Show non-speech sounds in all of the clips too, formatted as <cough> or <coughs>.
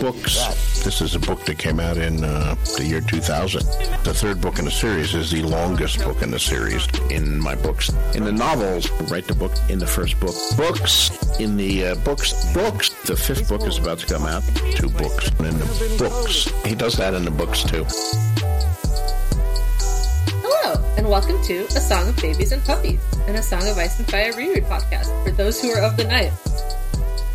books. This is a book that came out in uh, the year 2000. The third book in the series is the longest book in the series in my books. In the novels, write the book in the first book. Books in the uh, books, books. The fifth book is about to come out. Two books and in the books. He does that in the books too. Hello, and welcome to A Song of Babies and Puppies and A Song of Ice and Fire reread podcast for those who are of the night.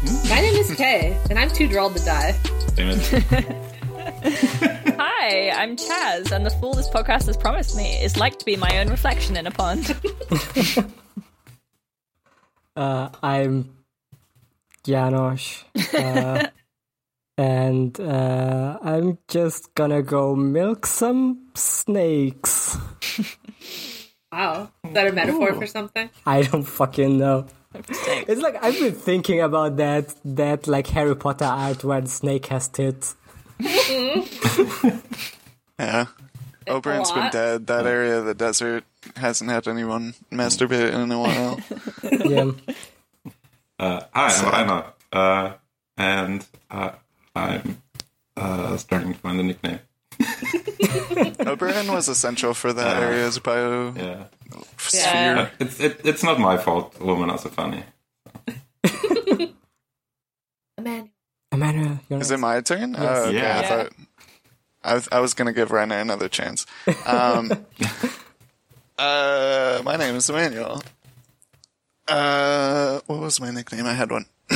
Hmm. My name is Kay, and I'm too drilled to die. Damn it. Hi, I'm Chaz, and the fool this podcast has promised me is like to be my own reflection in a pond. <laughs> Uh, I'm Janosch. <laughs> Uh, and uh, I'm just gonna go milk some snakes. Wow, is that a metaphor for something? I don't fucking know. It's like I've been thinking about that that like Harry Potter art where the snake has tits. Yeah. Oberon's been lot. dead. That area of the desert hasn't had anyone masturbate in a while. <laughs> Yeah. Uh, hi, I'm Einar, uh, and uh, I'm uh, starting to find a nickname. Oberon was essential for that Yeah. area's biosphere. Yeah, Yeah. Uh, it's it, it's not my fault. Women are so funny. Emmanuel. Emmanuel, you're Is right. it my turn? Oh, okay. Yeah. I, thought, I, was- I was going to give Reiner another chance. <laughs> Um, uh, my name is Emmanuel. Uh, what was my nickname? I had one. <coughs>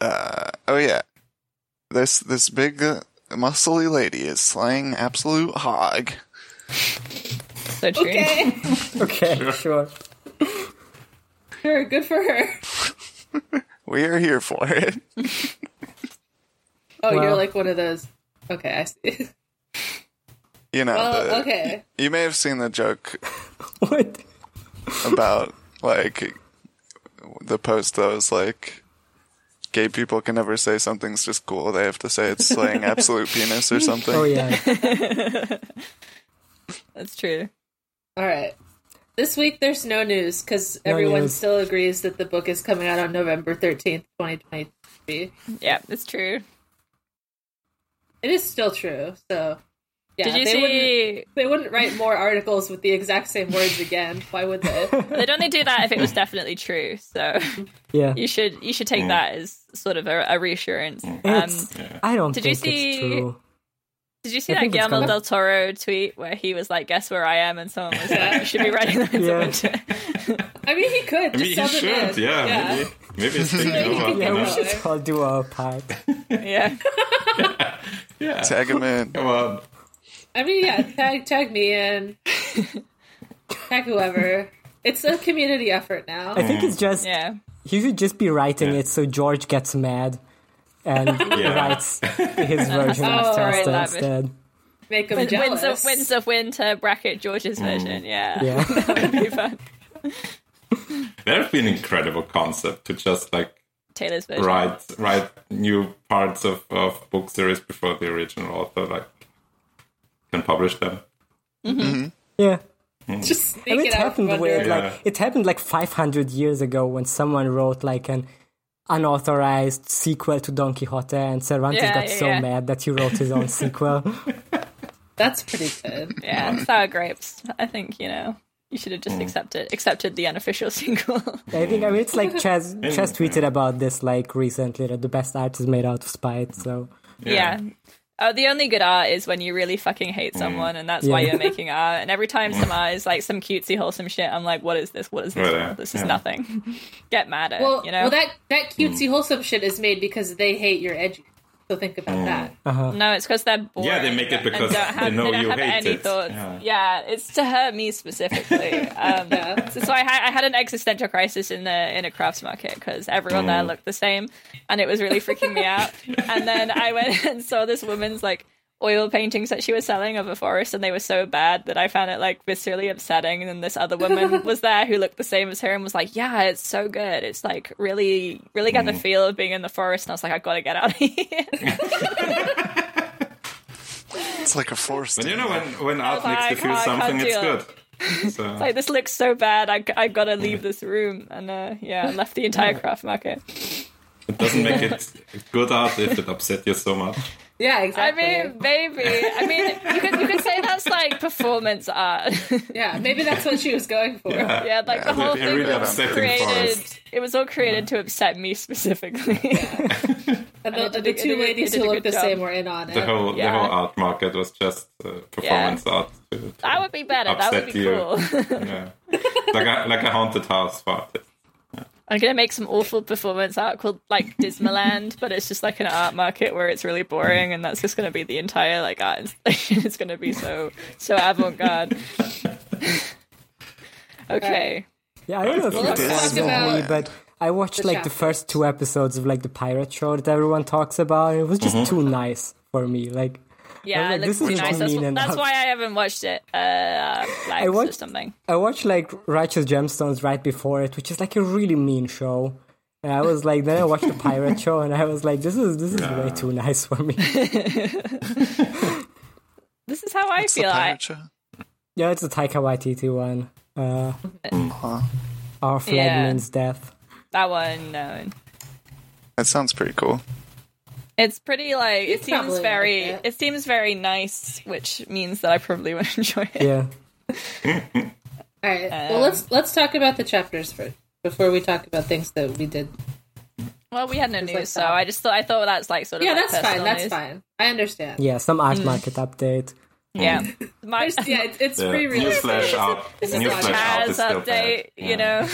uh, oh yeah, this this big uh, muscly lady is slaying absolute hog. so true. Okay, okay, sure. <laughs> sure, good for her. We are here for <laughs> it. Oh, you're Well- like one of those. Okay, I see. You know. the- <laughs> Well, okay. You may have seen the joke What? about <laughs> like the post that was like gay people can never say something's just cool they have to say <laughs> it's slaying absolute penis or something Oh yeah. That's true. All right. This week there's no news because No everyone news. still agrees that the book is coming out on November 13th, 2023. Yeah, it's true. It is still true. So, yeah, Did you they wouldn't see? they wouldn't write more articles with the exact same words again. Why would they? <laughs> They'd only do that if it was definitely true. So Yeah. you should you should take that as sort of a, a reassurance. Um, It's, I don't did you think it's see- true. Did you see I that think it's Guillermo gone. del Toro tweet where he was like, "Guess where I am," and someone was like, "You should be writing that <laughs> Yeah. into winter." I mean, he could. <laughs> I Just mean, he sub it should. in. Yeah, maybe maybe it's taking Maybe he over. can you Yeah, know? we Yeah. should all do our part. <laughs> yeah, Yeah. tag him in Come on. I mean, yeah, tag tag me in, tag whoever. It's a community effort now. I think it's just yeah. He should just be writing Yeah. it so George gets mad and Yeah. writes his version Oh, of right, Testa that instead. Make them Win- Winds jealous. of, <laughs> Winds of Winter bracket George's version. Yeah, Yeah. That'd be fun. That would be an incredible concept to just like <laughs> Taylor's version. write write new parts of, of book series before the original author like can publish them. yeah. Just sneak I mean, it it out from happened under. weird. Yeah. Like it happened like 500 years ago when someone wrote like an unauthorized sequel to Don Quixote, and Cervantes Yeah, got yeah, so yeah. mad that he wrote his own sequel. That's pretty good. Yeah, sour grapes. I think you know you should have just accepted accepted the unofficial <laughs> single. I think I mean it's like Chaz Chaz tweeted about this like recently that the best art is made out of spite. So yeah. Oh, the only good art is when you really fucking hate someone, and that's why Yeah. you're <laughs> making art. And every time some art is like some cutesy wholesome shit, I'm like, what is this? What is this? Right, This is yeah. nothing. <laughs> Get mad at Well, it, you know. well, that that cutesy Hmm. wholesome shit is made because they hate your edgy. So think about Hmm. that. No, it's because they're boring. Yeah, they make it and because don't have, they know don't you have hate any it. Thoughts. Yeah. Yeah. it's to hurt me specifically. <laughs> Um, so, so I, ha- I had an existential crisis in the in a crafts market because everyone Mm. there looked the same, and it was really freaking me <laughs> out. And then I went <laughs> and saw this woman's like oil paintings that she was selling of a forest, and they were so bad that I found it like viscerally upsetting. And then this other <laughs> woman was there who looked the same as her and was like, "Yeah, it's so good. It's like really, really got the Mm. feel of being in the forest." And I was like, "I gotta get out of <laughs> here." it's like a force But you know when when art like, makes you feel I can't something, it's do good. So like <laughs> this <laughs> looks so bad i, I gotta leave this room and uh yeah I left the entire craft market It doesn't make it good art if it upset you so much. Yeah, I exactly. mean, maybe. I mean, you could you could say that's like performance art. <laughs> yeah, maybe that's what she was going for. Yeah. yeah, like the Yeah, whole they're thing really was upsetting created. forest. It was all created to upset me specifically. <laughs> And And the, it did the a- it two did a- ladies it did who a looked the good job. same were in on it. The whole Yeah. the whole art market was just uh, performance art. To, to, that would be better. That would Upset be you. cool. <laughs> yeah. like a like a haunted house for artists. I'm gonna make some awful performance art called like Dismaland, but it's just like an art market where it's really boring, and that's just gonna be the entire like art installation. <laughs> It's gonna be so so avant garde. <laughs> okay, Yeah, I don't know if let's you talk guys know about me, but I watched the like the chapters. first two episodes of like the pirate show that everyone talks about, and it was just Mm-hmm. too nice for me. Like, yeah, Well, it this looks pretty isn't nice. That's, mean that's enough. why I haven't watched it. Uh, like or watched- something. I watched like Righteous Gemstones right before it, which is like a really mean show. And I was like, then I watched the <laughs> pirate show, and I was like, this is this is way too nice for me. This is how I It's the feel. I, pirate show. yeah, it's a Taika Waititi one. Uh, Mm. Our flag Yeah. means death. that one, no. That sounds pretty cool. It's pretty like it seems probably very like it seems very nice, which means that I probably won't <laughs> enjoy it. Yeah, All right. Um, well, let's let's talk about the chapters first before we talk about things that we did. Well, we had no news, like so that. I just thought I thought that's like sort of Yeah, like, that's fine. personal That's news. fine. I understand. yeah, some Mm. art market update. Yeah. <laughs> My There's- yeah, it's, it's Yeah. pre-released. Newsflash art. Newsflash art Chaz is still update, bad. you know.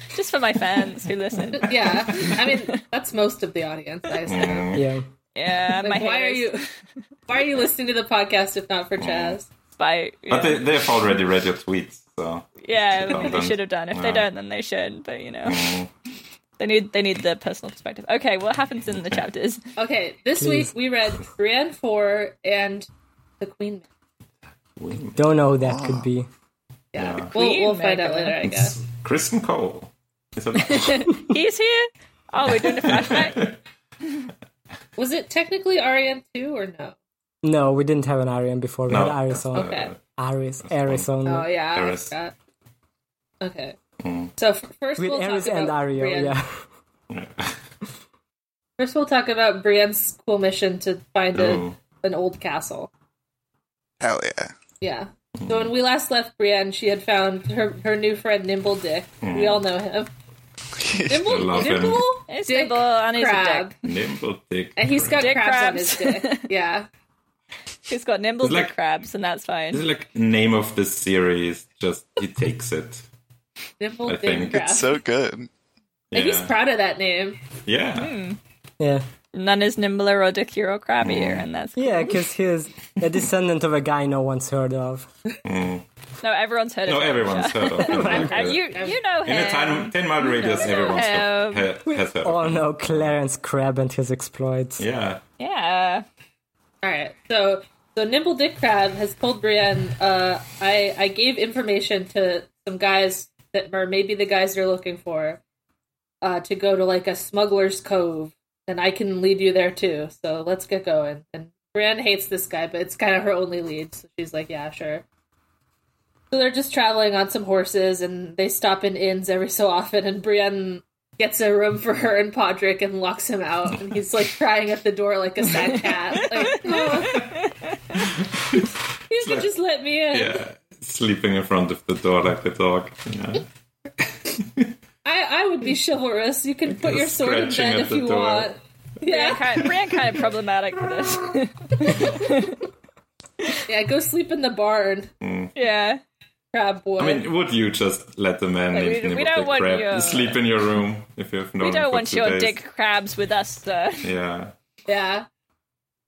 <laughs> Just for my fans who listen. Yeah, I mean that's most of the audience. I assume. Yeah, Yeah, Like, my why are haters. you why are you listening to the podcast if not for Chaz? By, you But they, know. they've already read your tweets, so yeah, done they, then. should have done. If they Yeah. don't, then they should. But you know, Mm. they need they need the personal perspective. Okay, what happens in the chapters? <laughs> Okay, this week we read three and four and the Queen. don't know who that could be. Yeah, Yeah. we'll, Queen we'll find out Magdalene. later, I guess. Kristen Cole. Is it- He's here. Oh, we're doing a <laughs> flashback. Was it technically REM two or no? No, we didn't have an Arian before. We No. had Aris on. Okay. Aris, Aris only. Oh yeah, I Eris. forgot. Okay. So f- first With we'll Aris talk and about Ario, Brienne. yeah. First we'll talk about Brienne's cool mission to find a, Ooh. an old castle. Hell yeah. Yeah. Hmm. So when we last left Brienne, she had found her, her new friend Nimble Dick. We all know <laughs> him. Nimble, Hmm. love him. Nimble, It's Dick Nimble Oh, and he's a crab, <laughs> Nimble dick. and he's got Dick crabs, on his crabs. dick. <laughs> Yeah, He's got nimble It's like- dick crabs, and that's This fine. is like name of the series. Just he takes it. Nimble I Dick think crab. It's so good. Yeah. and he's proud of that name. yeah. <laughs> Hmm. Yeah, None is nimbler or dickier or Mm. crabbier, and that's yeah, because he's a descendant of a guy no one's <laughs> heard of. no. Everyone's heard No, of him. everyone's heard <laughs> of him. Like, Uh, uh, you you know him. in a 10, 10 mile radius, everyone's Um, heard, ha- has heard. of Oh him. no, Clarence Crab and his exploits. Yeah. Yeah. All right, so so Nimble Dick Crab has told Brienne, uh, I I gave information to some guys that are maybe the guys you're looking for, uh, to go to like a smuggler's cove, and I can lead you there too. So let's get going. And Brienne hates this guy, but it's kind of her only lead, so she's like, yeah, sure. So they're just traveling on some horses, and they stop in inns every so often, and Brienne. Gets a room for her and Podrick and locks him out, and he's like crying at the door like a sad cat. Like, <laughs> "Oh." you can just let me in. Yeah. Sleeping in front of the door like a dog. Yeah. I, I would be chivalrous. You can put your sword in Scratching bed at if the you door. want. Brian Yeah, kind, Brian kind of problematic for <laughs> this. yeah. Go sleep in the barn, yeah. crab boy. I mean, would you just let the man Like, we- named we Nimble don't Dick want Crab your- sleep in your room if you've known We him don't for want two your days? dick crabs with us, though. Yeah. yeah,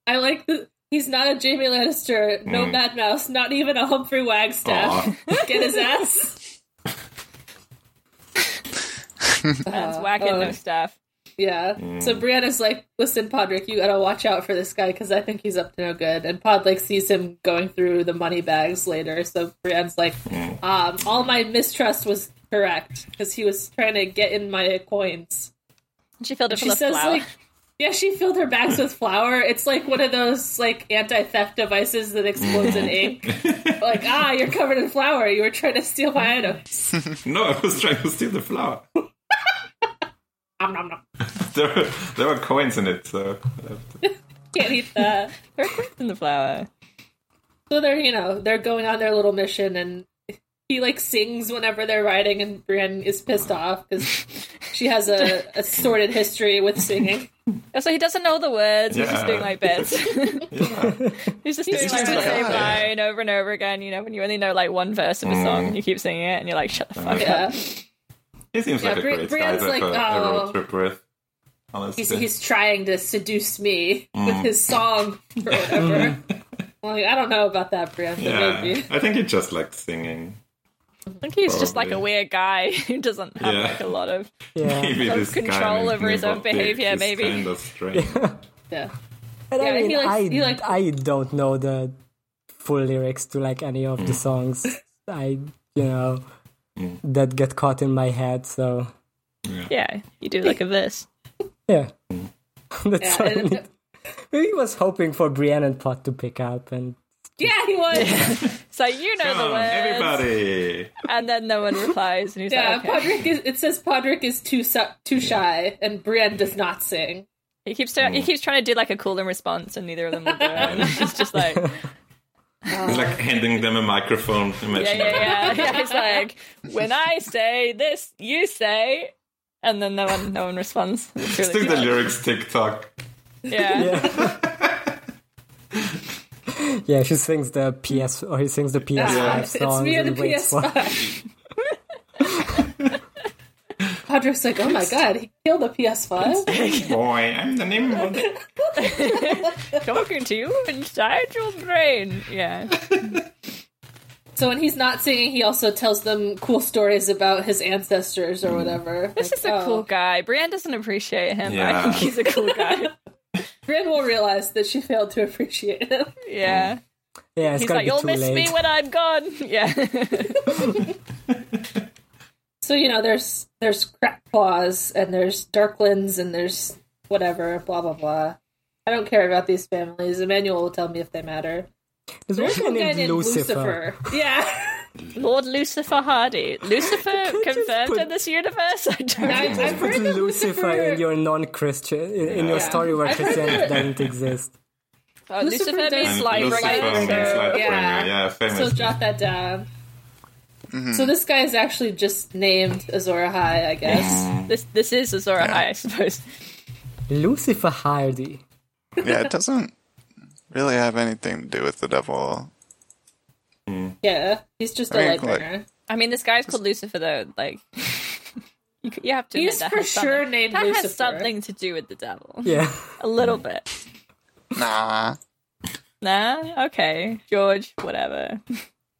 I like the. He's not a Jamie Lannister, no Mm. Mad Mouse, not even a Humphrey Wagstaff. <laughs> Get his ass. That's whacking oh. no stuff. Yeah. So Mm. Brianna's like, listen, Podrick, you gotta watch out for this guy because I think he's up to no good. And Pod like sees him going through the money bags later. So Brienne's like, Mm. um, all my mistrust was correct because he was trying to get in my coins. She filled it She full of says flour. like, yeah, she filled her bags with flour. It's like one of those like anti theft devices that explodes in ink. like, ah, you're covered in flour. You were trying to steal my items. No, I was trying to steal the flower. Nom, nom, nom. <laughs> there, were, there were coins in it, so uh, I have to- Can't eat that. There are coins <laughs> in the flower. So they're you know they're going on their little mission, and he like sings whenever they're riding, and Brienne is pissed off because she has a, a sordid history with singing. Also, Oh, he doesn't know the words. He's just <laughs> Yeah. doing like bits. yeah. He's just doing like just the doing same it. line over and over again. You know, when you only know like one verse of a song, and you keep singing it, and you're like, "Shut the fuck up." Yeah, He seems Yeah, like a Bri- great Brienne's guy like, for a oh. road trip with. Honestly. he's he's trying to seduce me with his song or whatever. like I don't know about that, Brienne. but yeah. Maybe. I think he just likes singing. I think he's just like a Probably. weird guy <laughs> who doesn't have Yeah. like a lot of. <laughs> Yeah. Maybe Of this guy control named over his own Nibble Dick behavior, is maybe. Kind <laughs> of strange. Yeah. Yeah, And I he mean, likes- he I, likes- I don't know the full lyrics to like any of the songs. I, you know, that get caught in my head. So Yeah, you do like a <laughs> verse. yeah, <laughs> that's Yeah, all I and- need. Maybe he was hoping for Brienne and Pot to pick up, and Yeah, he was. So you know Come the on, words, everybody! and then no one replies, and he's Yeah, like, okay. Podrick is. It says Podrick is too su- too shy, and Brienne does not sing. He keeps try- he keeps trying to do like a cool in response, and neither of them will <laughs> do it. And It's just like, yeah, He's like handing them a microphone. yeah, Imagine yeah. <laughs> yeah. It's like when I say this, you say, and then no one no one responds. It's I really think the cute. lyrics TikTok. yeah. yeah. <laughs> yeah, she sings the PS or he sings the PS5 Ah, it's songs me and and the waits for. PS5. Podrick's like, oh my god, he killed the PS5. Boy, I'm the nimble. Dick. <laughs> <laughs> talking to you inside your brain. Yeah. So when he's not singing, he also tells them cool stories about his ancestors or whatever. Mm. oh, This is a cool guy. Brienne doesn't appreciate him. I Yeah. think he's a cool guy. Brienne will realize that she failed to appreciate him. <laughs> <laughs> Yeah. Yeah, it's He's gonna like, you'll be miss too late. me when I'm gone. <laughs> Yeah. So you know, there's there's crack claws and there's darklins and there's whatever, blah blah blah. I don't care about these families. Emmanuel will tell me if they matter. There's one guy named Lucifer. Yeah, Lord Lucifer Hardy. Lucifer you <laughs> just confirmed put- in this universe? <laughs> I don't I, know. I've heard Put that Lucifer Lucifer. in your non-Christian in, in your Yeah. story where I've heard Christianity that- doesn't exist. Oh, Lucifer Lucifer, does- means And light Lucifer bringer. means Lightbringer, So, Yeah. Yeah, famous. So jot that down. So this guy is actually just named Azor High, I guess. This this is Azora High, I suppose. Lucifer Hardy. yeah, it doesn't really have anything to do with the devil. Yeah, he's just a I mean, lightbringer. I mean, this guy's called Lucifer, though. Like, <laughs> you, c- you have to. admit He's that for has sure something- named That Lucifer. Hmm. has something to do with the devil, Yeah. a little bit. Nah. Nah, okay. George, whatever. <laughs>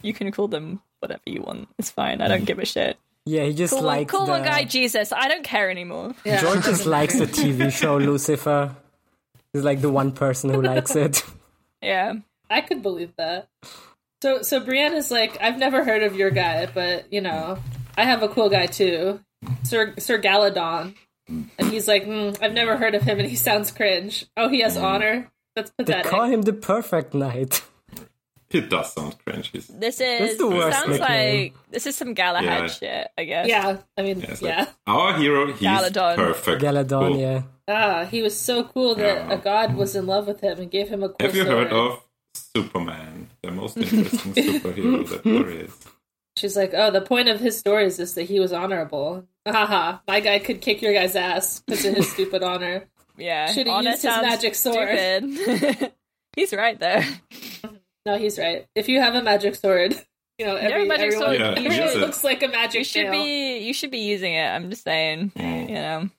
You can call them whatever you want. It's fine. I don't give a shit. Yeah, he just Call, one, likes call the, one guy Jesus. I don't care anymore. Yeah. George just likes the TV show Lucifer. He's like the one person who <laughs> likes it. Yeah. I could believe that. So so Brienne is like, I've never heard of your guy, but you know, I have a cool guy too, Sir Sir Galadon, and he's like, mm, I've never heard of him, and he sounds cringe. Oh, he has honor. That's They pathetic. call him the perfect knight. He does sound cringe. He's, This is the worst sounds nickname. like this is some Galahad Yeah. shit, I guess. yeah, I mean, he's like, yeah. Our hero, he's Galadon. perfect. Galadon, Cool. yeah. Ah, he was so cool that Yeah. a god was in love with him and gave him a cool Have you sword. heard of Superman? The <laughs> most interesting superhero that there is. She's like, oh, the point of his stories is that he was honorable. <laughs> Haha, my guy could kick your guy's ass because of <laughs> his stupid honor. Yeah. Should've Honor used his sounds magic sword. stupid. <laughs> He's right though. No, he's right. If you have a magic sword, <laughs> you know, every, have a magic everyone sword, Yeah, usually use it. looks like a magic You should nail. be you should be using it, I'm just saying. You know.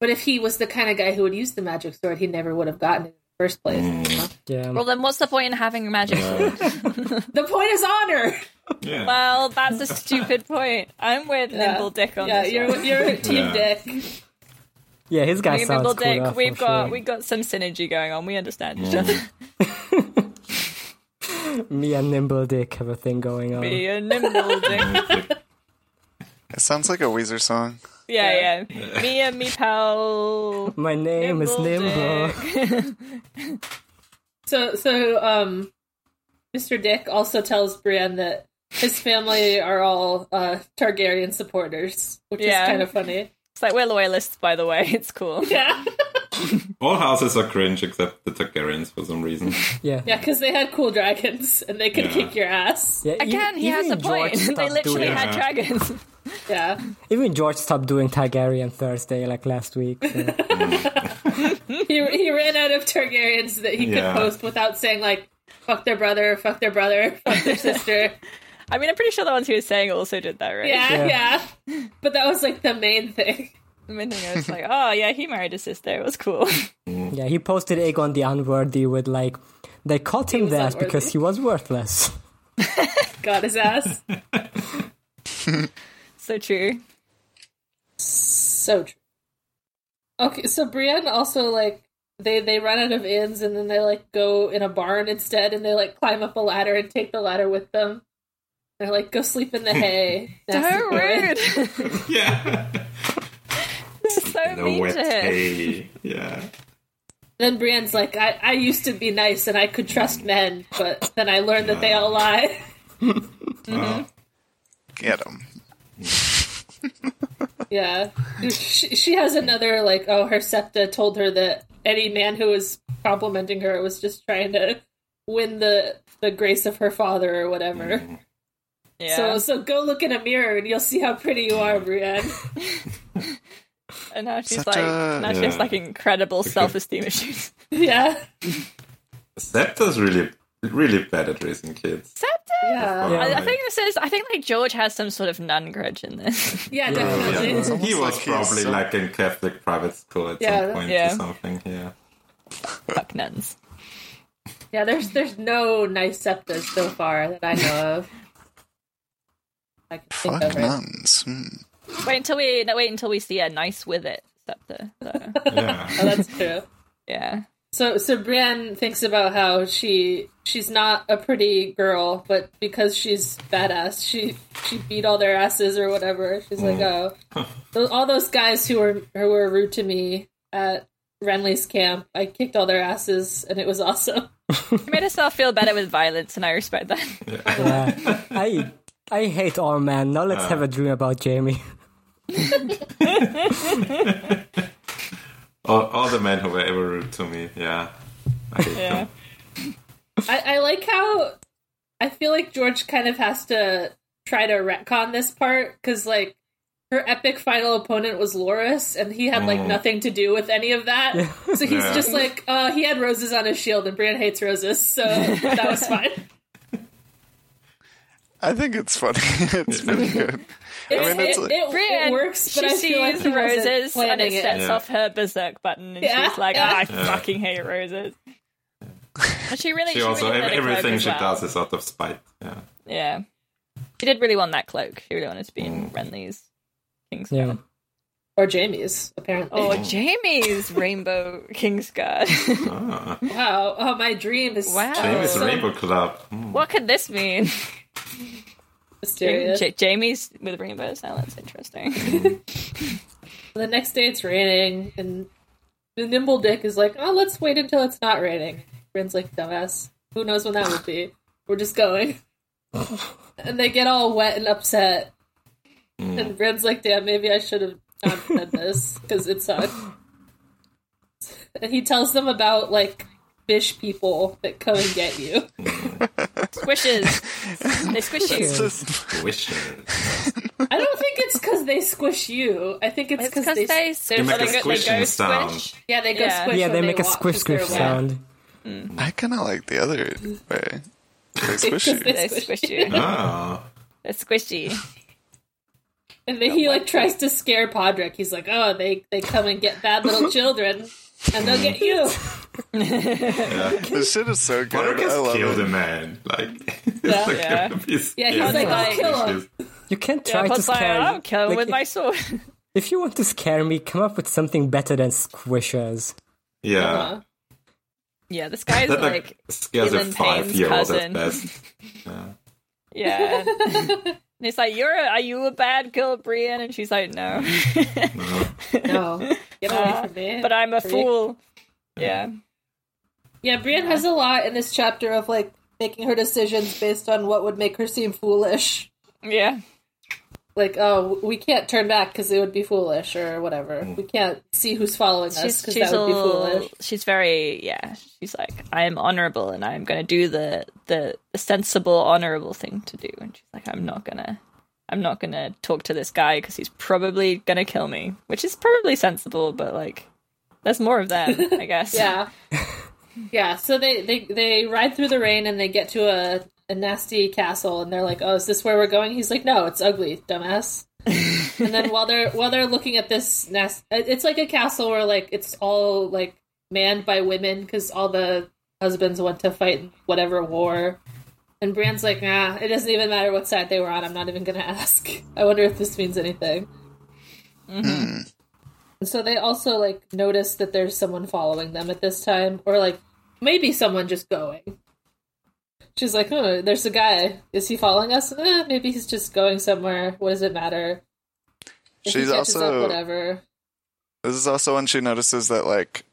But if he was the kind of guy who would use the magic sword, he never would have gotten it in the first place. Mm. Yeah. Well then what's the point in having a magic sword? The point is <laughs> honor. <laughs> Yeah. Well, that's a stupid point. I'm with Nimble Dick on yeah, this. you're one. you're team Yeah. dick. yeah, his guy Me and sounds Nimble cool. Dick, we've got sure. we got some synergy going on. We understand each other. Me and Nimble Dick have a thing going on. Be a nimble dick. It sounds like a Weezer song. Yeah, yeah. me and me pal. My name is Nimble. Dick. So so um, Mr. Dick also tells Brienne that his family are all uh, Targaryen supporters, which Yeah. is kind of funny. It's like we're loyalists, by the way. It's cool. Yeah, All houses are cringe except the Targaryens for some reason. <laughs> <laughs> Yeah. yeah, because they had cool dragons and they could Yeah. kick your ass. Yeah, e- Again, he has even a point. <laughs> George they stopped literally doing, had Yeah. dragons. Yeah, Even George stopped doing Targaryen Thursday like last week. so- he he ran out of Targaryens that he Yeah. could post without saying like "fuck their brother," "fuck their brother," <laughs> "fuck their sister." I mean, I'm pretty sure the ones he was saying also did that, right? Yeah, Yeah. yeah, But that was like the main thing. <laughs> I mean, I was like, oh yeah, he married his sister. It was cool. <laughs> yeah, he posted Aegon the Unworthy with like, they caught him was that unworthy. because he was <laughs> worthless. Got his ass. so true. <laughs> so true. Okay, so Brienne also like they they run out of inns and then they like go in a barn instead and they like climb up a ladder and take the ladder with them. They're like go sleep <laughs> in the hay. Nasty So boy. rude. <laughs> yeah. so The mean wet to him. hay. Yeah. Then Brienne's like, I, I used to be nice and I could trust men, but then I learned that they all lie. <laughs> Wow. Get him. Yeah. She, she has another, like, oh, her septa told her that any man who was complimenting her was just trying to win the the grace of her father or whatever. Mm-hmm. Yeah. So so go look in a mirror and you'll see how pretty you are, Brienne. <laughs> and now she's Such like, a- now she has Yeah. like incredible self-esteem issues. yeah. Septa's really, really bad at raising <laughs> kids. Accepted. Yeah. Yeah. Yeah, I, I think this is. I think like George has some sort of nun grudge in this. <laughs> definitely. Yeah. Yeah. almost He was like he's probably so- like in Catholic private school at Yeah. some point Yeah. or something. Yeah. Fuck nuns. there's there's no nice septas so far that I know of. I can think Fuck of it. nuns. Hmm. Wait until we. No, wait until we see a nice with it scepter. So, <laughs> Yeah. Oh, that's true. yeah. So so Brienne thinks about how she she's not a pretty girl, but because she's badass, she she beat all their asses or whatever. She's like, oh, Those- all those guys who were who were rude to me at Renly's camp, I kicked all their asses, and it was <laughs> awesome. She made herself feel better with violence, and I respect that. Yeah. I I hate all men. Now let's have a dream about Jamie. All, all the men who were ever rude to me. Yeah. I hate Yeah. them. I, I like how I feel like George kind of has to try to retcon this part because like her epic final opponent was Loris, and he had like nothing to do with any of that. So he's Mm. Yeah. just like, uh, he had roses on his shield, and Brienne hates roses, so that was fine. I think it's funny. <laughs> it's pretty good. It's, mean, it's it, <laughs> like- it- it Brienne, works, but she I sees feel like he wasn't roses and planning it sets Yeah. off her berserk button, and Yeah. she's like, Yeah. "Ah, "I fucking hate roses." And she really, She also, really ev- wanted a cloak everything as she well. does is out of spite. Yeah. Yeah, she did really want that cloak. She really wanted to be Mm. in Renly's Kingsguard <laughs> Yeah. Or Jamie's, apparently. or Mm. Jamie's Rainbow Kingsguard. Ah. wow. Oh, my dream is Wow. Jamie's So- Rainbow Club. <laughs> Hmm. what could this mean? mysterious. Ja- Jamie's with rainbows. Now that's interesting. Mm. The next day it's raining, and the nimble dick is like, "Oh, let's wait until it's not raining." Bryn's like, "Dumbass, who knows when that will be? We're just <laughs> going." and they get all wet and upset, Mm. and Bryn's like, "Damn, maybe I should have not done this because it sucked." And he tells them about like fish people that come and get you. Squishes. They squish It's you. just Wishes. I don't think it's because they squish you. I think it's It's because because they, they, they, they, They make a go- they go squishing sound. squish. yeah they go Yeah. squish. Yeah, when they make a walk squish 'cause squish they're wet. sound. I kind of like the other way. They squish you. They squish you. Oh. They're squishy. And then he like tries to scare Podrick. He's like, "Oh, they they come and get bad little children, and they'll get you." This shit is so good. Podrick I has love killed it. a man. Like, Yeah. <laughs> it's like Yeah. gonna be Yeah, he's scared like, Yeah. "I'll kill of him." him. You can't Yeah, try to but like, scare. I'll kill him like, with my sword. <laughs> If you want to scare me, come up with something better than squishers. <laughs> Yeah. Uh, yeah, this guy's That like, like, scares a Ellen Payne's five year old cousin. at best. Yeah. yeah. and he's like, "You're a, are you a bad girl, Brienne?" And she's like, "No, <laughs> no, get away from me. but I'm a Freak. fool." Yeah, Yeah, Brienne has a lot in this chapter of like making her decisions based on what would make her seem foolish. yeah. like oh we can't turn back because it would be foolish or whatever we can't see who's following us She's because she's that would be a little- foolish she's very yeah. She's like I am honorable and I'm going to do the the sensible honorable thing to do. And she's like I'm not gonna I'm not gonna talk to this guy because he's probably gonna kill me, which is probably sensible. But like, there's more of them, I <laughs> guess. yeah yeah so they, they they ride through the rain and they get to a, a nasty castle and they're like oh is this where we're going he's like no it's ugly dumbass and then while they're while they're looking at this nest it's like a castle where like it's all like manned by women because all the husbands went to fight in whatever war and Bran's like, nah, it doesn't even matter what side they were on. I'm not even going to <laughs> ask. I wonder if this means anything. And so they also like notice that there's someone following them at this time, or like maybe someone just going. She's like, "Oh, there's a guy. Is he following us? Eh, maybe he's just going somewhere. What does it matter?" If he She's catches also- whatever. This is also when she notices that like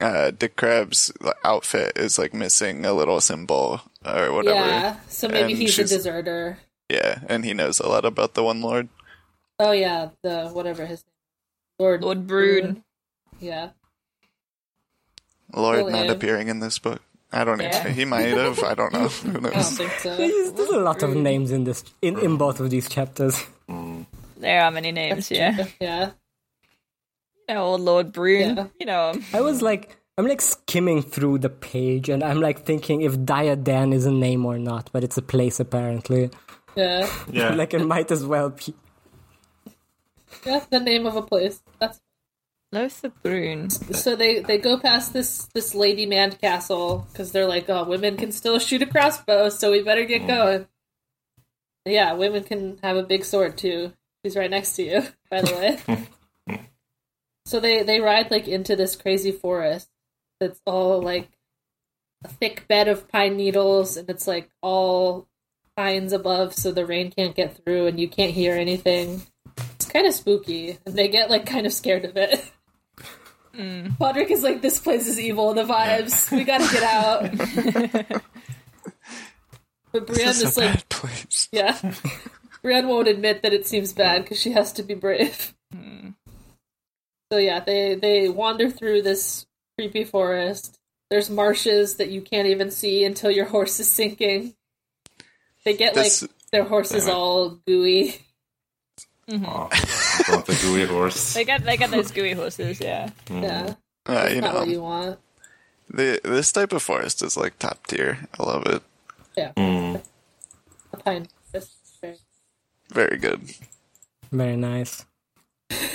uh, Dick Crab's like, outfit is like missing a little symbol or whatever. Yeah, so maybe And he's she's- a deserter. Yeah, and he knows a lot about the One Lord. Oh yeah, the whatever his name, Lord Lord Brood. Yeah, Lord Really? not appearing in this book. I don't Yeah. even. He might have. <laughs> I don't know. Who I don't knows? think so. There's, there's a lot of names in this in, in both of these chapters. There are many names. Yeah, you yeah, know, old Lord Brood. Yeah. You know, him. I was like, I'm like skimming through the page, and I'm like thinking if Diadan is a name or not, but it's a place apparently. yeah, Yeah. <laughs> Like it might as well be. yeah. The name of a place. That's Lothar Brune. so they they go past this this lady manned castle because they're like oh women can still shoot a crossbow so we better get going yeah women can have a big sword too she's right next to you <laughs> by the way so they they ride like into this crazy forest that's all like a thick bed of pine needles and it's like all pines above so the rain can't get through and you can't hear anything it's kind of spooky and they get like kind of scared of it Podrick is like, this place is evil, the vibes. We gotta get out. but Brienne This is is a like, bad place. yeah. <laughs> Brienne won't admit that it seems bad because she has to be brave. So yeah, they, they wander through this creepy forest. There's marshes that you can't even see until your <laughs> horse is sinking. They get This- like their horses Damn it. all gooey. Oh, I want the gooey <laughs> horse. They get they get those gooey horses. Yeah, Yeah, Uh, you not what know, you want. the, this type of forest is like top tier. I love it. Yeah, Hmm. a pine. That's fair. Very good. Very nice.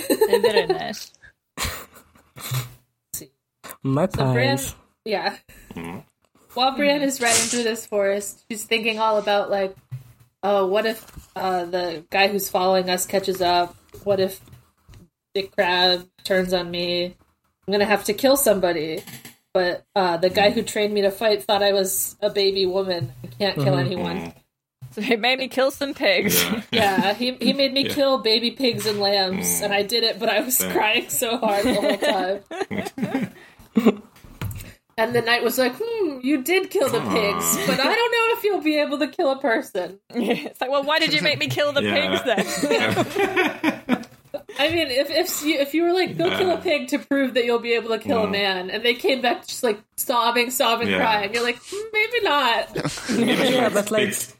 they're very nice. My So Brienne, pines. yeah. While Brienne is riding through this forest, she's thinking all about like, oh, what if uh, the guy who's following us catches up? What if Dick Crab turns on me? I'm gonna have to kill somebody. But uh, the guy who trained me to fight thought I was a baby woman. I can't kill anyone. So it made me kill some pigs. Yeah. Yeah, he, he made me kill baby pigs and lambs, and I did it, but I was crying so hard the whole time. and the knight was like, hmm, you did kill the pigs, but I don't know if you'll be able to kill a person. <laughs> it's like, well, why did you make me kill the Yeah. pigs then? I mean, if if you, if you were like, go kill a pig to prove that you'll be able to kill a man, and they came back just like sobbing, sobbing, Yeah. crying, you're like, hmm, maybe not. Yeah, but like, Pigs-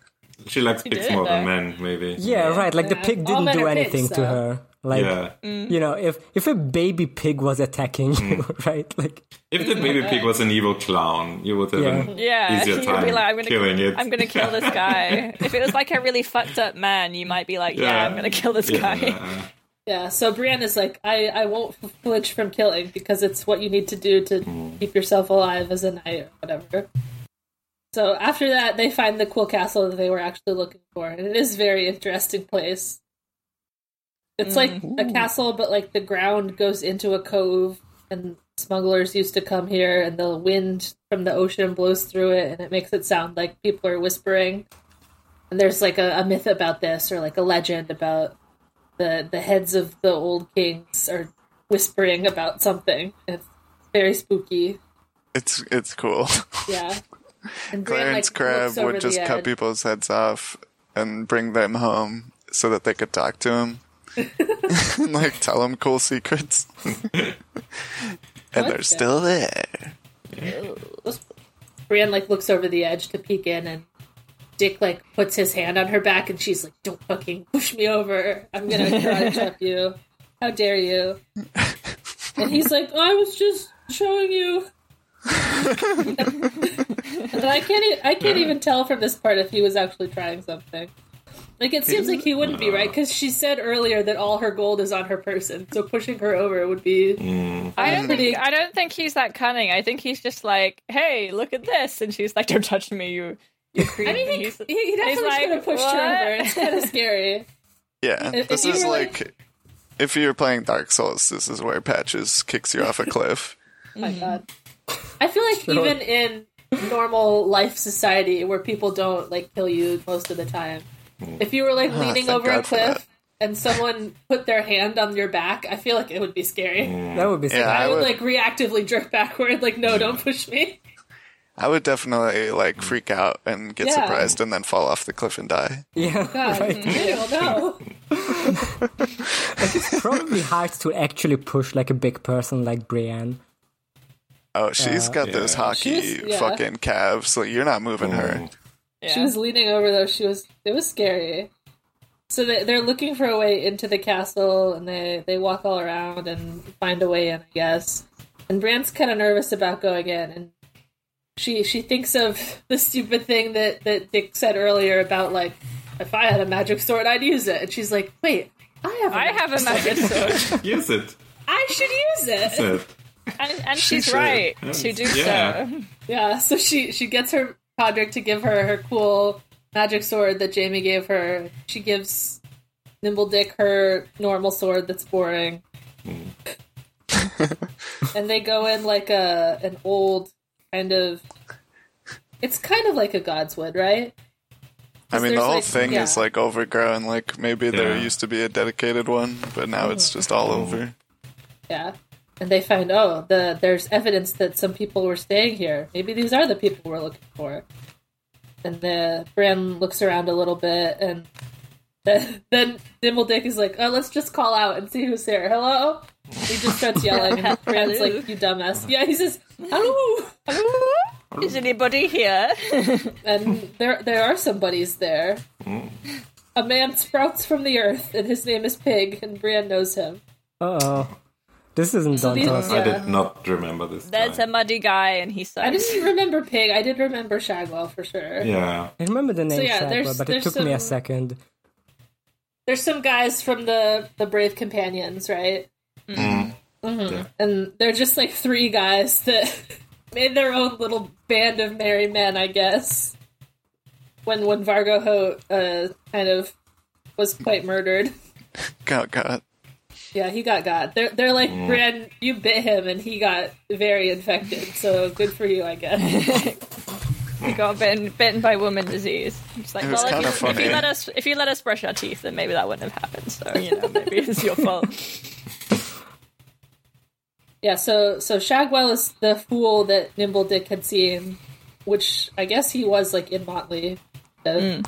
She likes pigs did it more than though. men, maybe. yeah, right. Like the Yeah. pig All didn't men do are pigs, anything so. to her. Like Yeah. Mm. you know, if if a baby pig was attacking you, <laughs> right? Like If the baby pig was an evil clown, you would have Yeah. an Yeah, <laughs> easier you'd time be like, I'm gonna, killing it. I'm gonna kill this guy. if it was like a really fucked up man, you might be like, yeah, Yeah. I'm gonna kill this guy. <laughs> Yeah. Yeah, so Brienne is like, I, I won't flinch from killing because it's what you need to do to keep yourself alive as a knight or whatever. So after that, they find the cool castle that they were actually looking for, and it is a very interesting place. It's like a castle, but like the ground goes into a cove, and smugglers used to come here, and the wind from the ocean blows through it, and it makes it sound like people are whispering. And there's like a, a myth about this, or like a legend about the the heads of the old kings are whispering about something. It's very spooky. It's it's cool. <laughs> Yeah. And Bran, like, Clarence looks Crab over would the just cut edge. people's heads off and bring them home so that they could talk to <laughs> him, and, <laughs> like tell him cool secrets. <laughs> and they're still there. Brienne like looks over the edge to peek in, and Dick like puts his hand on her back, and she's like, "Don't fucking push me over. I'm gonna <laughs> karate chop you. How dare you?" And he's like, "Oh, "I was just showing you." and I can't. Even, I can't even tell from this part if he was actually trying something. Like it seems like he wouldn't be right because she said earlier that all her gold is on her person, so pushing her over would be I don't Pretty- think I don't think he's that cunning. I think he's just like, hey, look at this, and she's like, don't touch me, you. you creep. I mean, And he, he's- he, he he's definitely like, gonna push "What?" her over. It's kind of scary. Yeah, If- this if you is were, like, like- if you're playing Dark Souls, this is where Patches kicks you off <laughs> a cliff. Oh my god. I feel like even in normal life society where people don't like kill you most of the time, if you were like leaning Ah, thank over a God for cliff that. and someone put their hand on your back, I feel like it would be scary. That would be Yeah, sad. I would Mm. would- like reactively jerk backward, like no, don't push me. <laughs> I would definitely like freak out and get Yeah. surprised and then fall off the cliff and die. <laughs> Yeah, Oh, God, right. ew, no. Probably hard to actually push like a big person like Brienne. Oh, she's got those Yeah. hockey She's- yeah. fucking calves. So you're not moving her. Yeah. She was leaning over though. She was. It was scary. So they, they're looking for a way into the castle, and they they walk all around and find a way in, I guess. And Bran's kind of nervous about going in, and she she thinks of <laughs> the stupid thing that that Dick said earlier about like, if I had a magic sword, I'd use it. And she's like, wait, I have. a I magic- have <laughs> a magic sword, Use it. I should use <laughs> it. Use it. and, and She she's should. right to do Yeah. so. Yeah, so she she gets her Podrick to give her her cool magic sword that Jamie gave her. She gives Nimble Dick her normal sword that's boring. and they go in like a an old kind of it's kind of like a godswood, right? I mean, the there's, whole like- thing is yeah. like overgrown. Like maybe there Yeah. used to be a dedicated one, but now it's just all over. Yeah. And they find oh, the there's evidence that some people were staying here. Maybe these are the people we're looking for. And the Bran looks around a little bit and then, <laughs> then Dimble Dick is like, Oh, let's just call out and see who's here. Hello? He just starts yelling and Bran's like, You dumbass. Yeah, he says, Hello Hello? Is anybody here? And there there are some buddies there. A man sprouts from the earth and his name is Pig and Brian knows him. Uh oh. This isn't Don these- Johnson. I Yeah. did not remember this. There's a guy. muddy guy, and he I sucks. didn't remember Pig, I did remember Shagwell for sure. Yeah. I remember the name yeah, Shagwell, there's- but it there's took me a some- second. there's some guys from the the brave companions right Mhm. Yeah. and they're just like three guys that <laughs> made their own little band of merry men i guess when when vargo ho uh, kind of was quite murdered God, God. yeah he got got they're, they're like Bran, you bit him and he got very infected so good for you i guess He got bitten, bitten by woman disease. It's like, It was well, if kinda you, if funny. you let us, if you let us brush our teeth, then maybe that wouldn't have happened. So you know, maybe it's your fault. yeah so so shagwell is the fool that nimble dick had seen which i guess he was like in motley so-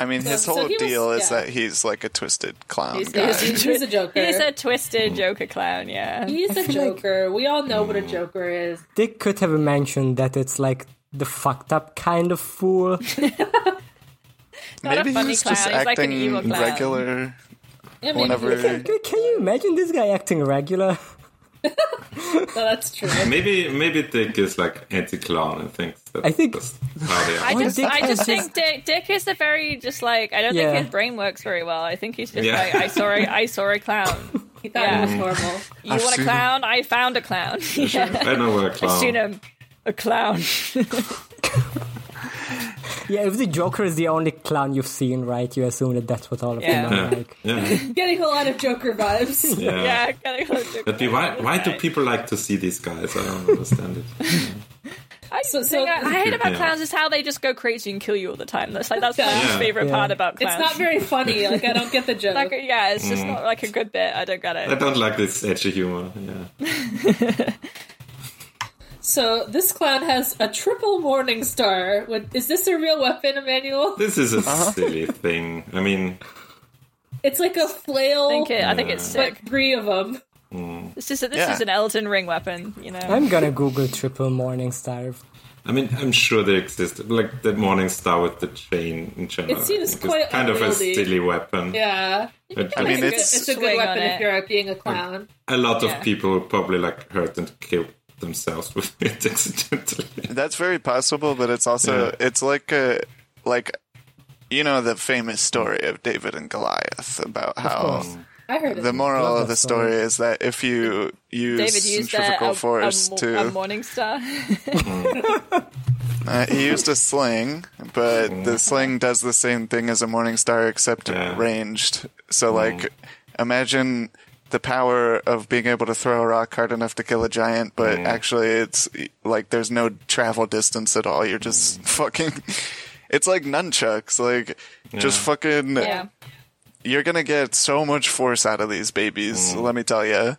I mean, his so whole he was- deal is yeah. that he's like a twisted clown He's- guy. <laughs> he's- He's a joker. He's a twisted Joker clown. Yeah, He's a joker. Mm. We all know what a joker is. Dick could have mentioned that it's like the fucked up kind <laughs> of fool. not Maybe a funny he's clown. just he's like an acting evil clown. regular. I mean, Whenever- he's a- Can can you imagine this guy acting regular? no, that's true. Maybe maybe Dick is like anti clown and thinks that I think- that's how they are. <laughs> I Why just, Dick I just has think just- Dick, Dick is a very just like I don't Yeah. think his brain works very well. I think he's just Yeah. like I saw a, I saw a clown. He thought Yeah. he was normal. You want I've seen a him. clown? I found a clown. yeah. I know where <laughs> a I've clown. seen him. A clown. Yeah, if the Joker is the only clown you've seen, right, you assume that that's what all of Yeah. them are like. Yeah, <laughs> Getting a lot of joker <laughs> vibes. yeah. yeah, kind of But we- why, why do people like to see these guys? I don't understand it. I, So- so, so- I, I hate about Yeah. clowns is how they just go crazy and kill you all the time. That's like that's my Yeah. favorite Yeah. part about It's clowns. not very funny. Like I don't get the joke. like yeah, it's Mm. just not like a good bit. I don't get I it. don't like this edgy humor. Yeah, So this clown has a triple morning star. Uh-huh. Would- Is this a real weapon, Emmanuel? this is a silly thing. I mean, It's like a flail, I think, it, I think it's sick. but three of them. This is this Yeah. is an Elden Ring weapon, you know. I'm gonna Google triple Morningstar. I mean, I'm sure they exist. Like that morning star with the chain in general. It seems I think is quite kind of a unwieldy. silly weapon. Yeah, It- I it's, mean, it's- a good, it's a good Swing on weapon it. if you're uh, being a clown. a lot Yeah. of people probably like hurt and killed themselves <laughs> with it accidentally. That's very possible, but it's also it's like a like you know the famous story of David and Goliath about how I heard it. the moral Love of that the story is that if you use David used a, centrifugal a, force a, to a morning star. Uh, he used a sling, but the sling does the same thing as a morning star, except Yeah. ranged. So, like, imagine the power of being able to throw a rock hard enough to kill a giant, but actually, it's like there's no travel distance at all. You're just fucking. <laughs> It's like nunchucks. Like, just fucking. yeah. You're gonna get so much force out of these babies. Let me tell you.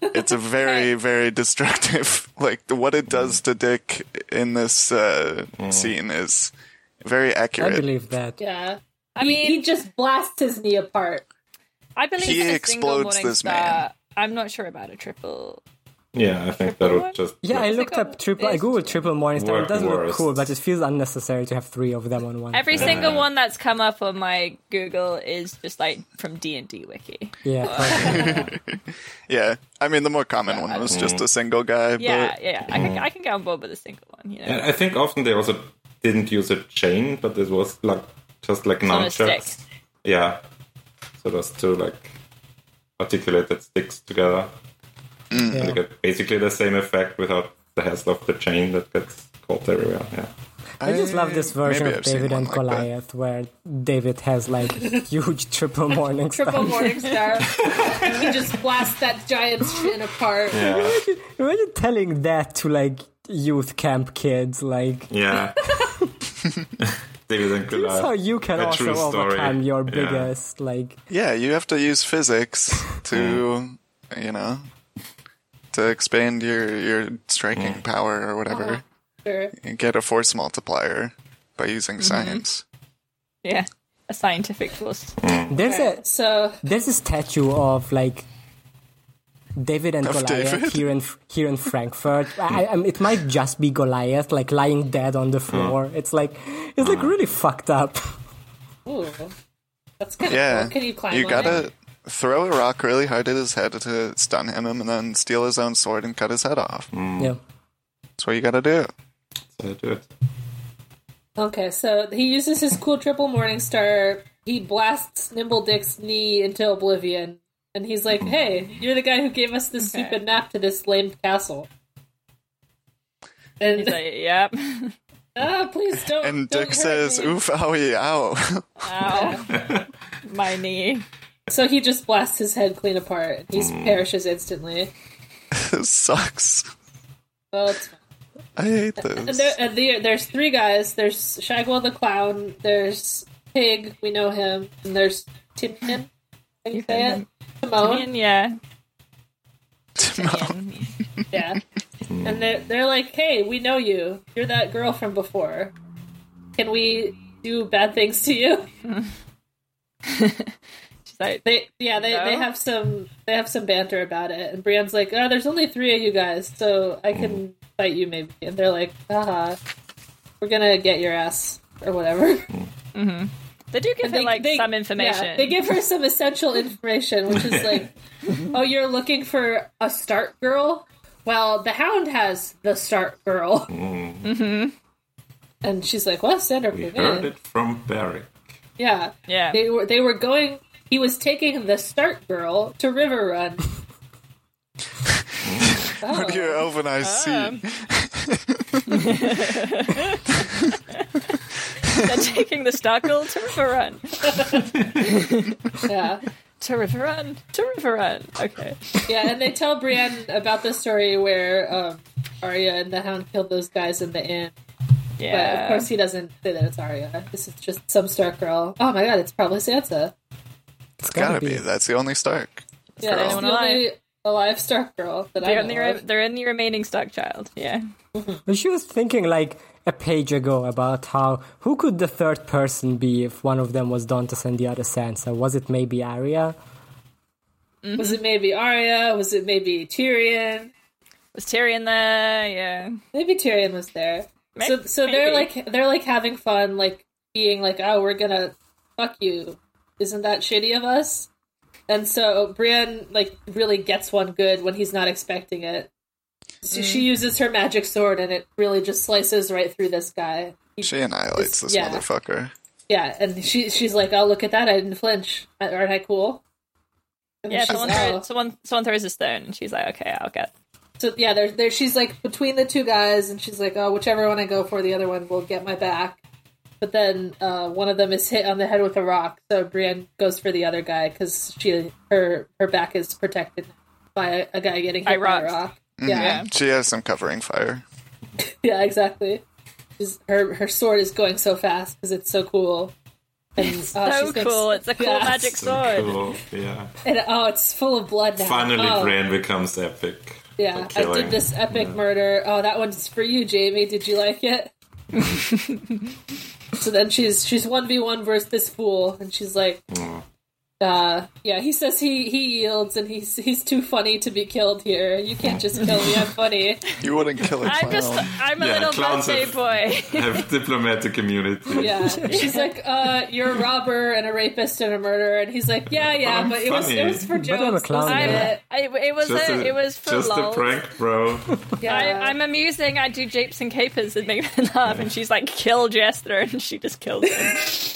It's a very, very destructive. <laughs> Like the- what it does to Dick in this uh, scene is very I accurate. believe that. yeah, I mean, he just blasts his knee apart. I believe He in a single explodes morning this star. man. I'm not sure about a triple. yeah, I think that would just Yeah, I looked up triple. I googled triple Morningstar. It Work doesn't look worst. cool, but it feels unnecessary to have three of them on one. Every single one that's come up on my Google is just like from D and D wiki. <laughs> yeah, probably. Yeah, I mean the more common one was just a single guy. Yeah, yeah, I can I can get on board with a single one. You know, And I think often they also didn't use a chain, but it was like just like on a stick. nunchucks. Yeah. So those two like articulated sticks together. And you get basically the same effect without the hassle of the chain that gets caught everywhere. Yeah. but I just love this version Mm, maybe of I've seen David one and like that. Goliath, where David has like <laughs> huge triple Morningstar. Triple morning star. he just blasts that giant shin apart. Yeah. Imagine telling that to like youth camp kids, like <laughs> yeah. David and that's Goliath. how you can a also true story. overcome your Yeah. biggest like yeah, you have to use physics to, you know, to expand your your striking power or whatever. Sure. You get a force multiplier by using science. Yeah, a scientific force. there's a So there's a statue of like David and Of Goliath David? here in here in Frankfurt. I, I, it might just be Goliath, like lying dead on the Hmm. floor. It's like it's like really fucked up. ooh, that's kind of Yeah, cool. Can you climb? on gotta it? throw a rock really hard at his head to stun him, and then steal his own sword and cut his head off. Mm. Hmm. Yeah. That's what you gotta do. So I do it. Okay, so he uses his cool triple morning star. He blasts Nimble Dick's knee into oblivion, and he's like, "Hey, you're the guy who gave us this Okay. stupid map to this lame castle." He's And like, yep. ah, <laughs> please don't. And don't Dick hurt says, me." "Oof, owie, ow." <laughs> Ow. <laughs> My knee. So he just blasts his head clean apart. and He Hmm. perishes instantly. this sucks. Well, it's fine. I hate And, this. there, and there, there's three guys. There's Shagwell the clown. There's Pig. We know him. And there's Timon. Can you say it? Timon. And yeah, Timon. Yeah. and they're, they're like, hey, we know you. You're that girl from before. Can we do bad things to you? <laughs> she's like, They yeah, they, No? they have some they have some banter about it. And Brienne's like, oh, there's only three of you guys, so I can fight you maybe. And they're like, haha, we're gonna get your ass or whatever. <laughs> they do give him like some information. yeah, they <laughs> give her some essential information, which is like, <laughs> oh, you're looking for a start girl? Well, the hound has the start girl. Mm-hmm. And she's like, well, send her Mm. We for heard me." it from Barry. Yeah. Yeah. They were, they were going, he was taking the start girl to River Run. Oh. You're open. Ah. I see. They're taking the Starkle to River Run. <laughs> Yeah. To River Run. To River Run. Okay. Yeah, and they tell Brienne about the story where um, Arya and the hound killed those guys in the inn. But Yeah. of course, he doesn't say that it's Arya. This is just some Stark girl. Oh my god, it's probably Sansa. It's Gotta be. That's the only Stark. Yeah, the that's only the one only the livestock girl that They're I in the know re- of. they're in the remaining stock child. Yeah. But she was thinking like a page ago about how who could the third person be if one of them was Dantas and the other Sansa? Was it maybe Arya? mm-hmm. Was it maybe Arya? Was it maybe Tyrion? Was Tyrion there? Yeah. Maybe Tyrion was there. May- so so they're maybe. like they're like having fun, like being like, oh, we're gonna fuck you. Isn't that shitty of us? And so Brienne like really gets one good when he's not expecting it. So she Mm. uses her magic sword and it really just slices right through this guy. He- She annihilates this Yeah. motherfucker. yeah, and she she's like, oh, look at that! I didn't flinch. Aren't I cool? And Yeah, she's someone, like, throw, "Oh." someone someone throws a stone and she's like, Okay, I'll get So yeah, there, there. She's like between the two guys, and she's like, "Oh, whichever one I go for, the other one will get my back." But then uh, one of them is hit on the head with a rock, so Brienne goes for the other guy because she her her back is protected by a, a guy getting hit By by a rocks. rock. Mm-hmm. Yeah, She has some covering fire. <laughs> yeah, exactly. She's, her her sword is going so fast because it's so cool. And, uh, so she's gonna- cool. It's a cool Yeah. magic So sword. cool, <laughs> Yeah. And, oh, it's full of blood now. Finally, Oh. Brienne becomes epic. Yeah, for I killing. did <laughs> this epic murder. Oh, that one's for you, Jamie. Did you like <laughs> it? so then she's she's one v one versus this fool, and she's like, Mm. uh, "Yeah." He says he he yields, and he's he's too funny to be killed here. You can't just kill me. I'm funny. You wouldn't kill a I'm clown. just I'm a Yeah, little clowns birthday have- boy. <laughs> Have diplomatic immunity. <laughs> Yeah. She's like, uh, "You're a robber and a rapist and a murderer," and he's like, "Yeah, yeah, I'm but it was it funny. was for But I'm a jokes. clown, wasn't yeah. it? I, it was Just a, a, it was for just lol. a prank, bro. Yeah, I, I'm amusing. I do japes and capers and make them laugh. And she's like, "Kill Jester," and she just kills him.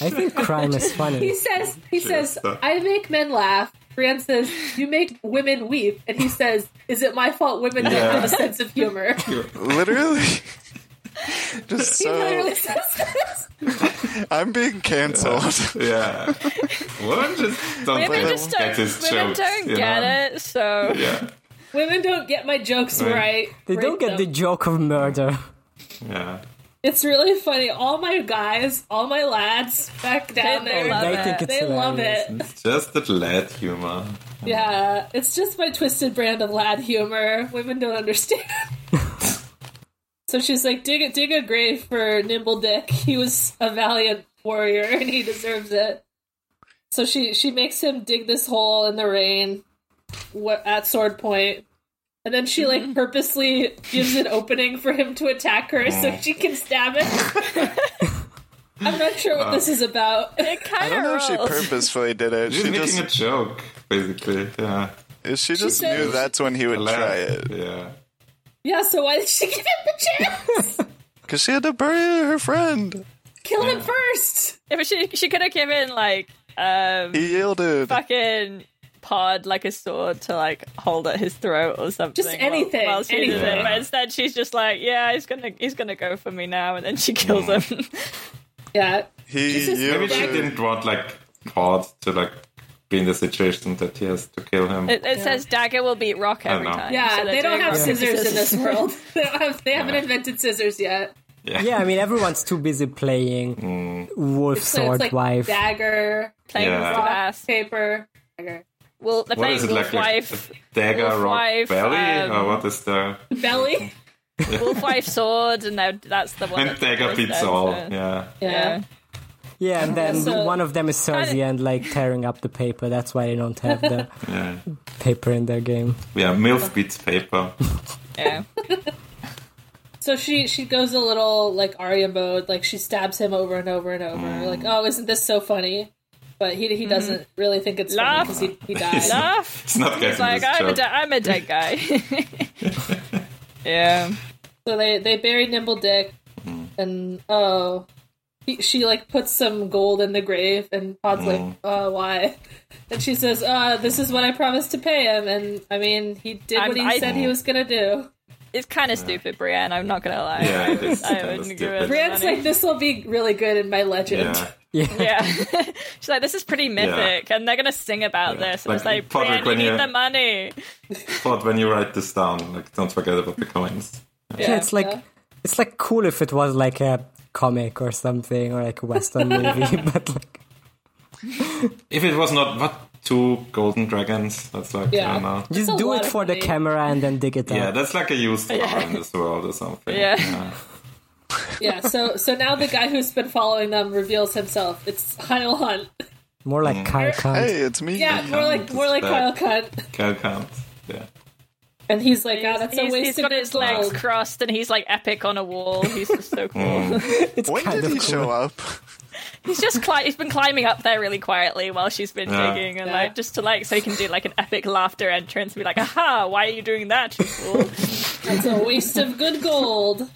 I <laughs> think crime is He funny. says, he says, stop. I make men laugh. Brienne says, you make women weep. And he says, is it my fault women don't Yeah. have a sense of <laughs> humor? Literally. <laughs> just <laughs> He so. literally says this. I'm being canceled. <laughs> yeah. Women just don't Women get, just get don't. his women jokes, don't you get know? it. So Yeah. Women don't get my jokes Right. right. They don't get the joke of murder. Yeah. It's really funny. All my guys, all my lads back down They there. love They it. think it's they love hilarious. it. It's just that lad humor. Yeah, it's just my twisted brand of lad humor. Women don't understand. so she's like, dig a, dig a grave for Nimble Dick. He was a valiant warrior <laughs> and he deserves it. So she she makes him dig this hole in the rain wh- at sword point. And then she like purposely gives an opening for him to attack her so she can stab him. I'm not sure what this is about. <laughs> it I kind don't of know if she rolls. purposefully did it. She's She making just a joke, basically. Yeah. she just said- knew that's when he would try it Yeah. Yeah, so why did she give him the chance? because she had to bury her friend. Kill him first. Yeah, but she she could have given like um He yielded. fucking pod like a sword to like hold at his throat or something. Just while- anything, while she did it. anything. But instead, she's just like, "Yeah, he's gonna he's gonna go for me now," and then she kills Hmm. him. <laughs> Yeah. He Jesus Maybe she yielded. didn't want, like, Pod to, like, be in the situation that he has to kill him. It, it says dagger will beat rock every know. time. Yeah, so they're they don't doing have rock scissors in scissors. this <laughs> world. <laughs> They, don't have, they haven't invented scissors yet. Yeah, I mean everyone's too busy playing Wolf So Sword it's like Wife. dagger, Playing Yeah. with the bass. paper, dagger. Well, they're What playing is it Wolf like? Wife, like a dagger, Wolf rock, Wife, belly? um, or what is the. belly. Wolf <laughs> Wife sword, and they're- that's the one. And that's dagger always beats there, all. so- Yeah. Yeah. Yeah, and then so- one of them is Cersei and like tearing up the paper. That's why they don't <laughs> have the Yeah. paper in their game. Yeah. Milf beats paper. <laughs> yeah. So she she goes a little like Arya mode, like she stabs him over and over and over. Like, oh, isn't this so funny? But he he doesn't really think it's funny Mm-hmm. Laugh. because he, he dies. <laughs> Laugh. It's not getting He's Ah, like, this I'm a, joke. de- I'm a dead <laughs> guy. <laughs> yeah. So they they bury Nimble Dick, and oh, he, she like puts some gold in the grave, and Pod's like, "Uh, why?" <laughs> And she says, "Uh, this is what I promised to pay him." And I mean, he did I'm- what he I- said he was gonna do. It's kind of stupid, Brienne. I'm not gonna lie. Yeah, it <laughs> is. I kinda wouldn't give stupid. it. Brienne's Money. like, "This will be really good in my legend." Yeah. Yeah, <laughs> she's like, this is pretty mythic, and they're gonna sing about Yeah. this. And it's Like, like, Podrick, Brienne, you when need you- the money. But when you write this down, like, don't forget about the coins. Yeah, it's like it's like cool if it was like a comic <laughs> or something or like a western movie, but like If it was not, what two golden dragons. That's like Yeah. I don't know. Just a do lot it of for the money. camera and then dig it up. Yeah, that's like a <laughs> used car in this world or something. Yeah. <laughs> Yeah, so so now the guy who's been following them reveals himself. It's Kyle Hunt. More like Kyle Kant. Hey, it's me. Yeah, <laughs> more like more like Kyle Hunt. Cal count. Yeah. And he's like, ah, that's a he's, waste he's got of his legs gold." crossed and he's like epic on a wall. He's just <laughs> so cool. Mm. It's when kind did of he cool. show up? He's just cli- he's been climbing up there really quietly while she's been Yeah. digging and Yeah. like just to like so he can do like an epic laughter entrance and be like, "Aha! Why are you doing that, you fool?" That's a waste of good gold.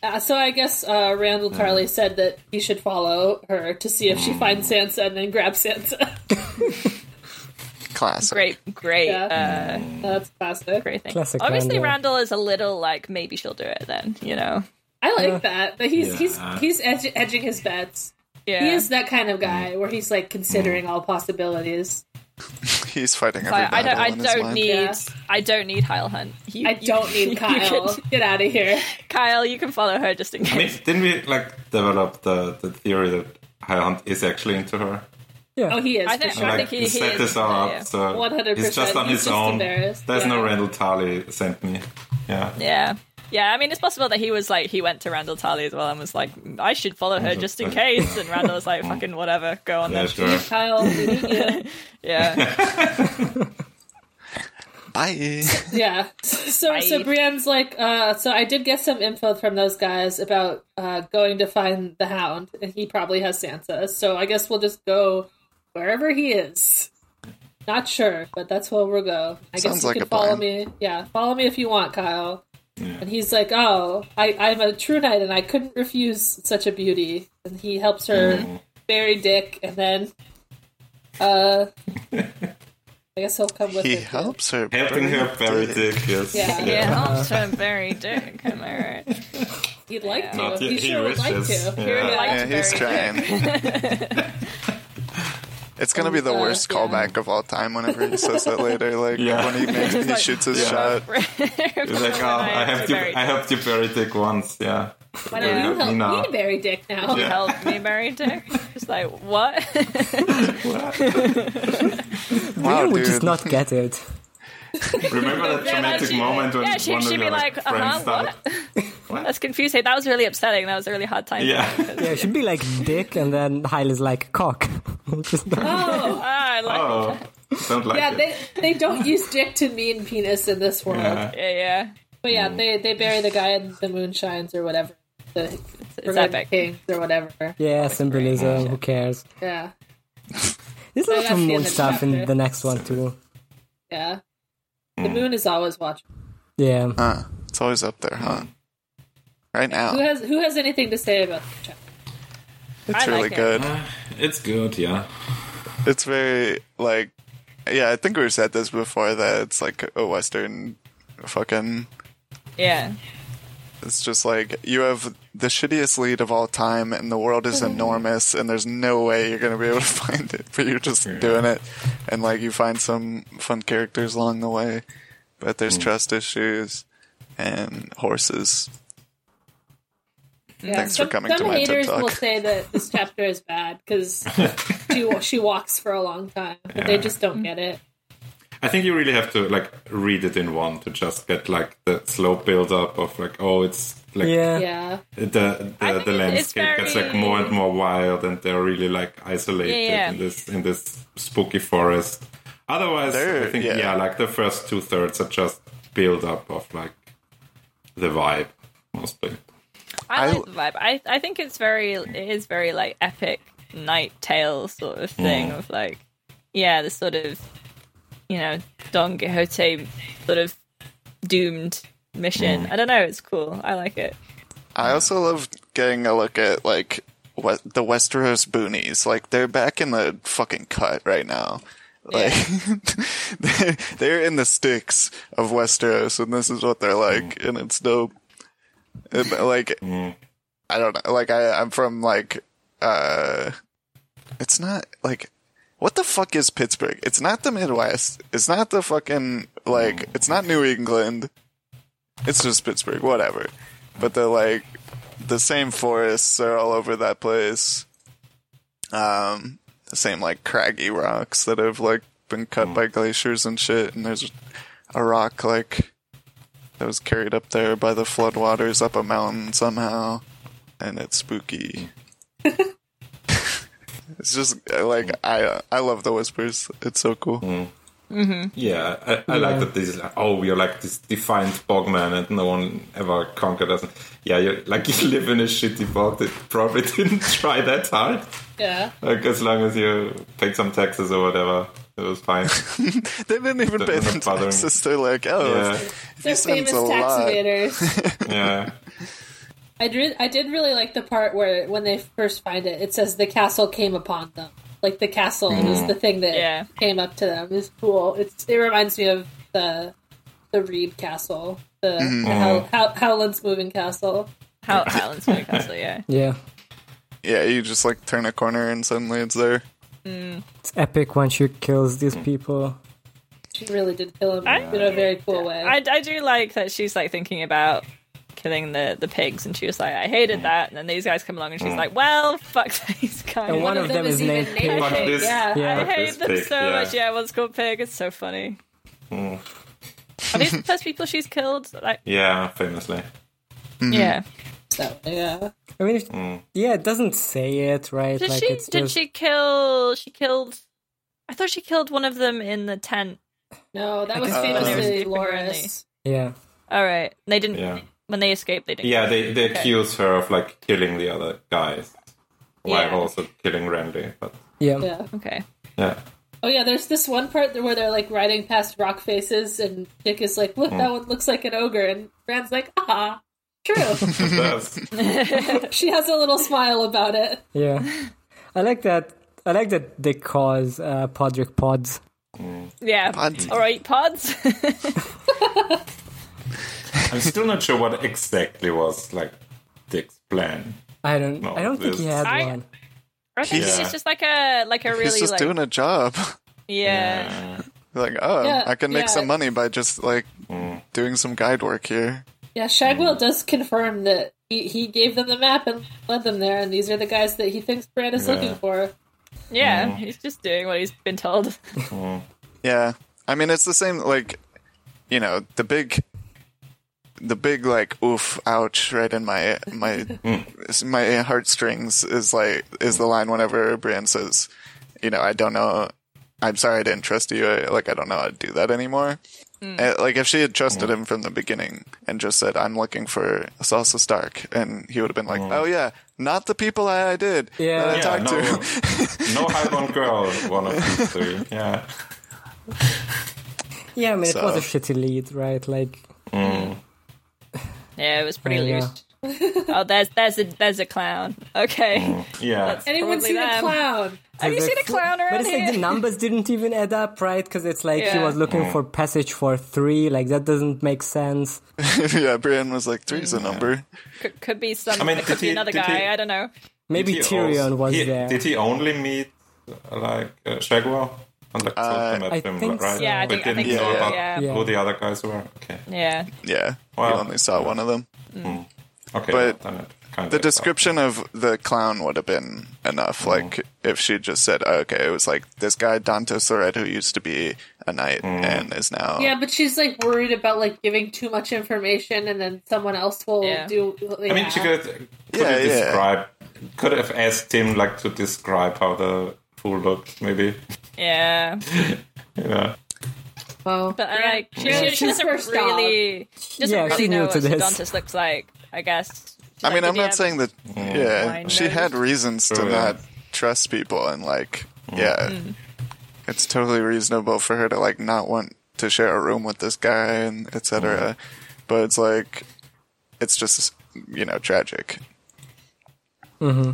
Uh, so I guess uh, Randall Tarley said that he should follow her to see if she finds Sansa and then grab Sansa. <laughs> <laughs> Classic. great, great, Yeah. uh, That's classic. great thing. Classic Obviously, Randall. Randall. is a little like maybe she'll do it then, you know? I like that, but he's Yeah. he's he's edg- edging his bets. Yeah, He is that kind of guy where he's like considering all possibilities. He's fighting every I, I don't, battle I in his don't mind. need, Yeah. I don't need Heil Hunt. You, I you- <laughs> don't you need Kyle. can- Get out of here. Kyle, you can follow her just in I mean, case. didn't we like develop the, the theory that High Hunt is actually into her? Yeah. Oh, he is. I for think- sure. I like he- he set he this is- all up, yeah. so 100%, he's just on he's his just own. embarrassed, There's no yeah. Randall Tarley sent me. Yeah, Yeah. Yeah, I mean, it's possible that he was like, he went to Randall Tarley as well and was like, I should follow her just in case. And Randall was like, fucking whatever, go on yeah, then. sure. Kyle, we need you. Yeah. Bye. yeah. <laughs> So so Right. Brienne's like, uh, so I did get some info from those guys about uh, going to find the Hound, and he probably has Sansa. So I guess we'll just go wherever he is. Not sure, but that's where we'll go. I Sounds guess you like a can follow plan. me. Yeah, follow me if you want, Kyle. And he's like, "Oh, I, I'm a true knight, and I couldn't refuse such a beauty." And he helps her bury Dick, and then, uh, <laughs> I guess he'll come with He her, too. helps her. Helping burn her very dick. dick, yes. Yeah. yeah, I'm so very dick, am I right? He'd like Yeah. to. Not he, yet. He sure would like to. wishes. Yeah. Really like Yeah, to he's bury <laughs> trying. It's gonna be the Uh, worst yeah. callback of all time. Whenever he says that later, like Yeah. when he <laughs> makes he like- shoots his Yeah. <laughs> shot. He's like, oh, I helped you. I helped you bury dick once. Yeah. Why Yeah. don't you help Me now. me bury Dick now? You helped me bury dick. Just like what? <laughs> Wow, Brian would dude. just not get it. Remember that Yeah, dramatic she- moment when yeah, she- one she'd of be your like, friends uh-huh, started. That's confusing. That was really upsetting. That was a really hard time. <laughs> Yeah. <laughs> <laughs> Yeah, it should be like dick, and then Heil is like cock. <laughs> Just not- Oh, Ah, I like, oh, don't <laughs> like yeah. it. They they don't use Dick to mean penis in this world. Yeah. yeah, yeah. But yeah, they they bury the guy in the moon shines or whatever. The It's River epic. Kings or whatever. yeah, symbolism. Who cares? Yeah, There's So lots that's of the moon end of stuff in chapter. the next one too. yeah. Hmm. The moon is always watching. Yeah. Huh. <laughs> It's always up there, huh? Right Who now, has who has anything to say about this chapter? it's I really like it. good. Uh, It's good. Yeah. It's very like, yeah. I think we've said this before that it's like a western, fucking. yeah. It's just like you have the shittiest lead of all time, and the world is Mm-hmm. enormous, and there's no way you're gonna be able to <laughs> find it. But you're just doing it, and like you find some fun characters along the way, but there's Mm. trust issues and horses. Yeah. Thanks for some, coming some to my TED haters Talk. will say that <laughs> this chapter is bad because she she walks for a long time, but they Yeah. just don't get it. I think you really have to like read it in one to just get like the slow build up of like, oh, it's like Yeah. Yeah, the the, I the think it's- it's landscape gets like very- more and more wild, and they're really like isolated Yeah, yeah. in this in this spooky forest. Otherwise, They're- I think yeah. yeah. like the first two thirds are just build up of like the vibe mostly. I I- like the vibe. I I think it's very it is very like epic night tale sort of thing of like yeah the sort of you know Don Quixote sort of doomed mission. I don't know. It's cool. I like it. I also love getting a look at like what the Westeros boonies. Like they're back in the fucking cut right now. Like <laughs> they're, they're in the sticks of Westeros, and this is what they're like, and it's dope. And, like I don't know. Like I, I'm from like uh, it's not like what the fuck is Pittsburgh? It's not the Midwest. It's not the fucking like. It's not New England. It's just Pittsburgh. Whatever. But they're like the same forests are all over that place. Um, the same like craggy rocks that have like been Hmm. cut by glaciers and shit. And there's a rock like that was carried up there by the floodwaters up a mountain somehow, and it's <laughs> spooky. it's just uh, like Hmm. I I love the whispers. It's so cool. Yeah, I, I like that this is like, oh, we are like this defined bog man and no one ever conquered us. Yeah, you like you <laughs> live in a shitty bog that probably <laughs> didn't try that hard. Yeah. Like, as long as you paid some taxes or whatever, it was fine. They didn't even pay end them up bothering- taxes. They're like, oh, Yeah, They're spends famous a lot. tax evaders. yeah. I did I did really like the part where when they first find it, it says the castle came upon them. Like the castle was the thing that Yeah. came up to them. It's cool. It's it reminds me of the the Reed Castle. The, the How, How, Howland's moving castle. How Howland's Moving Castle, yeah. Yeah. yeah, you just like turn a corner and suddenly it's there. It's epic when she kills these people. She really did kill him I- in a very cool way. I, I do like that she's like thinking about killing the, the pigs, and she was like, I hated that. And then these guys come along, and she's like, well, fuck <laughs> these guys. And one of them is named Pig. Fuck this. Yeah. Yeah. I Fuck hate this them pig, so yeah. Hmm. much. Yeah, one's called Pig. It's so funny. Are these the first people she's killed? Like, Yeah, famously. Mm-hmm. yeah. So, yeah. I mean, if, yeah, it doesn't say it, right? Did like she? it's Did just, she kill? She killed. I thought she killed one of them in the tent. No, that was guess when they were famously sleeping, weren't Loris. Yeah. All right, they didn't. Yeah. When they escaped, they didn't. Yeah, they, they accuse her of like killing the other guys while Yeah. also killing Randy. But Yeah. Yeah. Okay. yeah, Oh yeah, there's this one part where they're like riding past rock faces, and Dick is like, "Look, Hmm. that one looks like an ogre," and Rand's like, "Aha, true." <laughs> <laughs> that's she has a little smile about it. Yeah. I like that. I like that they cause uh, Podrick pods. Yeah. Pods. All right, pods. <laughs> I'm still not sure what exactly was like Dick's plan. I don't. No, I don't think he had there's- I- one. I think Yeah. it's just like a like a really He's just like doing a job. <laughs> yeah. like, oh, Yeah, I can make yeah. some money by just like doing some guide work here. Yeah, Shagwell Hmm. does confirm that he, he gave them the map and led them there, and these are the guys that he thinks Brand is Yeah. looking for. yeah. He's just doing what he's been told. <laughs> Yeah. I mean, it's the same, like, you know, the big, the big, like, oof, ouch, right in my, <laughs> my, my heartstrings is like, is the line whenever Brian says, you know, I don't know, I'm sorry I didn't trust you. I, like, I don't know how to do that anymore. Uh, Like, if she had trusted Hmm. him from the beginning and just said, I'm looking for Salsa Stark, and he would have been like, oh, yeah, not the people I, I did Yeah. that I Yeah, talked Hmm. no, to. no <laughs> hype on girl, one of these two. Yeah, Yeah, I mean, it was a So- shitty lead, right? Like, Yeah, it was pretty Oh, yeah. loose. oh, there's there's a there's a clown. Mm. Okay. yeah. Anyone Probably seen a them. clown? Have you there's seen a clown around But it's here? like the numbers didn't even add up, right? Because it's like he Yeah. was looking Mm. for passage for three. Like that doesn't make sense. <laughs> yeah, Brian was like, three's a number. could, could be some. I mean, it did could be he- another did guy. he- I don't know. Maybe Did he Tyrion also- was he- there. Did he only meet uh, like uh, Shagwell? And like Uh, uh, I met him, think right? so. Yeah, I we think- I didn't think know so, about yeah. Yeah. who the other guys were. Okay, Yeah. Yeah. Wow. You only saw one of them. okay. But then it kind of The worked out. description of the clown would have been enough. Like, if she just said, oh, okay, it was like this guy, Dante Soret, who used to be a knight and is now. Yeah, but she's like worried about like giving too much information, and then someone else will Yeah. do. I mean, she could, could Yeah, have yeah. describe could have asked him like to describe how the pool looked, maybe. <laughs> Yeah. Yeah. Well, But I like she, Yeah, she, she's she doesn't first really she doesn't Yeah, really she's new know to what this. Sedantis looks like. I guess. She's I like, mean, did I'm he not have- saying that. Yeah. Blind She had nose. reasons to Sure, yeah. not trust people and, like, yeah. Mm. It's totally reasonable for her to, like, not want to share a room with this guy and et cetera. But it's like, it's just, you know, tragic. all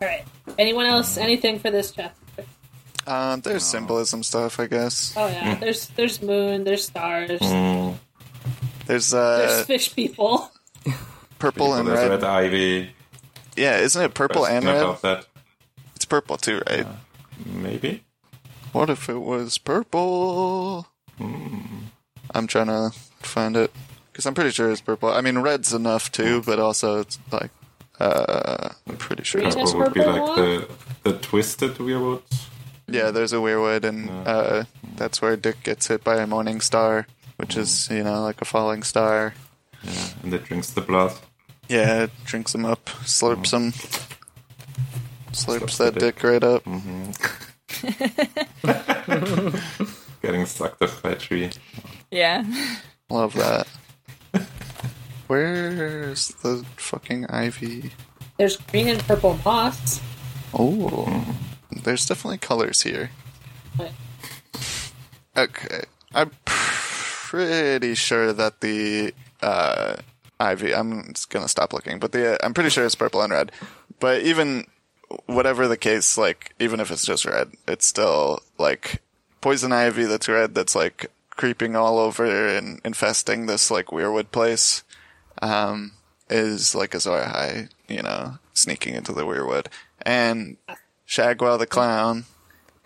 right. Anyone else? Anything for this chapter? Um, there's symbolism stuff, I guess. Oh Hmm. yeah, there's there's moon, there's stars, There's uh, there's fish people. purple So and there's red. red ivy. Yeah, isn't it purple There's and none red? of that. It's purple too, right? Maybe. What if it was purple? Hmm. I'm trying to find it because I'm pretty sure it's purple. I mean, red's Hmm. enough too, but also it's like uh, I'm pretty sure. Green It's has Or would be purple one? like the, the twisted weirwood. Yeah, there's a weirwood, and uh, that's where Dick gets hit by a morning star, which is you know like a falling star. Yeah, and it drinks the blood. Yeah, it drinks him up, slurps him, Hmm. slurps the that dick right up. Getting sucked off by a tree. Yeah. Love that. Where's the fucking ivy? There's green and purple moss. Oh, there's definitely colors here. But Okay, I'm pretty sure that the uh, ivy. I'm just gonna stop looking, but the uh, I'm pretty sure it's purple and red. But even whatever the case, like even if it's just red, it's still like poison ivy that's red that's like creeping all over and infesting this like weirwood place. Um, is like a Zorahai, you know, sneaking into the weirwood and Shagwell the clown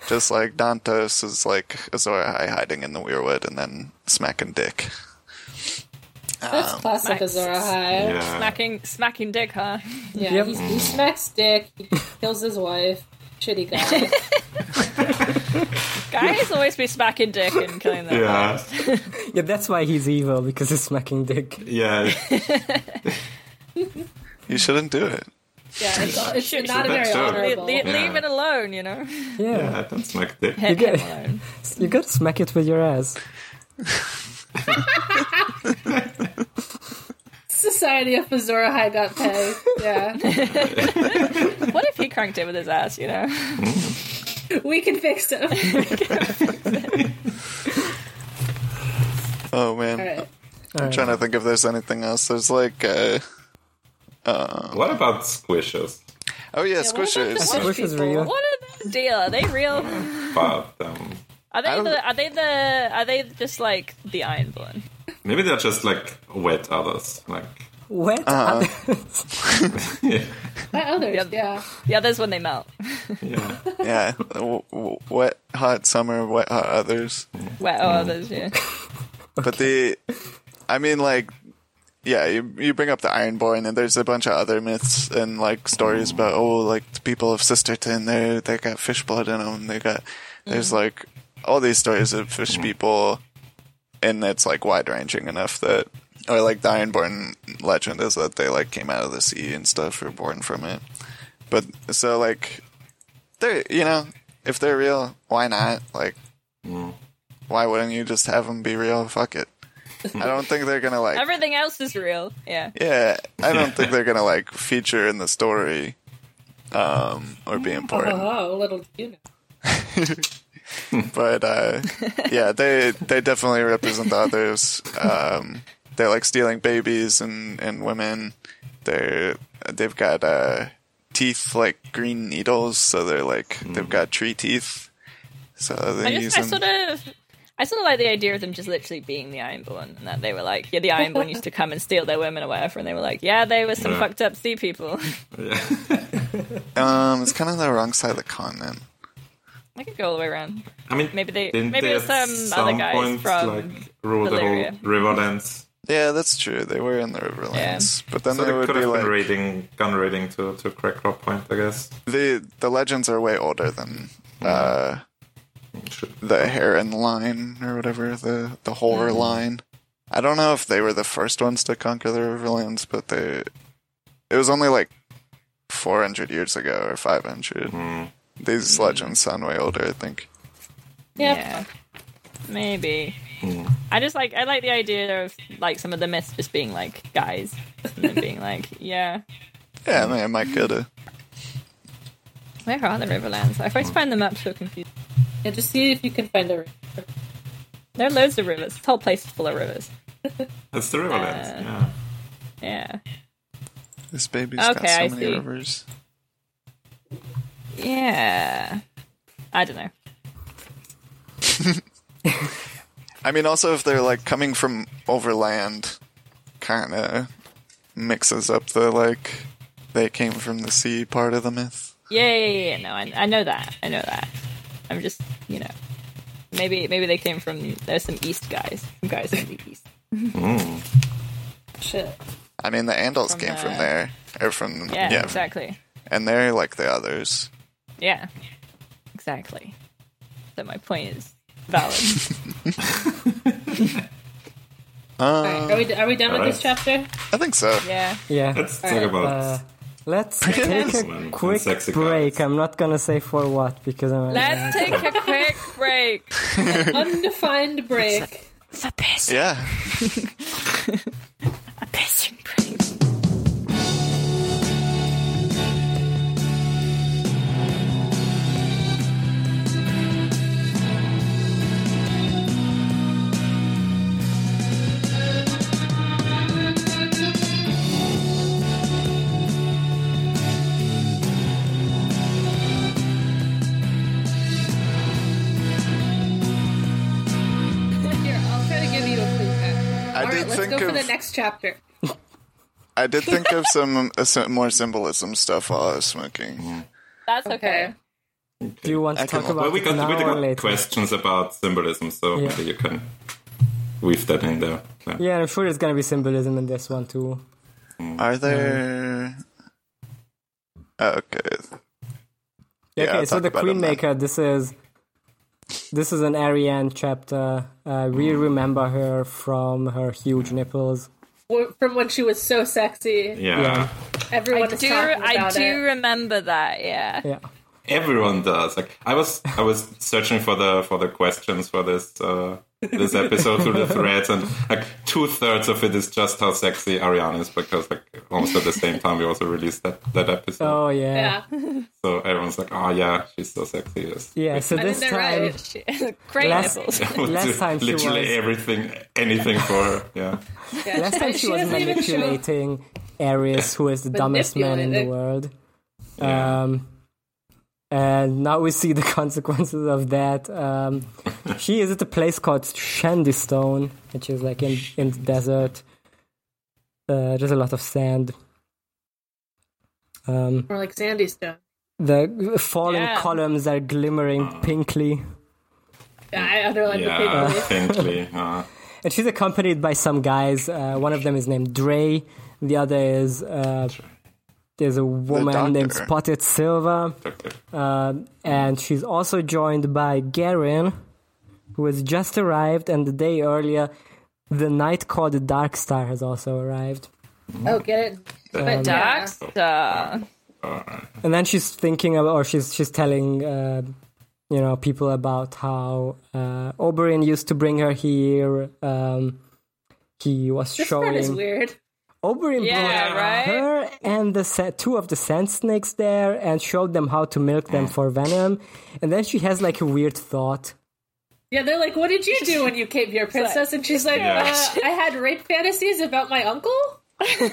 just like Dantos is like Azor High hiding in the weirwood and then smacking dick. Um, that's classic nice. Azora High. Yeah, Yeah. Smacking, smacking dick, huh? Yep. he's- he Mm. smacks dick. He kills his wife. Shitty guy. Guys always be smacking dick and killing them. Yeah, Yeah, that's why he's evil because he's smacking dick. <laughs> <laughs> yeah. You shouldn't do it. yeah, it's, it's Shoot, not shoot very that down. Le- honorable. le- Leave Yeah. it alone, you know. Yeah, yeah, that's my dick. Hit get- him alone. you gotta smack it with your ass. Society of Azora High got pay. Yeah, What if he cranked it with his ass? You know. <laughs> we can fix him. Oh man, All right. I'm trying to think if there's anything else. There's like, uh, What about squishes? oh yeah, Yeah, what about the squishers. white Squish is people? real. What are they deal? Are they real? But um, Are I they don't know. the? Are they the? Are they just like the Ironborn? maybe they're just like wet others. Like What? Uh-uh. yeah, What others? Yep. Yeah. The others when they melt. yeah. yeah, w- w- wet hot summer, wet hot others. Well, Mm. oh, others. Yeah. But the, I mean, like, yeah, you you bring up the Ironborn, and there's a bunch of other myths and like stories about oh, like the people of Sisterton, they they got fish blood in them. They got there's like all these stories of fish people, and it's like wide ranging enough that. Or like the Ironborn legend is that they like came out of the sea and stuff, were born from it. But so like, they're you know, if they're real, why not? Like, why wouldn't you just have them be real? Fuck it. I don't think they're gonna <laughs> like. Everything else is real. Yeah. Yeah, I <laughs> don't think they're gonna like feature in the story, um, or be Uh-huh. important. Oh, little do you know. But uh, yeah, they they definitely represent the others. Um, they're like stealing babies and and women. They're they've got uh, teeth like green needles, so they're like they've got tree teeth. So they I use just, I them. sort of. I sort of like the idea of them just literally being the Ironborn, and that they were like, yeah, the Ironborn used to come and steal their women or whatever, and they were like, yeah, they were some Yeah. fucked up sea people. <laughs> Um, it's kind of the wrong side of the continent. I could go all the way around. <laughs> I mean, Maybe they- didn't maybe they it's, at um, some other guys point, from like rule Valyria. the whole Riverdance. Yeah, that's true. They were in the Riverlands, but then So they they would could be have like been raiding, gun raiding to to crack rock point, I guess. the the legends are way older than uh, Should- the Heron line or whatever the the horror line. I don't know if they were the first ones to conquer the Riverlands, but they it was only like four hundred years ago or five hundred. These legends sound way older, I think. Yeah. Yeah. Maybe. I just like I like the idea of like some of the myths just being like guys and then being like, <laughs> yeah. Yeah, I mean, I might get it. Where are the Riverlands? I always find the map so confusing. yeah. Just see if you can find a. river. There are loads of rivers. This whole place is full of rivers. It's the Riverlands. Uh, yeah. Yeah. This baby's got Okay, so I many see. rivers. Yeah. I don't know. I mean, also if they're like coming from overland, kind of mixes up the like they came from the sea part of the myth. Yeah, yeah, yeah, yeah. No, I, I know that. I know that. I'm just, you know, maybe maybe they came from there's some east guys. Some guys from the east. Shit. I mean, the Andals came from the- there, or from Yeah, exactly. and they're like the others. Yeah, exactly. So my point is <laughs> valid. Uh, Are we, are we done with this Alright. chapter? I think so. yeah. <laughs> Yeah. Let's Alright, talk about Uh, <laughs> let's take Yes. a And quick sexy break. guys. I'm not gonna say for what because I'm. Let's take a quick break. <laughs> Undefined break. For piss, Yeah. a pissing break. Here, I'll try to give you a clue. Pat. I All did right, let's think go for of- the next chapter. <laughs> I did think of some, uh, some more symbolism stuff while I was smoking. That's okay. Okay. Do you want to I can- talk about Well, we it got, now we or got later? questions about symbolism, so Yeah. maybe you can weave that in there. Yeah. Yeah, I'm sure there's gonna be symbolism in this one too. Are there? Oh, okay. Yeah, okay, I'll so talk the about it Queen then. Maker. This is this is an Ariane chapter. Uh, we Mm. remember her from her huge nipples. W- From when she was so sexy, Yeah. Yeah. everyone I is do. talking I about do it. remember that. Yeah. Yeah, everyone does. Like I was, I was searching for the for the questions for this uh, this episode through the threads, and like two thirds of it is just how sexy Ariana is because like almost at the same time we also released that that episode. Oh yeah. <laughs> Yeah, So everyone's like, oh yeah, she's so sexy. Yes. <laughs> Yeah, so I think this they're time, right. <laughs> Great Last- nipples. I would Last do time she literally was- everything, anything for her. Yeah. Yeah, last time she, was doesn't even show- manipulating Ares, who is the dumbest man in the Manipulating. world. Yeah. Um, and now we see the <laughs> consequences of that. Um, she is at a place called Shandystone, which is like in, in the desert. Uh, there's a lot of sand. Um, More like Sandy Stone. the falling Yeah. columns are glimmering pinkly. Yeah, I <laughs> underlined the Yeah. paper. Faintly. Uh, And she's accompanied by some guys. Uh, one of them is named Dre. The other is uh, there's a woman named doctor. Spotted Silver, okay. Um and she's also joined by Garin, who has just arrived. And the day earlier, the knight called the Dark Star has also arrived. Oh, get it? But Dark yeah. star. And then she's thinking, of, or she's she's telling, uh, you know, people about how uh, Oberyn used to bring her here. Um, he was This showing. part is weird. Oberyn Yeah, brought right? her and the sa- two of the sand snakes there and showed them how to milk them for venom. And then she has like a weird thought. Yeah, they're like, "What did you do when you came here, princess?" And <laughs> she's like, Yeah. uh, "I had rape fantasies about my uncle."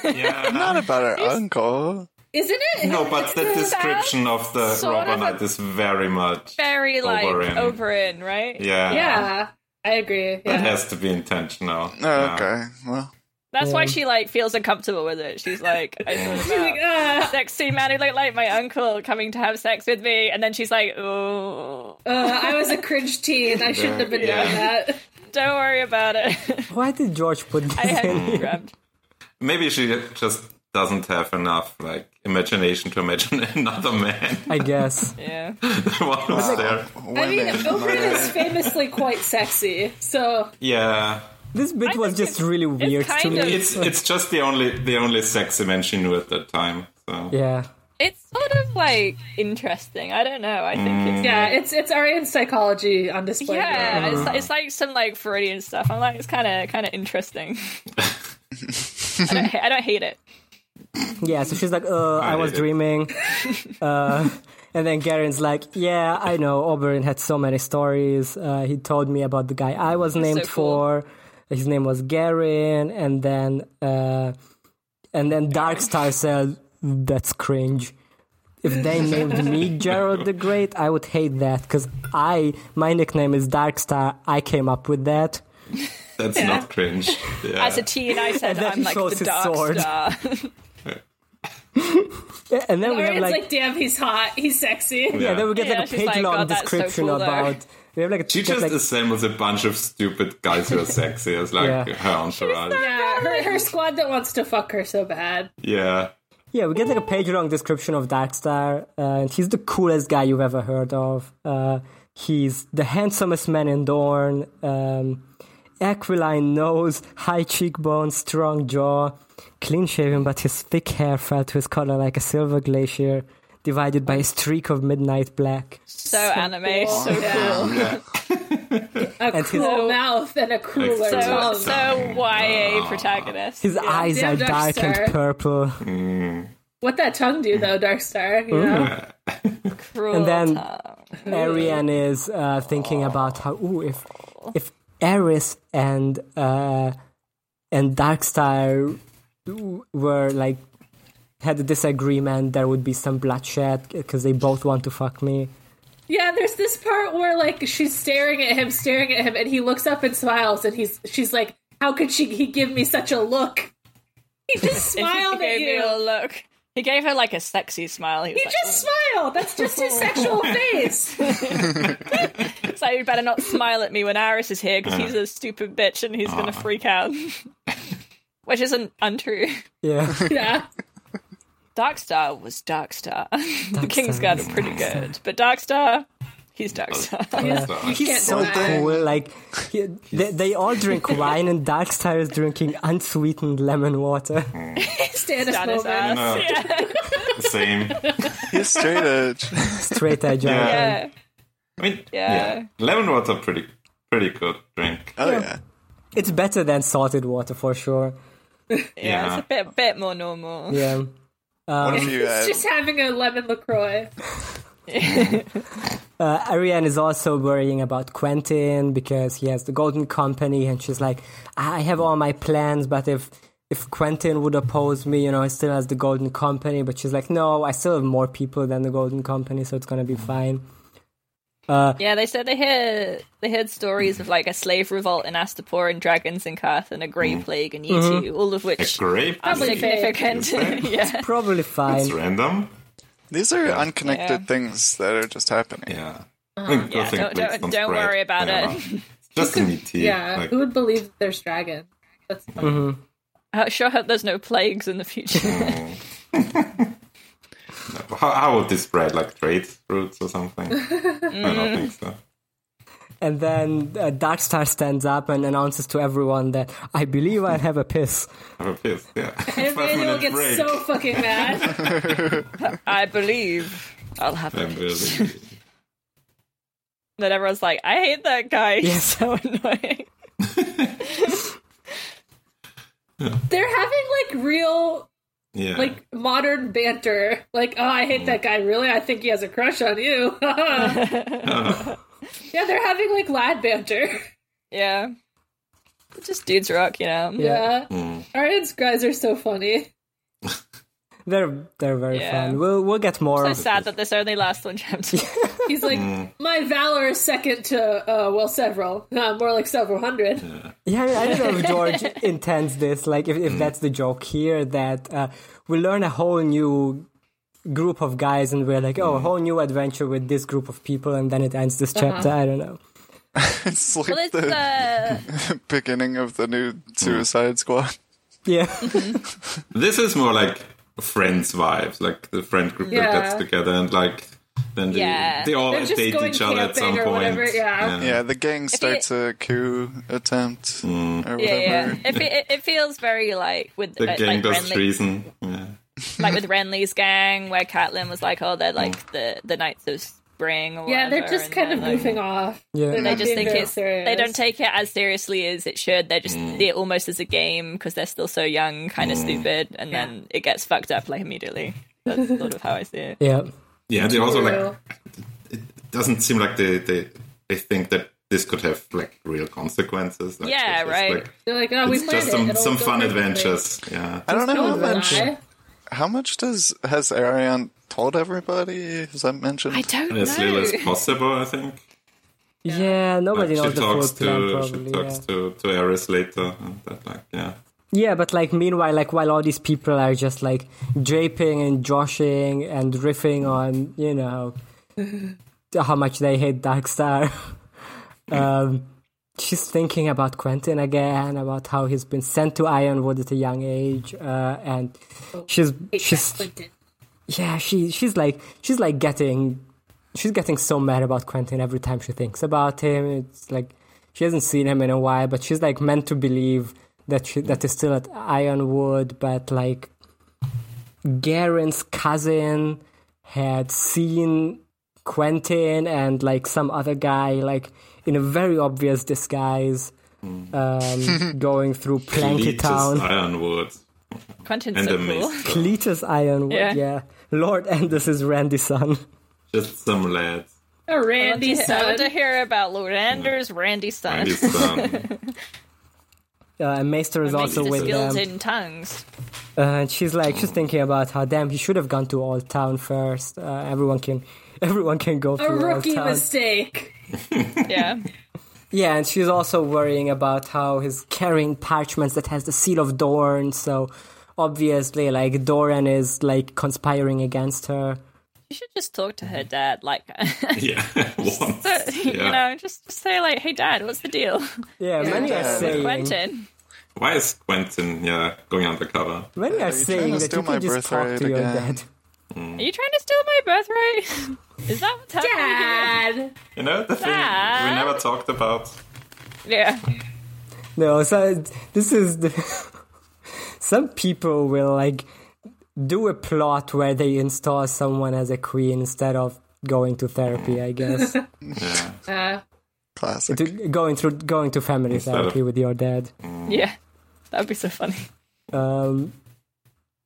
Yeah. Not about her uncle. Isn't it? <laughs> No, <laughs> but the description of the Sort Robber of a- Knight is very much. Very like Oberyn. Oberyn, right? Yeah. Yeah, I agree. It Yeah. has to be intentional. Oh, okay. Well, That's why she like feels uncomfortable with it. She's like, I thought about Like, uh, sexy man who looked like my uncle coming to have sex with me, and then she's like, oh, uh, I was a cringe teen. I shouldn't have been Yeah. doing <laughs> that. don't worry about it. <laughs> Why did George put this I in? had grabbed. Maybe she just doesn't have enough like imagination to imagine <laughs> another man. <laughs> <laughs> I guess. Yeah, What was there? women. I mean, Oberyn murder. is famously quite sexy, so Yeah, This bit was think just it's- really weird to kind me. of- it's it's just the only the only sexy man she knew at that time. So Yeah. it's sort of like interesting. I don't know. I think it's yeah, it's it's Aryan psychology on display. here. yeah, it's, it's like some like Freudian stuff. I'm like, it's kind of kind of interesting. <laughs> I, don't, ha- I don't hate it. Yeah, so she's like, uh, I was did <laughs> it. dreaming. uh, and then Garin's like, yeah, I know. Oberyn had so many stories. Uh, he told me about the guy I was named cool. for. His name was Garin. And then, uh, and then Darkstar said, that's cringe. If they named me Gerald the Great, I would hate that because I, my nickname is Darkstar. I came up with that. that's not cringe. Yeah. As a teen, <laughs> I <laughs> said And then I'm he like shows the his dark sword. star. And then we have Aryan's like, like damn, he's hot, he's sexy. <laughs> Yeah, then we get Yeah, like a she's page like, long "God, that's so description cool, though." about. We have like a she get, just like, assembles a bunch of stupid guys who are sexy as like Yeah. her entourage. Yeah, her, her squad that wants to fuck her so bad. Yeah. Yeah, we get like a page long description of Darkstar, uh, and he's the coolest guy you've ever heard of. Uh, he's the handsomest man in Dorne. Um, aquiline nose, high cheekbones, strong jaw, clean shaven, but his thick hair fell to his collar like a silver glacier, divided by a streak of midnight black. So, anime. So yeah. Yeah. A his- cruel mouth and a crueler So- so, tongue. so YA protagonist. His eyes damn are dark Darkstar. and purple. what that tongue do though, Darkstar? You know? Cruel and then- tongue. Arian is uh, thinking about how ooh if if Eris and uh, and Darkstar were like had a disagreement, there would be some bloodshed because they both want to fuck me. Yeah, there's this part where like she's staring at him, staring at him, and he looks up and smiles, and he's she's like, "How could she? He give me such a look? He <laughs> just smiled he at gave me a you. look. He gave her like a sexy smile. He was He like, just smiled. That's just his <laughs> sexual face. so you better not smile at me when Aris is here because he's Uh. a stupid bitch and he's gonna <laughs> freak out. Which isn't untrue. Yeah, Yeah, Darkstar was Darkstar. <laughs> the King's Guard are pretty good, but Darkstar, he's <laughs> Darkstar. So, can't so deny it. cool. Like he, they, they all <laughs> drink wine, and Darkstar is drinking unsweetened lemon water. <laughs> Stannis Down his moment. ass. no, same. He's <laughs> straight edge. Straight edge. Yeah. Yeah. I mean, Yeah. yeah. Lemon water, pretty, pretty good drink. Oh yeah. It's better than salted water for sure. yeah, It's a bit, bit more normal. Yeah. What if you He's add? just having a lemon Lacroix. Ariane is also worrying about Quentin because he has the Golden Company, and she's like, "I have all my plans, but if if Quentin would oppose me, you know, he still has the Golden Company." But she's like, "No, I still have more people than the Golden Company, so it's gonna <laughs> be fine." Yeah, they said they heard they heard stories of like a slave revolt in Astapor and dragons in Karth and a grey plague in Yeti, all of A which grape? are Mm. Mm-hmm. Probably significant. <laughs> yeah, Probably It's fine. random. These are unconnected Yeah. things that are just happening. Yeah. I mean, good Uh, yeah, thing don't- grapes don't- don't spread. worry about Yeah. it. It's <laughs> Just an ET. Yeah, like, who would believe that there's dragon? That's fun. I sure hope there's no plagues in <laughs> the future. how, how would this spread? Like trade routes or something? Mm-hmm. I don't think so. And then uh, Darkstar stands up and announces to everyone that I believe I'll have a piss. Have a piss, <laughs> yeah. And Daniel gets so fucking mad. I believe I'll have I'm it. really- <laughs> That everyone's like, I hate that guy. He's <laughs> so annoying. They're having like real, yeah. like modern banter. Like, oh, I hate that guy. Really, I think he has a crush on you. <laughs> yeah, they're having like lad banter. <laughs> Yeah, They're just dudes rock, you know. Yeah, Arian's guys are so funny. They're they're very Yeah. fun. We'll we'll get more. So sad that this only lasts <laughs> one chapter. He's like, Hmm. my valor is second to uh, well, several, uh, more like several hundred. Yeah, I I don't know if George intends this. Like, if, if that's the joke here, that uh, we learn a whole new group of guys and we're like, oh, a whole new adventure with this group of people, and then it ends this chapter. I don't know. It's like well, it's the <laughs> uh, <laughs> beginning of the new Suicide Squad. Yeah. This is more like friends vibes, like the friend group Yeah. that gets together and like then they, Yeah. they all They're just date going each other at camping some or point. whatever, yeah. Yeah, the gang starts a coup attempt or whatever. yeah, yeah. It, fe- it, it feels very like with The like, gang like does Renly, treason. Yeah. like with Renly's gang, where Catelyn was like, oh, they're Mm. like the the Knights of Spring. Or Yeah, they're whatever, just and kind they're, of like, goofing off. They're Yeah. They They not just being think very it's serious. they don't take it as seriously as it should. They're just Mm. they almost as a game because they're still so young, kind of stupid, and then it gets fucked up like immediately. <laughs> That's sort of how I see it. Yeah. Yeah, they also True. like it doesn't seem like they they, they think that this could have like real consequences. Like, Yeah, it's just, right. like, They're like, oh, we it's played just it. some It'll some go fun perfectly." adventures. Yeah. I don't know how Don't much. lie. How much does has Arion told everybody? Has that mentioned? I don't know. As little as possible, I think. Yeah, nobody Like, knows Uh, she the full talks plan, to she probably. talks Yeah. to to Eris later, and that like yeah. yeah, but like, meanwhile, like, while all these people are just like japing and joshing and riffing on, you know, how much they hate Darkstar, um, she's thinking about Quentin again, about how he's been sent to Ironwood at a young age, uh, and she's Hey, she's Clinton. yeah she she's like she's like getting she's getting so mad about Quentin every time she thinks about him. It's like she hasn't seen him in a while, but she's like meant to believe that she that is still at Ironwood, but like Garen's cousin had seen Quentin and like some other guy like in a very obvious disguise um, going through Planket Leeches, Town. Ironwood. Quentin's And so a cool. mist. Cletus Ironwood, yeah. Yeah. Lord Endless is Randy's son. Just some <laughs> lad. Oh, I want, to, Randy hear- I want to son. hear about Lord Anders, Randy's son. And <laughs> his son. Uh, and Maester is also Makes the with um, skills them. in tongues. Uh, and she's like, she's thinking about how damn he should have gone to Old Town first. Uh, everyone can, <laughs> everyone can go A through Old rookie Town. mistake. Yeah. Yeah, and she's also worrying about how he's carrying parchments that has the seal of Dorn. So obviously, like Doran is like conspiring against her. You should just talk to her dad, like, <laughs> yeah. Once. so, you Yeah. know, just, just say like, "Hey, dad, what's the deal?" Yeah, many are Yeah. saying, Quentin, Why is Quentin yeah going undercover? many are you trying saying to that steal you my can just talk birthright to your again? dad. are you trying to steal my birthright? <laughs> Is that what's happening? here? Dad. You know the thing we Dad? never talked about. Yeah. No, so this is the. <laughs> Some people will like do a plot where they install someone as a queen instead of going to therapy. I guess <laughs> Yeah. Uh, Classic. to, going through going to family Instead of- therapy with your dad. Yeah. That'd be so funny. Um,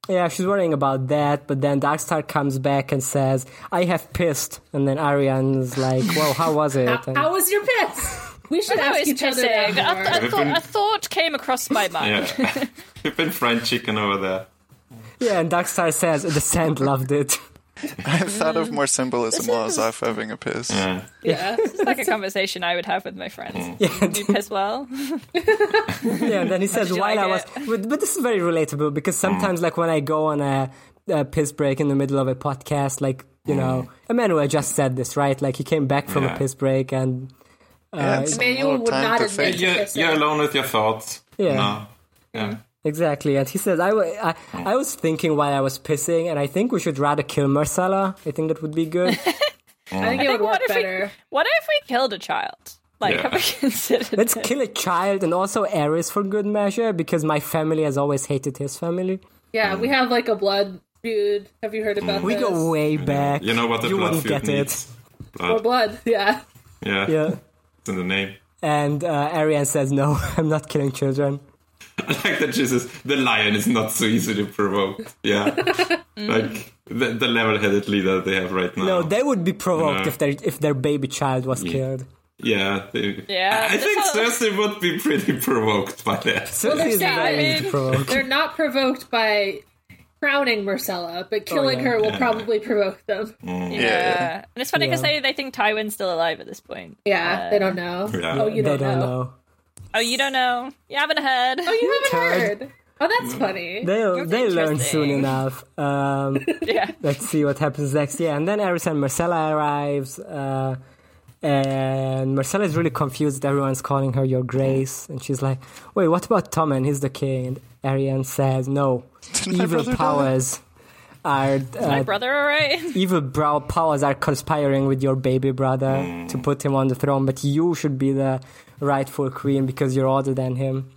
yeah, she's worrying about that, but then Darkstar comes back and says, "I have pissed," and then Ariane's like, "Well, how was it?" how, And- how was your piss? We should ask Always each other pissing. that Oh, more. A, th- a, thought, been- a thought came across my mind. <laughs> <laughs> Yeah. You've been fried chicken over there. yeah, and Darkstar says, "The sand loved it." <laughs> I thought of more symbolism while I was off having a piss. Yeah. Yeah. <laughs> It's like a conversation I would have with my Mm. friends. Yeah. Did you piss well? <laughs> Yeah, <laughs> and then he says, did you while like I was. <laughs> But, but this is very relatable because sometimes, like, when I go on a, a piss break in the middle of a podcast, like, you know, Emmanuel just said this, right? Like, he came back from Mm. Yeah. a piss break and. Yeah, it's a Emmanuel little would time not to admit think. it. You're, you're alone with your thoughts. Yeah. No. Yeah. Exactly, and he says, I, wa- I, Mm. I was thinking while I was pissing, and I think we should rather kill Marcella. I think that would be <laughs> good. I think it would work what if we- better. What if we killed a child? Like, Yeah. have we <laughs> considered Let's it? kill a child and also Ares for good measure, because my family has always hated his family. Yeah, we have like a blood feud. Have you heard about We this? go way back. You know what the you blood wouldn't feud get needs? Or Blood. blood. Yeah. Yeah. it. Yeah. It's in the name. <laughs> And uh, Ariane says, No, <laughs> I'm not killing children. I like that she says the lion is not so easily provoked. <laughs> Yeah. Like the, the level headed leader they have right now. No, they would be provoked No. if their if their baby child was killed. yeah. They, Yeah, I, I that's think how- Cersei would be pretty <laughs> provoked by that. Cersei is Yeah, I very easy to <laughs> mean- provoke. They're not provoked by crowning Marcella, but killing yeah. her will probably provoke them. Yeah. yeah. And it's funny because Yeah. they, they think Tywin's still alive at this point. Yeah, they don't know. Yeah. Oh, you They don't, don't know. know. Oh, you don't know. You haven't heard. Oh, you haven't Turd. heard. Oh, that's funny. They'll they learn interesting. soon enough. <laughs> Um, <laughs> yeah. let's see what happens next. Yeah, and then Eris and Marcella arrives, uh, and Marcella is really confused. that Everyone's calling her Your Grace, and she's like, "Wait, what about Tommen? He's the king." And Ariane says, <laughs> "No, my evil brother die? powers." Are My uh, brother, all right? <laughs> evil brow powers are conspiring with your baby brother to Mm. put him on the throne, but you should be the rightful queen because you're older than him.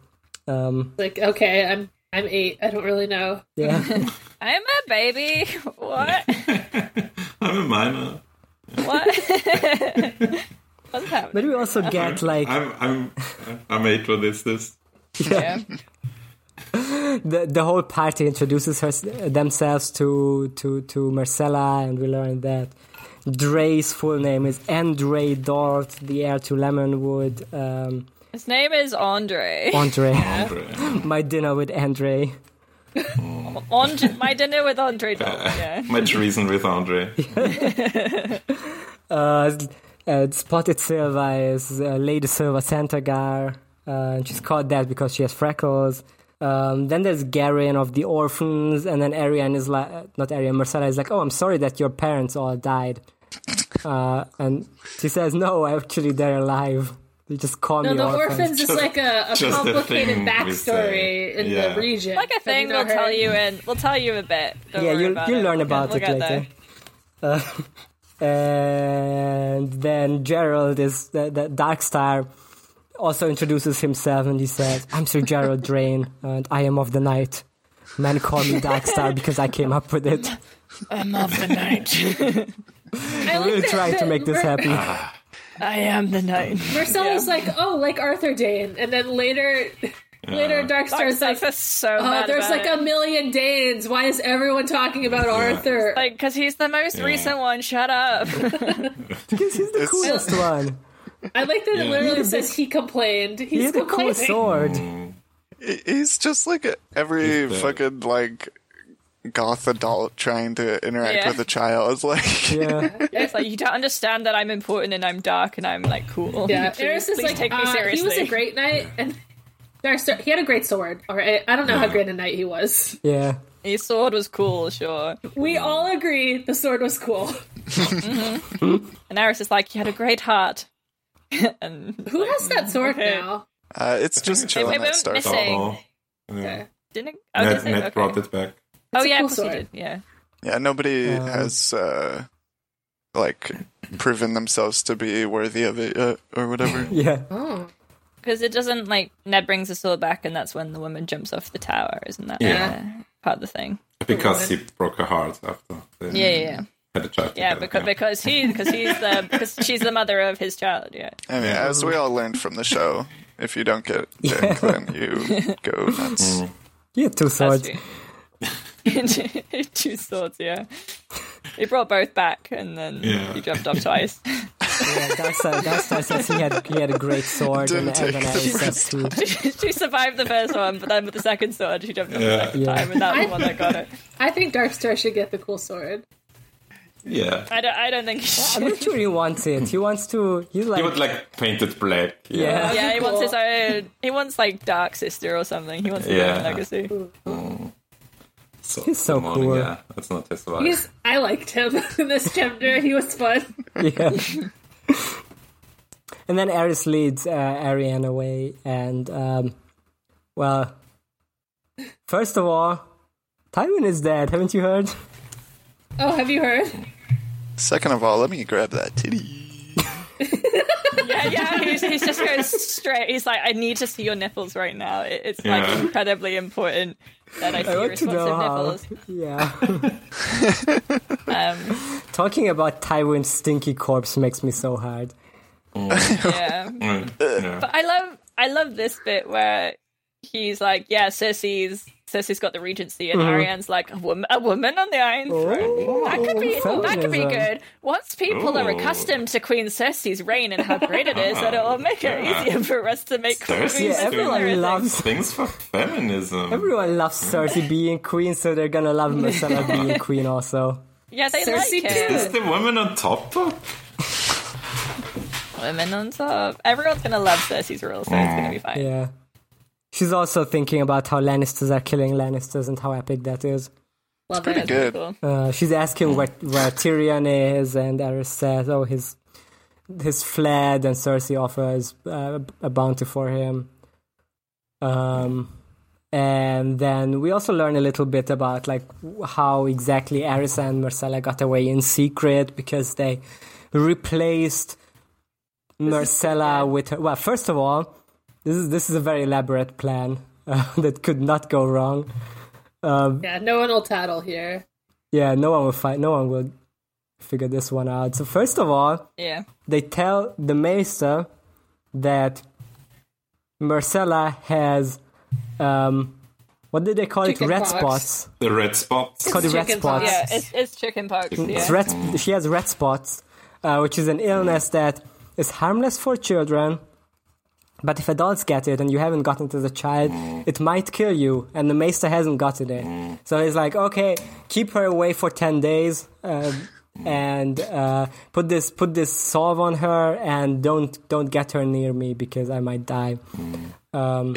Um, Like, okay, I'm I'm eight. I don't really know. yeah, I'm a baby. What? I'm a minor. <laughs> What? What's happening? but we also get like I'm I'm I'm eight for this this. Yeah. the the whole party introduces her, themselves to to to Marcella, and we learn that Dre's full name is Andre Dort, the heir to Lemonwood. Um, His name is Andre. <laughs> Andre, Andre. my dinner with Andre. Andre. My dinner with Andre. <laughs> Dalton, Yeah. Much reason with Andre. Uh, uh, Spotted Silva is uh, Lady Silva Santagar. Uh, and she's called that because she has freckles. Um, then there's Garen of the Orphans, and then Arian is like, uh, not Arian, Marcella is like, oh, I'm sorry that your parents all died. Uh, and she says, no, actually, they're alive. They just call No, me the orphans. orphans is Just- like a, a just the complicated thing we backstory say. in Yeah. the region. Like a Have thing, not we'll tell heard? you in we'll tell you a bit. Don't yeah, worry you'll about you'll it. learn We'll get- about we'll it get later. there. Uh, and then Gerald is the, the Dark Star also introduces himself and he says, "I'm Sir Gerald Drain and I am of the night. Men call me Dark Star because I came up with it. I'm of the <laughs> night. I like Really that- trying to that make this Mer- happy." I am the night. Marcella's like, oh, like Arthur Dane, and then later, later Darkstar's like, Darkstar's are so oh, mad there's about like it. a million Danes. Why is everyone talking about Arthur? like because he's the most recent one. Shut <laughs> up. Because he's the coolest one. I like that it Yeah. literally says he complained. He's, He's the complaining. coolest sword. He- He's just like a- every the- fucking like goth adult trying to interact Yeah. with a child. <laughs> It's like Yeah. it's like you don't understand that I'm important and I'm dark and I'm like cool. Yeah, please, Eris is please like, take me uh, seriously. he was a great knight, and Darkstar, he had a great sword. All right, I don't know how great a knight he was. Yeah. His sword was cool, sure. We all agree the sword was cool. <laughs> And Eris is like, you had a great heart. <laughs> and Who has that sword Okay. now? uh, it's just wait, chilling we at won't miss Starfall. it. Oh, yeah. didn't oh, Ned, did they? Ned Okay. brought it back. Oh a yeah, cool of course he sword. did. Yeah. Yeah, nobody Um, has uh, like proven themselves to be worthy of it uh, <laughs> or whatever. Yeah. Oh, Because it doesn't like Ned brings the sword back, and that's when the woman jumps off the tower, isn't that? Yeah. uh, part of the thing. Because he broke her heart after they Yeah, yeah, yeah. had a child. Yeah, together, because because he because he's the because she's the mother of his child. Yeah. I mean, as we all learned from the show, if you don't get Jack, <laughs> then you go nuts. You had two That's Oh, swords. true. <laughs> Two swords, yeah. He brought both back, and then Yeah. he jumped off twice. <laughs> Yeah, Dark Star, Dark Star says he had he had a great sword and, and Didn't then take Ares says too. <laughs> she survived the first one, but then with the second sword, she jumped off the Yeah. second Yeah. time, and that's the one that got <laughs> it. I think Darkstar should get the cool sword. Yeah. I don't, I don't think. I'm not sure he wants it. He wants to he He like would like painted black. <laughs> Yeah. yeah, he wants his own. He wants like Dark Sister or something. He wants his Yeah. own legacy. So, He's so morning, cool. Yeah, that's not his vibe. He's, I liked him <laughs> in this chapter. He was fun. yeah. and then Ares leads uh, Ariane away, and um, well, first of all, Tywin is dead. Haven't you heard? Oh, have you heard? Second of all, let me grab that titty. Yeah, <laughs> yeah. <laughs> He's, he's just goes straight. He's like, I need to see your nipples right now. It, it's Yeah. like incredibly important that I see I want to responsive know how. nipples. <laughs> Yeah, Um, talking about Tywin's stinky corpse makes me so hard. yeah. <laughs> Mm, yeah. But I love I love this bit where he's like, yeah, Cersei's Cersei's got the regency, and Mm-hmm. Ariane's like a woman, a woman on the Iron Throne. That could be that could be Oh, feminism. good. Once people are Ooh. Ah, accustomed to Queen Cersei's reign and how great it is, then it will make it Yeah. easier for us to make Queen Cersei's Cersei. Yeah, It's everyone everything. loves Things for feminism. everyone loves Cersei being queen, so they're gonna love Marcella being queen also. Yeah, they Cersei like too. it. Is the woman on top of? Women on top. Everyone's gonna love Cersei's rule, so it's Mm. gonna be fine. Yeah. She's also thinking about how Lannisters are killing Lannisters and how epic that is. Love pretty it. good. Cool. Uh, she's asking where, where Tyrion is, and Aerys says, "Oh, his his fled," and Cersei offers uh, a bounty for him. Um, and then we also learn a little bit about like how exactly Aerys and Marcella got away in secret because they replaced Marcella with her. Well, first of all, this is this is a very elaborate plan <laughs> uh, that could not go wrong. Yeah, no one will tattle here. Yeah, no one will find. No one will figure this one out. So first of all, Yeah. they tell the Maester that Marcella has, um, what did they call Chicken it? Red pox. spots. The red spots. It's called red Chicken spots. pox. Yeah, it's, it's chicken pox. It's Yeah. red. sp- She has red spots, uh, which is an illness that is harmless for children. But if adults get it and you haven't gotten it as a child, it might kill you. And the maester hasn't gotten it, so he's like, "Okay, keep her away for ten days, uh, and uh, put this put this salve on her, and don't don't get her near me because I might die."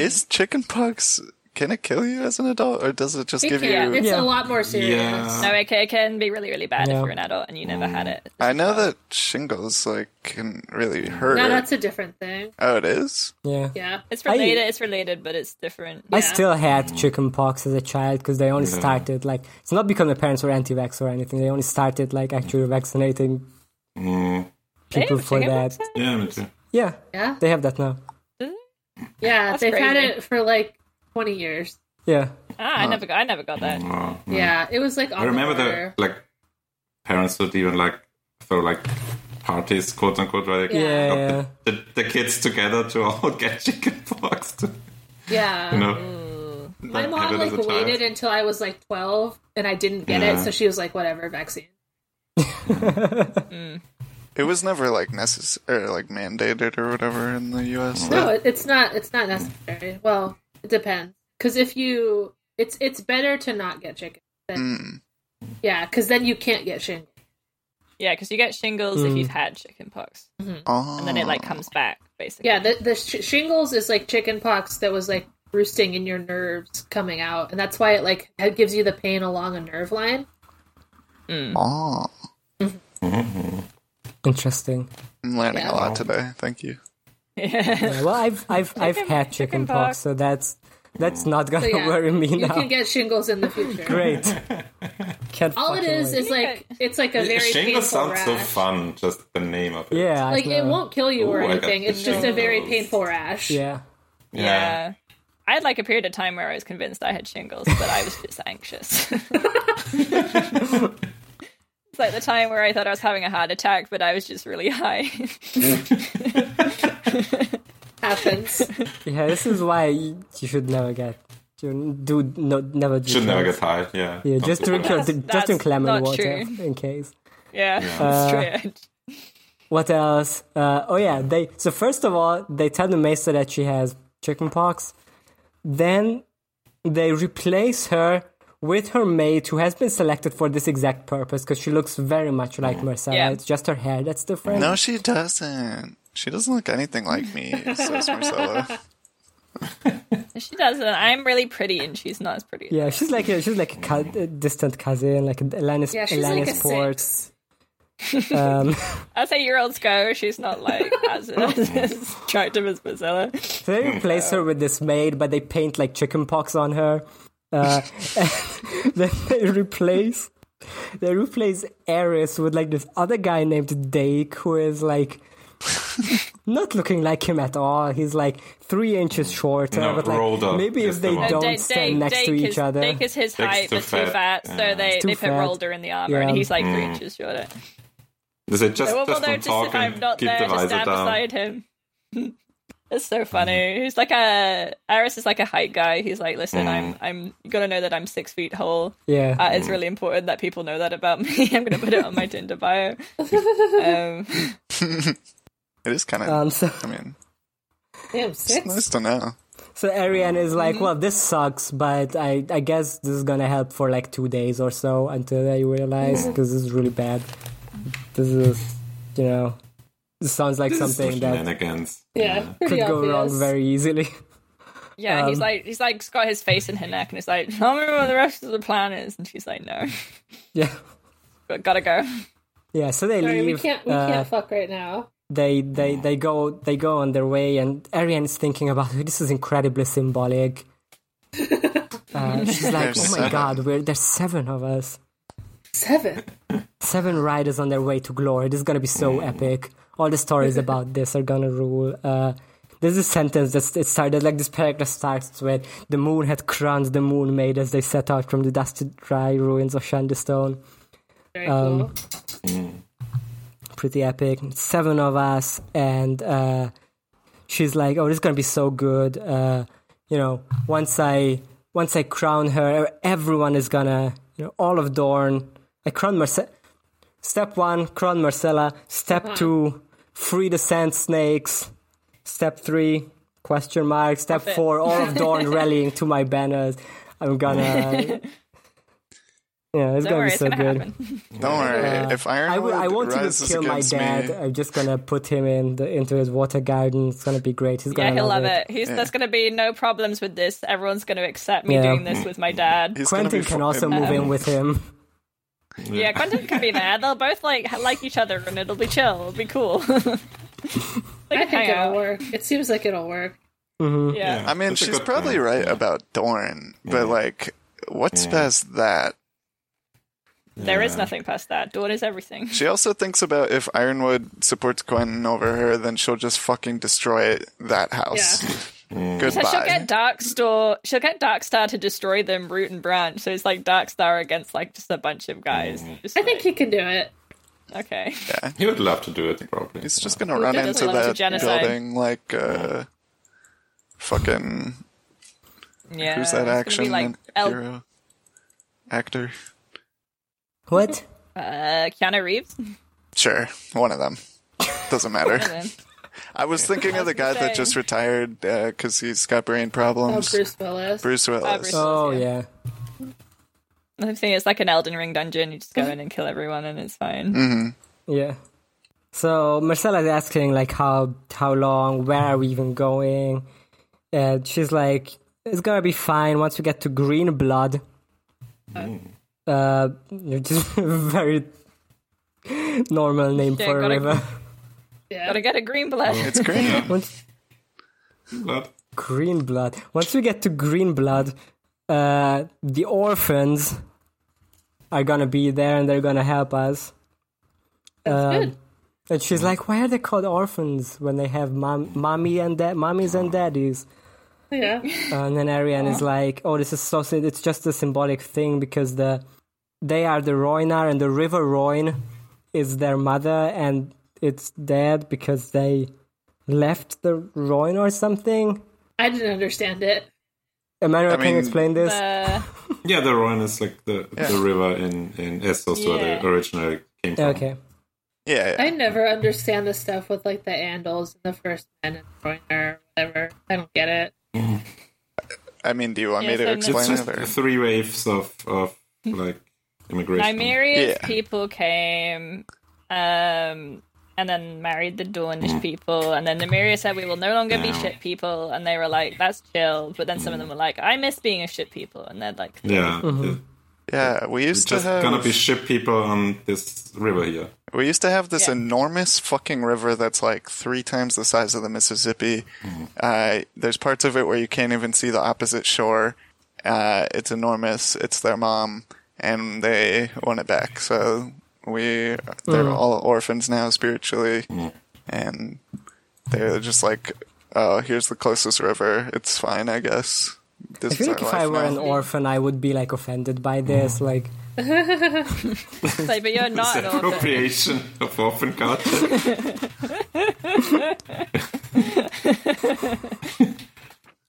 Is chickenpox Can it kill you as an adult, or does it just give yeah, you? it's Yeah. a lot more serious. Yeah. No, okay, it can be really, really bad Yeah. if you're an adult and you never had it. I know that shingles like can really hurt. No, that's a different thing. oh, it is. Yeah. Yeah. It's related. it's related, but it's different. I still had chickenpox as a child because they only started like it's not because my parents were anti-vax or anything. They only started like actually vaccinating Mm. They have people for that. chickenpox Yeah, me too. Yeah, Yeah. they have that now. Yeah. That's They've had crazy. it for like 20 years. Yeah, now? Ah, I never got. I never got that. Mm. Oh, yeah. Yeah. It was like, on I remember the that border. like parents would even like throw like parties, quote unquote, where they Yeah. got the, the, the kids together to all <laughs> get chickenpox. To, Yeah. you know, My have mom it as like a child. waited until I was like 12 and I didn't get it. Yeah. So she was like, whatever, vaccine. It was never like necessary, or, like mandated or whatever in the U.S. No, it- it's not. It's not necessary. Well, it depends. Because if you, it's it's better to not get chicken. Than, Hmm. Mm. yeah, because then you can't get shingles. Yeah, because you get shingles if Mm. you've had chickenpox, Oh. and then it like comes back basically. Yeah, the the sh- shingles is like chicken pox that was like roosting in your nerves coming out, and that's why it like it gives you the pain along a nerve line. Oh. interesting. I'm learning Yeah. a lot today. Thank you. Yeah, well, <laughs> I've I've I've had chickenpox, chickenpox. so that's that's Mm. not <laughs> gonna So, yeah, worry me you now. can get shingles in the future. <laughs> <laughs> Great. Can't All it fucking is wait. is like it's like a very Shingles painful sounds rash. so fun, just the name of it. yeah, I like it know. won't kill you or Ooh, I got anything. It's just a very shingles. painful rash. Yeah, Yeah. Yeah. Uh, I had like a period of time where I was convinced I had shingles, but I was just anxious. <laughs> it's like the time where I thought I was having a heart attack, but I was just really high. <laughs> <laughs> Happens. yeah. This is why you you should never get. You do no, never do Should never drugs. get tired. Yeah. Yeah, just drink your That's- just drink that's lemon not water true. in case. yeah, Uh, that's true. What else? Uh, oh yeah, they. So first of all, they tell the Mesa that she has chickenpox. Then they replace her with her maid, who has been selected for this exact purpose because she looks very much like Marcella. Yeah. It's just her hair that's different. No, she doesn't. She doesn't look anything like me, says Marcella. She doesn't. I'm really pretty, and she's not as pretty. Yeah, she's like a, she's like a, cou- a distant cousin, like Alanis Yeah, she's Alanis like a Port. six. <laughs> Um, As eight year olds go, she's not like <laughs> as, <laughs> as attractive as Priscilla. So Hmm. they replace her with this maid, but they paint like chickenpox on her. Uh, <laughs> and then they replace they replace Eris with like this other guy named Dake, who is like not looking like him at all. He's like three inches shorter, No, but like rolled up maybe is if the they one. don't Uh, Dake- stand Oh, Dake- next to Dake each is, other, Dake is his Dake's height, too but too fat, fat. so they, too they put fat. Rolder in the armor, Yeah. and he's like three inches shorter. Is it just, Well, just although don't just talk if I'm and not keep there, the just visor stand down? beside him. <laughs> It's so funny. He's like a Iris is like a height guy. He's like, listen, I'm I'm you gotta know that I'm six feet tall. yeah. Uh, it's really important that people know that about <laughs> me. I'm gonna put it on my Tinder bio. Um, <laughs> It is kind of. um, so I mean, Damn, it's six. nice to know. so Ariane is Mm-hmm. like, well, this sucks, but I I guess this is gonna help for like two days or so until they realize Mm-hmm. because this is really bad. This is, you know, this sounds like something that Shenanigans. Yeah, could pretty go obvious. wrong very easily. <laughs> yeah, he's like he's like got his face in her neck, and he's like, tell me what the rest of the plan is, and she's like, no, <laughs> yeah, but gotta go. yeah. So they Sorry, we leave. can't we uh, can't fuck right now. They they they go they go on their way, and Ariane is thinking about <laughs> this is incredibly <laughs> symbolic. Uh, she's like, There's oh my seven. god, we're there's seven of us, Seven. seven riders on their way to glory. This is gonna be so epic. All the stories about this are gonna rule. Uh, there's a sentence that it started like this paragraph starts with the moon had crowned the moon maid as they set out from the dusty dry ruins of Shandestone. Very um, cool. pretty epic. Seven of us, and uh, she's like, "Oh, this is gonna be so good." Uh, you know, once I once I crown her, everyone is gonna, you know, all of Dorn. I crown Marcella. Step one, crown Marcella. Step two, free the sand snakes. Step three, question mark. Step <laughs> four, all of Dorn rallying to my banners. I'm gonna. Yeah, it's Don't gonna worry, be it's so gonna good. happen. Don't worry. if I, w- Ironwood I want you to rises kill my against dad. me, I'm just gonna put him in the, into his water garden. It's gonna be great. He's gonna Yeah, he'll love it. it. He's, There's going to be no problems with this. Everyone's going to accept me Yeah. doing this with my dad. he's gonna Quentin be can fu- also move in with him. <laughs> Yeah, Quentin can be there. They'll both like ha- like each other, and it'll be chill. It'll be cool. <laughs> they can I think hang it'll out. work. It seems like it'll work. Yeah. I mean, That's a she's good probably point. right about Dorn, but like, what's past that? There is nothing past that. Dawn is everything. She also thinks about if Ironwood supports Quentin over her, then she'll just fucking destroy that house. So she'll <laughs> Goodbye. get Darkstar. She'll get Darkstar to destroy them root and branch. So it's like Darkstar against like just a bunch of guys. Just I think like, he can do it. okay. He would love to do it, probably. He's just gonna run doesn't into love to that genocide? building like uh, fucking Yeah. who's it's that gonna action Be like El- uh, hero actor? <laughs> What? uh, Keanu Reeves. Sure, one of them. <laughs> Doesn't matter. I was thinking of the guy say. that just retired because he's got brain Oh, problems. Bruce Willis. Bruce Willis. uh, Bruce. Oh Yeah. yeah. I'm thinking it's like an Elden Ring dungeon. You just Mm-hmm. go in and kill everyone, and it's fine. Mm-hmm. Yeah. So Marcella's asking like how how long, where are we even going? And she's like, it's gonna be fine once we get to green blood. Mm. Uh, <laughs> which is a very <laughs> normal name Yeah, for a gotta- <laughs> river. Yeah. Gotta get a green blood. It's great. Once, But green blood. Once we get to green blood, uh, the orphans are gonna be there and they're gonna help us. Um, That's good. And she's like, why are they called orphans when they have mom, mommy and da- mommies and daddies? Yeah. And then Ariane is like, "Oh, this is so. sy- It's just a symbolic thing because the they are the Roinar, and the River Roin is their mother, and it's dead because they left the Roin or something." I didn't understand it. Emmanuel, I can you mean, explain this? Uh, yeah, the Rhone is like the, the Yeah. river in in Essos where Yeah. they originally came from. okay, Yeah, I yeah. never understand the stuff with like the Andals and the first men and Joiner or whatever. I don't get it. I mean, do you want Yeah, me to so It's explain just it? or- three waves of of like immigration. Nymeria's Yeah. people came, um, and then married the Mm. Dornish people, and then Nymeria said, "We will no longer be shit people," and they were like, "That's chill." But then some of them were like, "I miss being a shit people," and they're like, Yeah, Mm-hmm. it- Yeah, we it's used to just gonna have be ship people on this river here. we used to have this Yeah. enormous fucking river that's like three times the size of the Mississippi. Uh, there's parts of it where you can't even see the opposite shore. Uh, it's enormous. It's their mom, and they want it back. So we they're Hmm. all orphans now spiritually, and they're just like, oh, here's the closest river. It's fine, I guess. This I feel like is our if I life were now." an orphan, I would be like offended by this. Like, "It's like, "But <laughs> you're not an orphan." Appropriation of orphan <laughs> culture.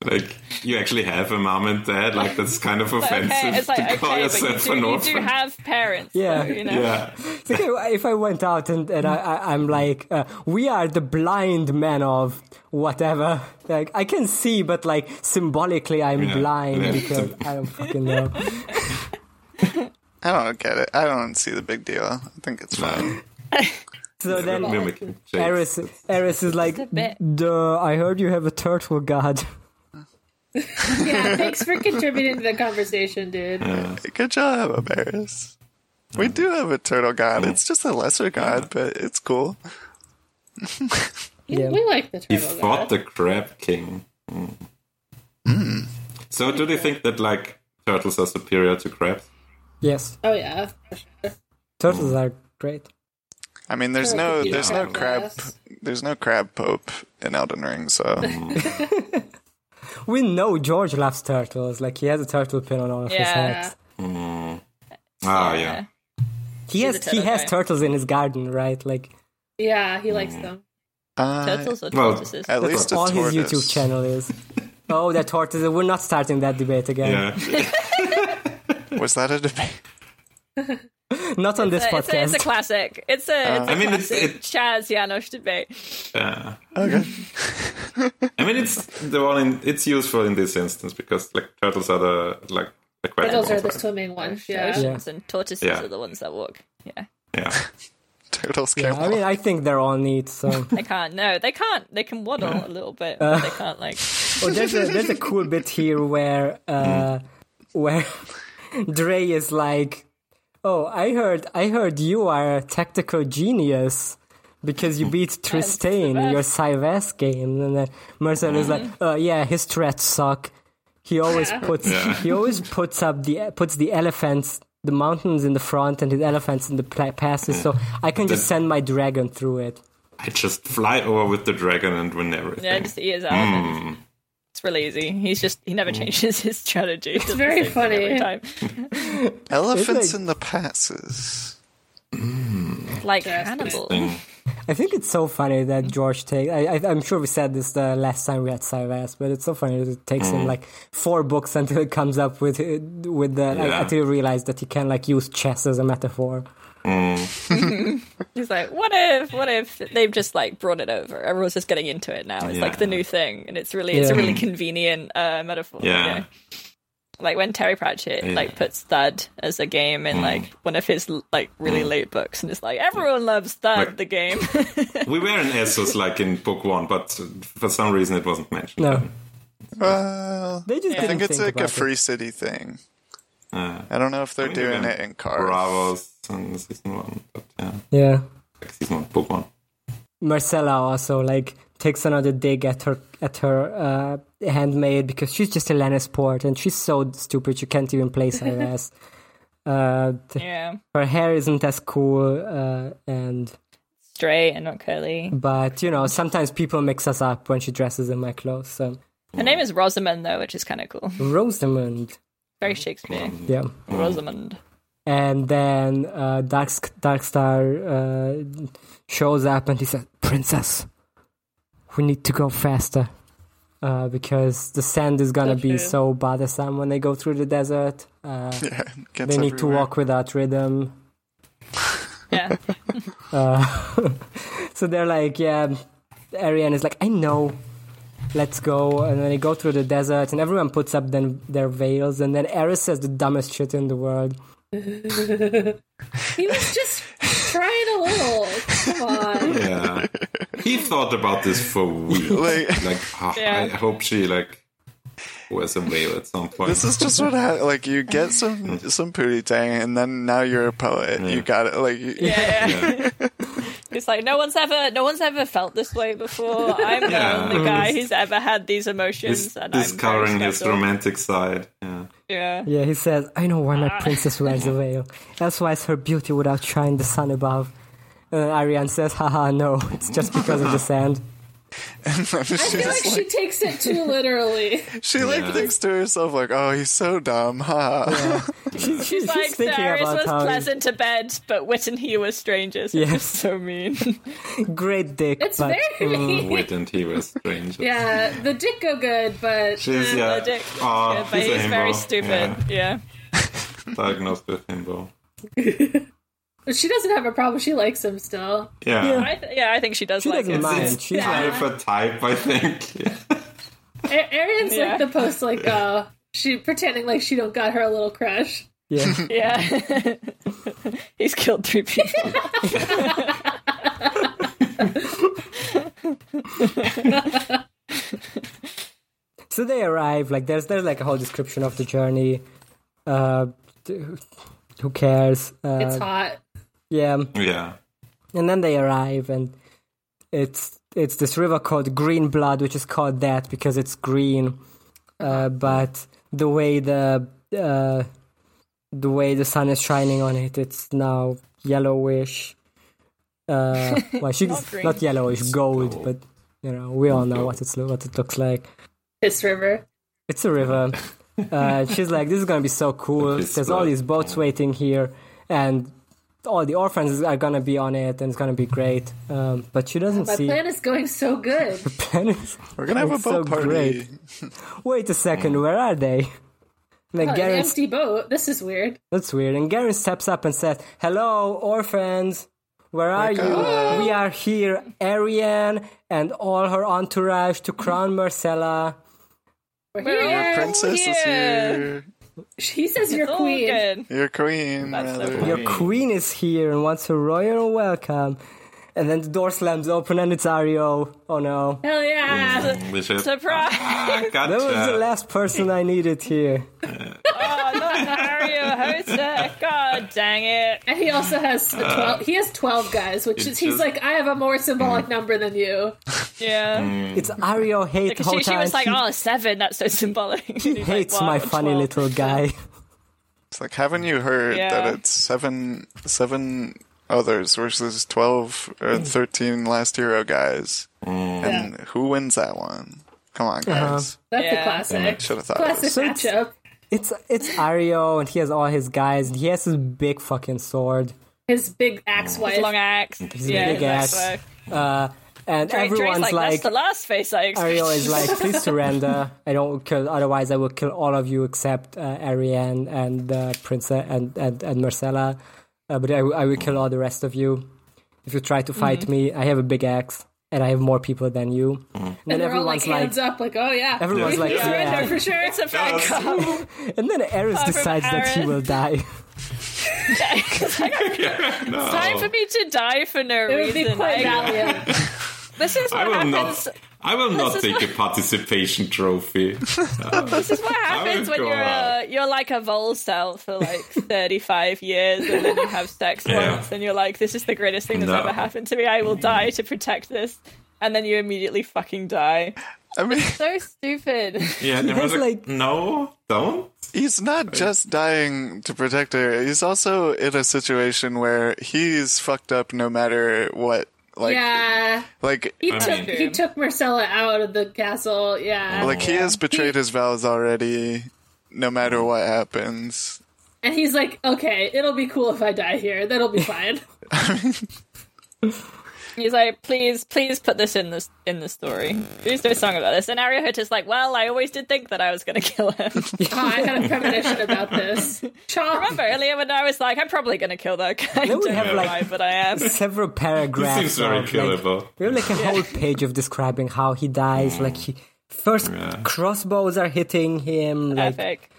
like you actually have a mom and dad. Like that's kind of Like, offensive <laughs> okay, it's like to call okay, but yourself you an do, you orphan. do have parents, so, Yeah. you know. yeah, it's like if- if I went out and, and I, I, I'm like, uh, "We are the blind men of whatever." <laughs> Like, I can see, but like symbolically, I'm Yeah. blind Yeah. because I don't fucking know. I don't get it. I don't see the big deal. I think it's fine. So then We're making jokes. Eris, Eris is like, Just a bit. Duh, I heard you have a turtle god. <laughs> <laughs> Yeah, <laughs> thanks for contributing to the conversation, dude. Good job, Amaris. We do have a turtle god. It's just a lesser god, but it's cool. You- <laughs> We like the He turtle. guy. fought the Crab King. Mm. So, do they think that like turtles are superior to crabs? Yes, Oh yeah, for sure. turtles are great. I mean, there's no, there's no crab, Yes. there's no crab pope in Elden Ring, so We know George loves turtles. Like he has a turtle pin on all of his Yeah. hats. Ah, yeah. Yeah. He has a he turtle has guy. turtles in his garden, right? Like Yeah, he Mm-hmm. likes them. uh, Turtles or Well, tortoises? at least that's a all tortoise. his YouTube channel <laughs> is. oh, that tortoise! We're not starting that debate again. Yeah. <laughs> Was that a debate? <laughs> Not on this Uh, it's, a, podcast. it's a classic. It's a, it's a Uh, I mean, it's, classic it, Chaz Janosch debate. yeah. Okay. I mean, it's the one. In, it's useful in this instance because like turtles are the like the Turtles are quadruples, the right? swimming ones. Yeah. Oceans and tortoises Yeah. are the ones that walk. Yeah, Yeah. Turtles Yeah, can't I mean, walk. I think they're all neat. So they can't. No, they can't. They can waddle a little bit, but they can't like. oh, there's a there's a cool bit here where uh, where <laughs> Dre is like, "Oh, I heard I heard you are a tactical genius." Because you beat Tristain in your Cyvas game, and then Mercer is like, "Uh, yeah, his threats suck. He always puts he always puts up the puts the elephants, the mountains in the front, and his elephants in the pla- passes. So I can just send my dragon through it." I just fly over with the dragon and win everything. <laughs> Yeah, just he is elephant. Hmm. It's really easy. He's just he never changes his strategy. It's very funny. Every time. Elephants It's like- in the passes. Like Hannibal. I think it's so funny that George takes. I, I, I'm sure we said this the last time we had Cyrus, but it's so funny that it takes him like four books until it comes up with with the Yeah. like, until he realized that he can like use chess as a metaphor. He's like, what if, what if they've just like brought it over? Everyone's just getting into it now. It's Yeah. like the new thing, and it's really, it's a Yeah. really convenient uh, metaphor. you Yeah. know? Like when Terry Pratchett Yeah. Hmm. like puts Thud as a game in like one of his like really late books, and it's like everyone loves Thud, Like- the <laughs> game. We were in Essos like in book one, but for some reason it wasn't mentioned. No, Well, they just I didn't think it's like about a it. free city thing. Uh, I don't know if they're mean, doing yeah. it in cars. Bravos and season one, but yeah, Yeah, like season one, book one. Marcella also like takes another dig at her at her uh, handmaid because she's just a Lannisport and she's so stupid she can't even play Cyrus. uh, th- yeah, her hair isn't as cool, uh, and straight and not curly. But you know, sometimes people mix us up when she dresses in my clothes. So Her name is Rosamund though, which is kind of cool. <laughs> Rosamund, Very Shakespeare. yeah. Rosamund. And then uh, Dark Darkstar uh, shows up and he says, "Princess, we need to go faster uh, because the sand is gonna be so bothersome when they go through the desert. Uh, <laughs> Yeah, it gets they need to everywhere. walk without rhythm." Yeah. Uh, <laughs> so they're like, yeah. Ariane is like, I know. Let's go. And then they go through the desert, and everyone puts up then their veils. And then Eris says the dumbest shit in the world. He was just trying a little. Come on. Yeah, he thought about this for <laughs> weeks. Like- Like, ah, Yeah. I hope she like wears a veil at some point. This is just what happened. Like you get some some pootie tang, and then now you're a poet. You got it. Like you, Yeah. it's like no one's ever no one's ever felt this way before. <laughs> I'm the Yeah. only guy who's ever had these emotions He's and I'm very discovering his skeptical. romantic side. Yeah. Yeah. Yeah, he says, I know why my princess wears a veil. Elsewise, her beauty would outshine the sun above. And Ariane says, haha, no, it's just because of the sand. <laughs> and then I feel like she's she like, takes it <laughs> too literally. <laughs> she like thinks to herself like, "Oh, he's so dumb, huh?" She's, <laughs> she's, Like Darius was how pleasant to bed, but Wit and he were strangers. It Yeah. was so <laughs> mean. great dick, It's but mm, very mean. Wait, and he was strange. <laughs> Yeah, the dick go good, but She's yeah. The dick. Ah, yeah, but he's a he's very himbo. stupid. Yeah. Yeah. Diagnosed with himbo. she doesn't have a problem. She likes him still. Yeah. I th- yeah, I think she does she like doesn't him. mind. She's Kind like, of a type, I think. <laughs> Yeah. A- Arian's Yeah. like the post, <laughs> like uh, she pretending like she don't got her a little crush. yeah. <laughs> Yeah. <laughs> he's killed three <laughs> people. So they arrive. Like there's there's like a whole description of the journey. Uh, d- who cares? Uh, It's hot. yeah, Yeah. and then they arrive, and it's it's this river called Green Blood, which is called that because it's green. Uh, Uh-huh. but the way the uh, the way the sun is shining on it, it's now yellowish. <laughs> Uh, well, she's Not green. not, yellowish, gold, but you know we all know what it's lo- what it looks like. Piss river. It's a river. Uh, she's like, this is gonna be so cool. It's There's all like- these boats waiting here, and all the orphans are gonna be on it, and it's gonna be great. Um, but she doesn't My see. <laughs> plan is going so good. plan is- We're gonna have It's a boat so party. great. Wait a second, where are they? And then Oh, an Garen, empty boat. This is weird. that's weird. And Garen steps up and says, "Hello, orphans." Where are you? We are here, Ariane and all her entourage to crown Marcella. We're We're here. all- Princess is Yeah. here. She says you're It's all queen. good. Your queen, That's so rather. funny. Your queen is here and wants a royal welcome. And then the door slams open and it's Ario. Oh no. Hell yeah. We should. Surprise! Ah, gotcha. That was the last person I needed here. Oh, not Mario Hosek. God dang it. And he also has Uh, a twelve. he has twelve guys, which is, he's just- like, I have a more symbolic Mm. number than you. Yeah. It's Ario hate Because Mm. whole she, she was like, time. oh, seven, that's so symbolic. <laughs> And he he's like, hates "Wow, my funny 12." little guy. <laughs> It's like, haven't you heard Yeah. that it's seven, seven others versus twelve or thirteen last hero guys, and who wins that one? Come on, guys. That's Yeah. a classic. Should have thought. Of Classic this. So it's- matchup. It's it's Ario and he has all his guys and he has his big fucking sword. His big axe wife. Long axe. Yeah, big that's axe. right. And Dre- Dre's everyone's like, that's the last face I expected. <laughs> Ariel is like, please surrender. I don't kill. Otherwise, I will kill all of you except uh, Ariane and uh, Princess and and and Marcella. Uh, but I, I will kill all the rest of you if you try to fight me. I have a big axe and I have more people than you. Mm-hmm. And then Mm-hmm. and they're all like everyone's like, hands up, like, oh yeah. everyone's like, He's surrender yeah. for sure. It's a fat cop. And then Eris from decides that she Aerith. <laughs> will die. <laughs> <laughs> No. Time for me to die for no it would reason. be quite Like, valiant. this is what I will happens. not. I will not is take a <laughs> participation trophy. This <laughs> is what happens when go you're uh, out. you're like a vol cell for <laughs> like 35 years, and then you have sex Yeah. once, and you're like, "This is the greatest thing that's No. ever happened to me. I will die to protect this." And then you immediately fucking die. I mean, So stupid. Yeah, there was has, like like- no, don't. he's not just dying to protect her. He's also in a situation where he's fucked up no matter what. Like, yeah. like He I took mean- he took Marcella out of the castle. Yeah. Like he has betrayed his vows already, no matter what happens. and he's like, okay, it'll be cool if I die here. That'll be <laughs> fine. <laughs> He's like, please, please put this in this in the story. Please do a song about this. And Ariahut is like, well, I always did think that I was going to kill <laughs> him. oh, I had a premonition about this. Chomp. Remember earlier when I was like, I'm probably going to kill that guy. Then we Don't have, know like- why, but I <laughs> am. Several He paragraphs. seems very of, like, killable. We have like a whole page of describing how he dies. Mm-hmm. Like he first crossbows are hitting him. Like Epic.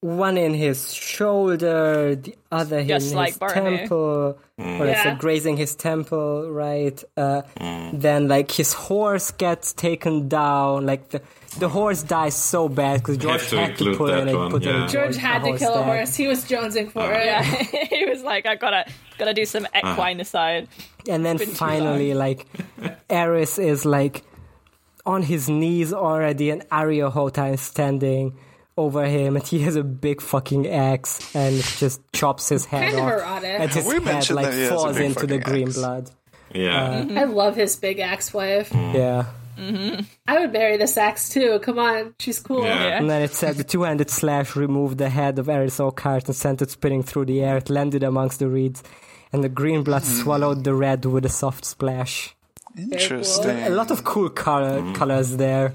one in his shoulder, the other in Just his like Barney. temple, Hmm. or let's Yeah. say grazing his temple, right? Uh, Hmm. Then like his horse gets taken down. Like the the horse dies so bad because George have to had to include pull in that and one, put in yeah. a George had to kill a there. horse. He was jonesing for it. Yeah, <laughs> he was like, I gotta gotta do some equine aside. and then too finally like Eris is like on his knees already and Ariahota is standing over him and he has a big fucking axe and just chops his head Kind of off erotic. and his We head mentioned like that he has a falls big into the fucking green axe. blood Yeah, <laughs> uh, I love his big axe wife. yeah I would marry this axe too. Come on, she's cool. yeah. Oh, Yeah. and then it said the two-handed slash removed the head of Eris Oakhart and sent it spinning through the air it landed amongst the reeds and the green blood Mm. swallowed the red with a soft splash Interesting. a lot of cool color Mm. colors there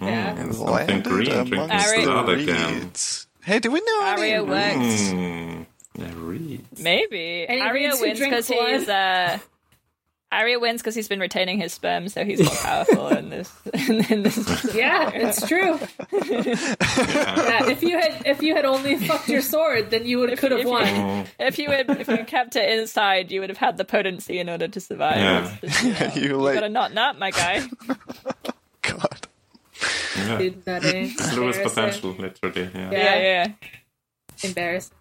Yeah. Landed green amongst drinking the soda again. reeds. Hey, do we know Aria any? worked. Yeah, <laughs> reads. Maybe And he Aria reads who wins drinks because he's uh, Aria wins because he's been retaining his sperm, so he's more powerful in this. <laughs> In this. Yeah, it's <laughs> true. yeah, if you had if you had only fucked your sword, then you would could have if you- won. If you had, if you kept it inside, you would have had the potency in order to survive. Yeah. It's just, you know, You you like- gotta not nut, <laughs> my guy. God. <laughs> Yeah. Dude, that is Lewis embarrassing. potential, literally. Yeah. Yeah, Yeah, yeah. embarrassing.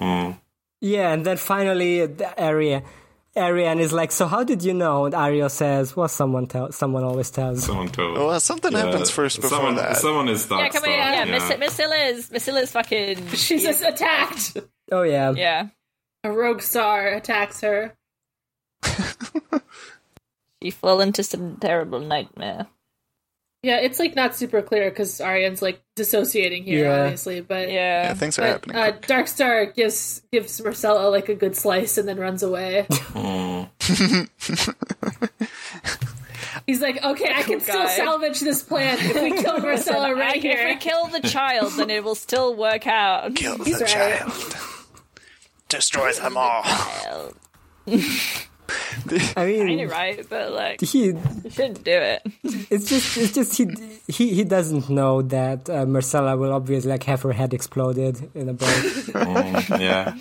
Mm. Yeah, and then finally, the Ari- Arian is like, "So how did you know?" And Ario says, "Well, someone tell, someone always tells." Someone told. Well, something Yeah, happens first before someone, that. Someone is dark. Yeah, come on, yeah, yeah. Miss Missila's Missila's fucking She's just attacked. Oh yeah, yeah. A rogue star attacks her. She fell into some terrible nightmare. Yeah, it's like not super clear because Aryan's like dissociating here, Yeah. obviously. But Yeah, yeah, things are but happening. uh, Darkstar gives gives Marcella like a good slice and then runs away. He's like, okay, I can still guy. salvage this plan if we kill Marcella I- right if we here. kill the child, then it will still work out. Kill the <laughs> he's right. child. Destroy them all. I kind mean, of right, but like he you shouldn't do it. it's just it's just he he he doesn't know that uh, Marcella will obviously like have her head exploded in a <laughs> boat. Mm, yeah.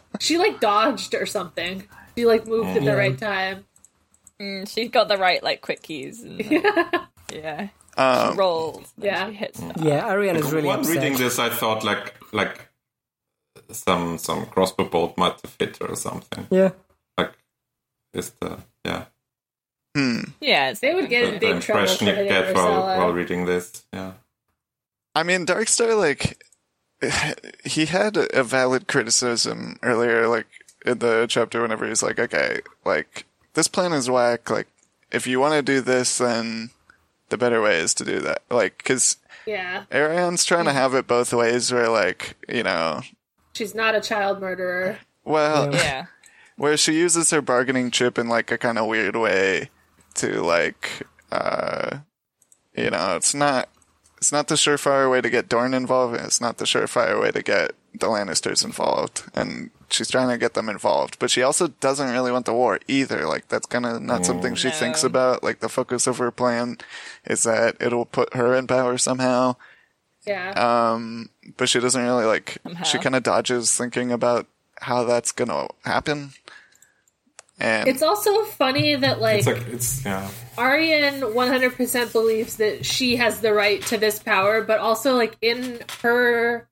<laughs> She like dodged or something. She like moved at the right time. Mm, she's got the right like quickies. <laughs> And, like, yeah, she Um, rolls. and Yeah. she hits. yeah, Ariana's really While upset. reading this, I thought like like some some crossbow bolt might fit or something. Yeah, Like is the yeah hmm. Yeah, it's, They would get the, in the big trouble impression for you hitting get while, Marcella. while reading this. Yeah. I mean, Darkstar, like, <sighs> he had a valid criticism earlier, like, in the chapter whenever he's like, okay, like, this plan is whack. Like, if you want to do this, then the better way is to do that. Like, because yeah, Arion's trying to have it both ways, where, like, you know, she's not a child murderer. well, yeah. where she uses her bargaining chip in, like, a kind of weird way to, like, uh, you know, it's not it's not the surefire way to get Dorne involved, and it's not the surefire way to get the Lannisters involved. And she's trying to get them involved, but she also doesn't really want the war either. Like that's kind of not something she thinks about. Like the focus of her plan is that it'll put her in power somehow. Yeah, Um, but she doesn't really like. She Somehow. kind of dodges thinking about how that's gonna happen. And it's also funny that like It's like it's yeah. Aryan 100% believes that she has the right to this power, but also like in her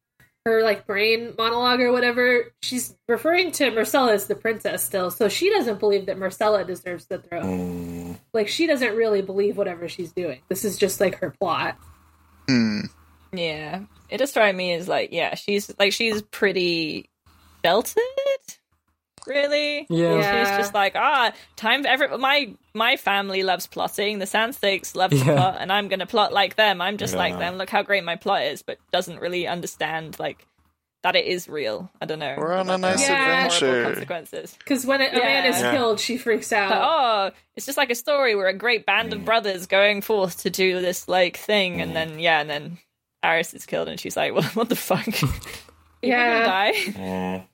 her like brain monologue or whatever, she's referring to Marcella as the princess still. So she doesn't believe that Marcella deserves the throne. Mm. Like she doesn't really believe whatever she's doing. This is just like her plot. Yeah. It just strikes me as like, yeah, she's like she's pretty belted. Really? Yeah. She's just like, ah, time for every my my family loves plotting. The Sandstakes love to Yeah. plot, and I'm gonna plot like them. I'm just like Yeah. them. Look how great my plot is, but doesn't really understand like that it is real. I don't know. We're on a About nice the horrible adventure. Consequences. Cuz when a, a man Yeah. is Yeah. killed, she freaks out. Like, oh, it's just like a story where a great band of brothers going forth to do this like thing, and then yeah, and then Aris is killed, and she's like, <laughs> well, what the fuck? People yeah. die. Mm.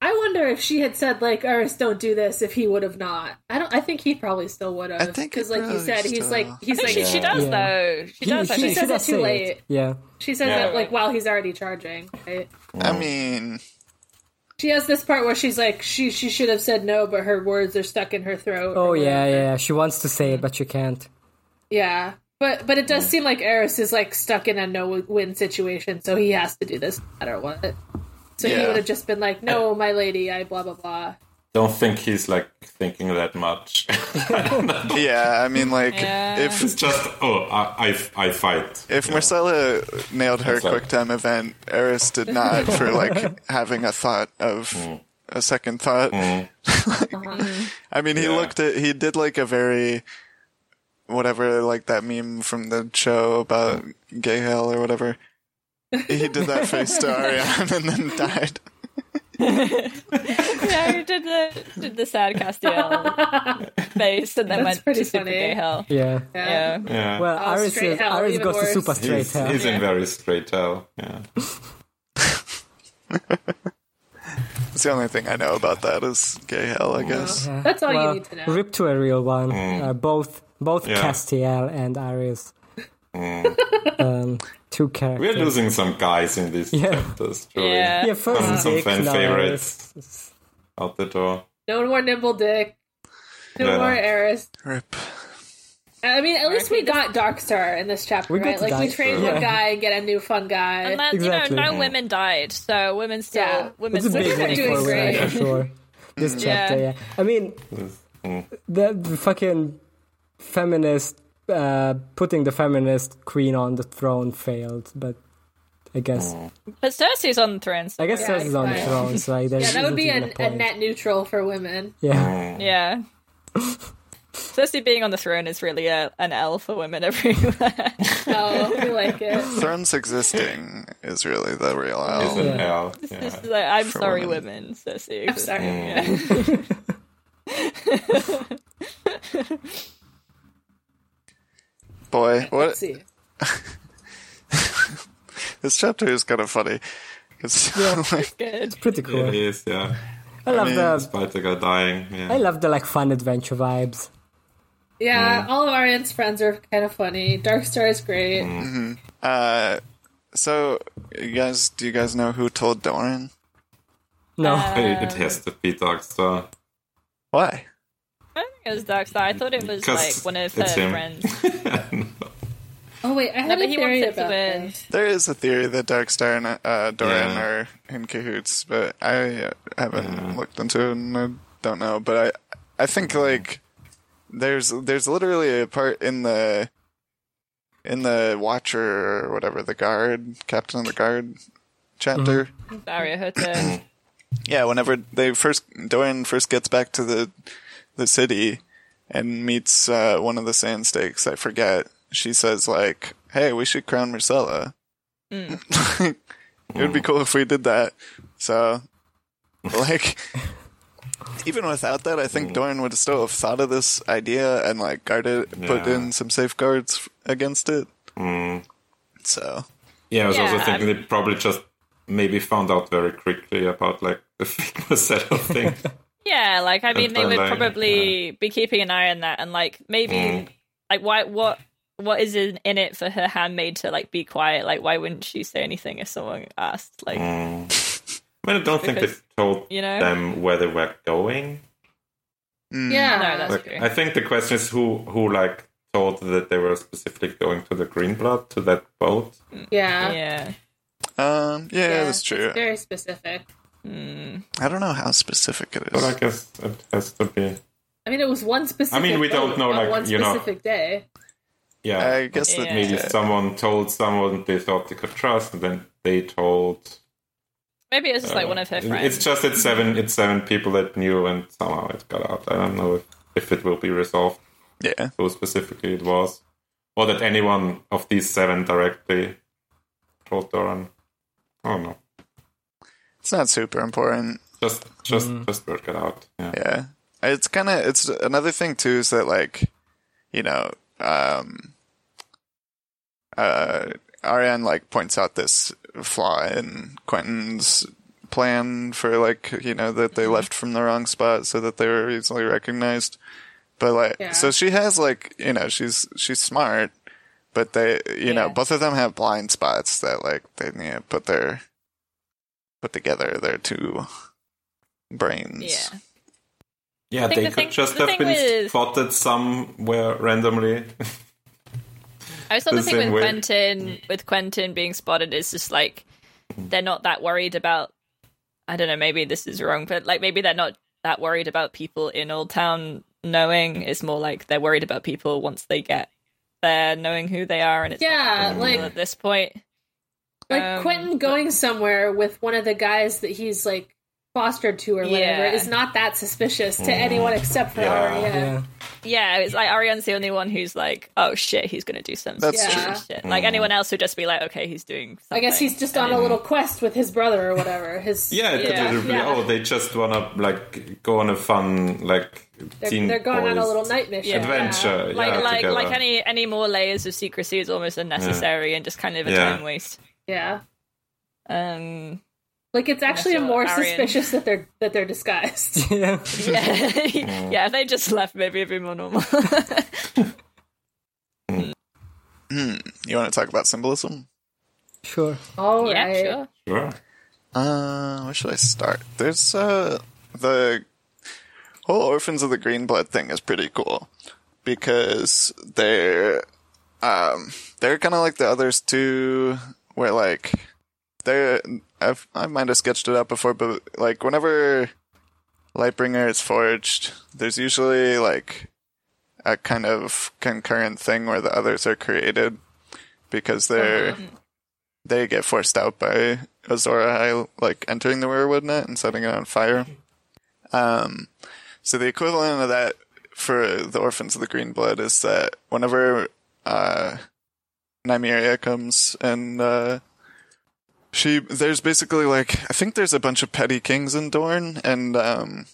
I wonder if she had said like Iris, don't do this, if he would have not. I don't. I think he probably still would have. I think he because, like you probably said, he's still- like he's like <laughs> She, she does uh, Yeah. though. She He- does. he- actually. he says it does too say late. Yeah, She says Yeah. that like while he's already charging. Right? I mean, She has this part where she's like she she should have said no, but her words are stuck in her throat. Oh or yeah, whatever. yeah. She wants to say it, but she can't. yeah. But but it does seem like Eris is like stuck in a no win situation, so he has to do this no matter what. So he Yeah. would have just been like, "No, my lady, I blah blah blah." Don't think he's like thinking that much. <laughs> yeah, I mean, like Yeah. if it's just oh I I, I fight. If Marcella nailed her Sorry. QuickTime event, Eris did not for like having a thought of a second thought. <laughs> I mean, he Yeah. looked at he did like a very whatever like that meme from the show about gay hell or whatever. He did that face to Ariane and then died. yeah, you did the did the sad Castiel <laughs> face, and then That's went pretty to super funny. gay hell. Yeah. Yeah. Yeah. Well, Oh, Iris, straight is, hell, Iris even goes worse. to super straight He's, hell. he's in very straight hell. Yeah. It's the only thing I know about that is gay hell, I guess. Yeah. That's all you well, need to know. Rip to a real one. Uh, both both Mm. Yeah. Mm. Castiel and Iris. <laughs> um, two characters. We're losing some guys in these Yeah. chapters. Truly. Yeah. yeah, first Some- some Dick, fan now favorites. Iris. Out the door. No more nimble dick. No Yeah. more Eris. Rip. I mean, at least we got Darkstar in this chapter, We got right? the Like we Darkstar, trained yeah. one guy and get a new fun guy. And then Exactly. you know, no women died, so women still Yeah. women It's a still big Women win are getting doing for women, great. for sure. <laughs> This chapter, yeah. I mean, mm. the, the fucking feminist uh, putting the feminist queen on the throne failed, but I guess Mm. But Cersei's on the throne. so- I guess Yeah, Cersei's on the exactly. throne, so like, there yeah, that would isn't be even a, a a point. net neutral for women. Yeah, <laughs> Mm. Yeah. Cersei being on the throne is really a, an L for women everywhere. So Oh, we like <laughs> it. Thrones existing is really the real He's hell. in hell. Yeah. It's like, I'm For sorry, women. women. Cersei. I'm sorry. Mm. Boy, what Let's see. this chapter is kind of funny. It's like <laughs> Good. pretty cool. It is, yeah. I love the Despite the guy dying. Yeah. I love the like fun adventure vibes. Yeah, Mm. all of Arian's friends are kind of funny. Dark Star is great. Mm. Uh, so you guys, do you guys know who told Doran? No, it, it has to be Darkstar. Why? I don't think it was Darkstar. I thought it was like Because one of her it's him. friends. Oh wait, I No, had but a he theory wants it to about win. this. There is a theory that Darkstar and uh, Doran Yeah. are in cahoots, but I uh, haven't looked into it and I don't know. But I, I think like there's there's literally a part in the in the Watcher or whatever the guard captain of the guard chapter. Dario Hutter. Yeah, whenever they first Doran first gets back to the the city and meets uh, one of the sand stakes, I forget. She says like, "Hey, we should crown Marcella." Mm. <laughs> it would be cool if we did that. So, like, even without that, I think Doran would still have thought of this idea and like guarded, put Yeah. in some safeguards f- against it. So, Yeah, I was also Yeah, thinking they probably just maybe found out very quickly about like the <laughs> Figma setup thing. <laughs> Yeah, like I mean, they would Online, probably be keeping an eye on that, and like maybe, like why, what, what is in, in it for her handmaid to like be quiet? Like, why wouldn't she say anything if someone asked? Like, I mean, I don't think Because, they told you know? them where they were going. Mm. Yeah, no, that's Like, true. I think the question is who who like told that they were specifically going to the Green Blood to that boat. yeah, yeah, um, yeah, Yeah, that's true. it's very specific. I don't know how specific it But is. I guess it has to be. I mean, it was one specific. I mean, we don't boat know, on like, one you know- specific day. Oh, Yeah, I guess that uh, maybe yeah. someone told someone they thought they could trust, and then they told. maybe it's just like one of her friends. It's just it's seven. It's seven people that knew, and somehow it got out. I don't know if, if it will be resolved. Yeah. Who specifically it was, or that anyone of these seven directly told Doran. I don't know. It's not super important. Just just just work it out. Yeah. Yeah. It's kind of it's another thing too is that like you know um uh Ariane like points out this flaw in Quentin's plan for like you know that they left from the wrong spot so that they were easily recognized. But like Yeah. so she has like you know she's she's smart but they you know Yeah. both of them have blind spots that like they need to put their put together their two brains. yeah. Yeah, think they the could thing- just the have thing been with- spotted somewhere randomly. <laughs> I just thought the, the thing with same way. Quentin Mm. with Quentin being spotted is just like they're not that worried about I don't know, maybe this is wrong, but like maybe they're not that worried about people in Old Town knowing. It's more like they're worried about people once they get there knowing who they are and it's not Yeah, Mm. that like at this point. like Um, Quentin going somewhere with one of the guys that he's like fostered to or whatever Yeah. is not that suspicious to anyone except for Mm. Yeah. Ariane. yeah. Yeah, it's like Ariane's the only one who's like, Oh shit, he's gonna do something. That's Yeah. true. Shit. Mm. Like anyone else would just be like, Okay, he's doing something. I guess he's just on a little quest with his brother or whatever. His Yeah, Yeah. it could literally Yeah. be. Oh, they just wanna like go on a fun like they're, teen they're going on a boys little night mission. Yeah. adventure. Yeah, like like together. like any any more layers of secrecy is almost unnecessary and just kind of a Yeah. time waste. Yeah. Um, Like it's actually so more Arian- suspicious that they're that they're disguised. <laughs> <laughs> yeah. yeah, <laughs> yeah. If they just left, maybe it'd be more <laughs> normal. You want to talk about symbolism? Sure. All yeah, right. sure. Sure. Uh, where should I start? There's uh the whole orphans of the green blood thing is pretty cool because they're um they're kind of like the others too, where like they're I've, I might have sketched it out before, but like whenever Lightbringer is forged, there's usually like a kind of concurrent thing where the others are created because they're they get forced out by Azora High, like entering the Weirwood net and setting it on fire. Um, so the equivalent of that for the Orphans of the Green Blood is that whenever uh, Nymeria comes and uh, she, there's basically like I think there's a bunch of petty kings in Dorne, and um,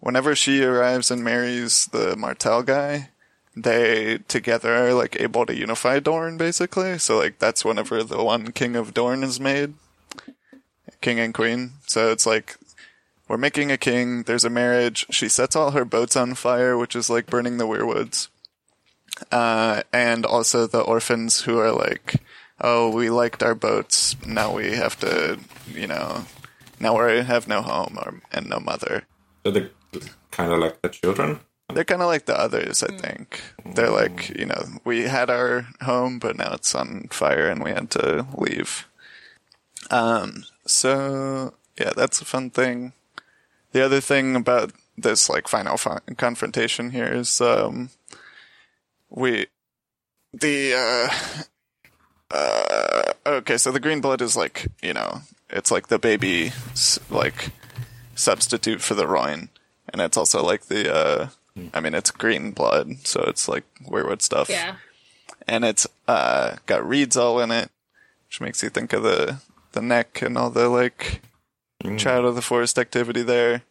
whenever she arrives and marries the Martell guy, they together are like able to unify Dorne basically. So like that's whenever the one king of Dorne is made, king and queen. So it's like We're making a king. There's a marriage. She sets all her boats on fire, which is like burning the weirwoods. Uh, and also the orphans who are like, oh, we liked our boats. Now we have to, you know, now we have no home or, and no mother. So they kind of like the children. They're kind of like the others, I think. They're like, you know, we had our home, but now it's on fire and we had to leave. Um, so yeah, that's a fun thing. The other thing about this like final fi- confrontation here is, um, we, the, uh, uh, okay, so the green blood is like, you know, it's like the baby, s- like, substitute for the Rhine. And it's also like the, uh, I mean, it's green blood, so it's like weirwood stuff. Yeah. And it's, uh, got reeds all in it, which makes you think of the, the neck and all the, like, child of the forest activity there.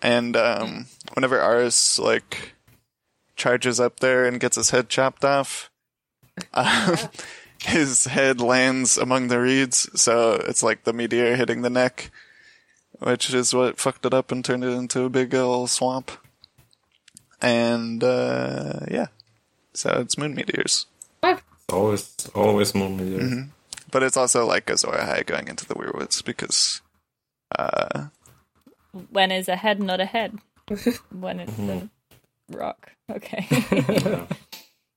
And, um, whenever Aris, like, charges up there and gets his head chopped off, <laughs> um, his head lands among the reeds, so it's like the meteor hitting the neck, which is what fucked it up and turned it into a big old swamp. And uh, yeah, so it's moon meteors, It's always always more meteors. but it's also like Azora High going into the Weirwoods because uh, When is a head not a <laughs> head? when it's a rock. Okay. <laughs>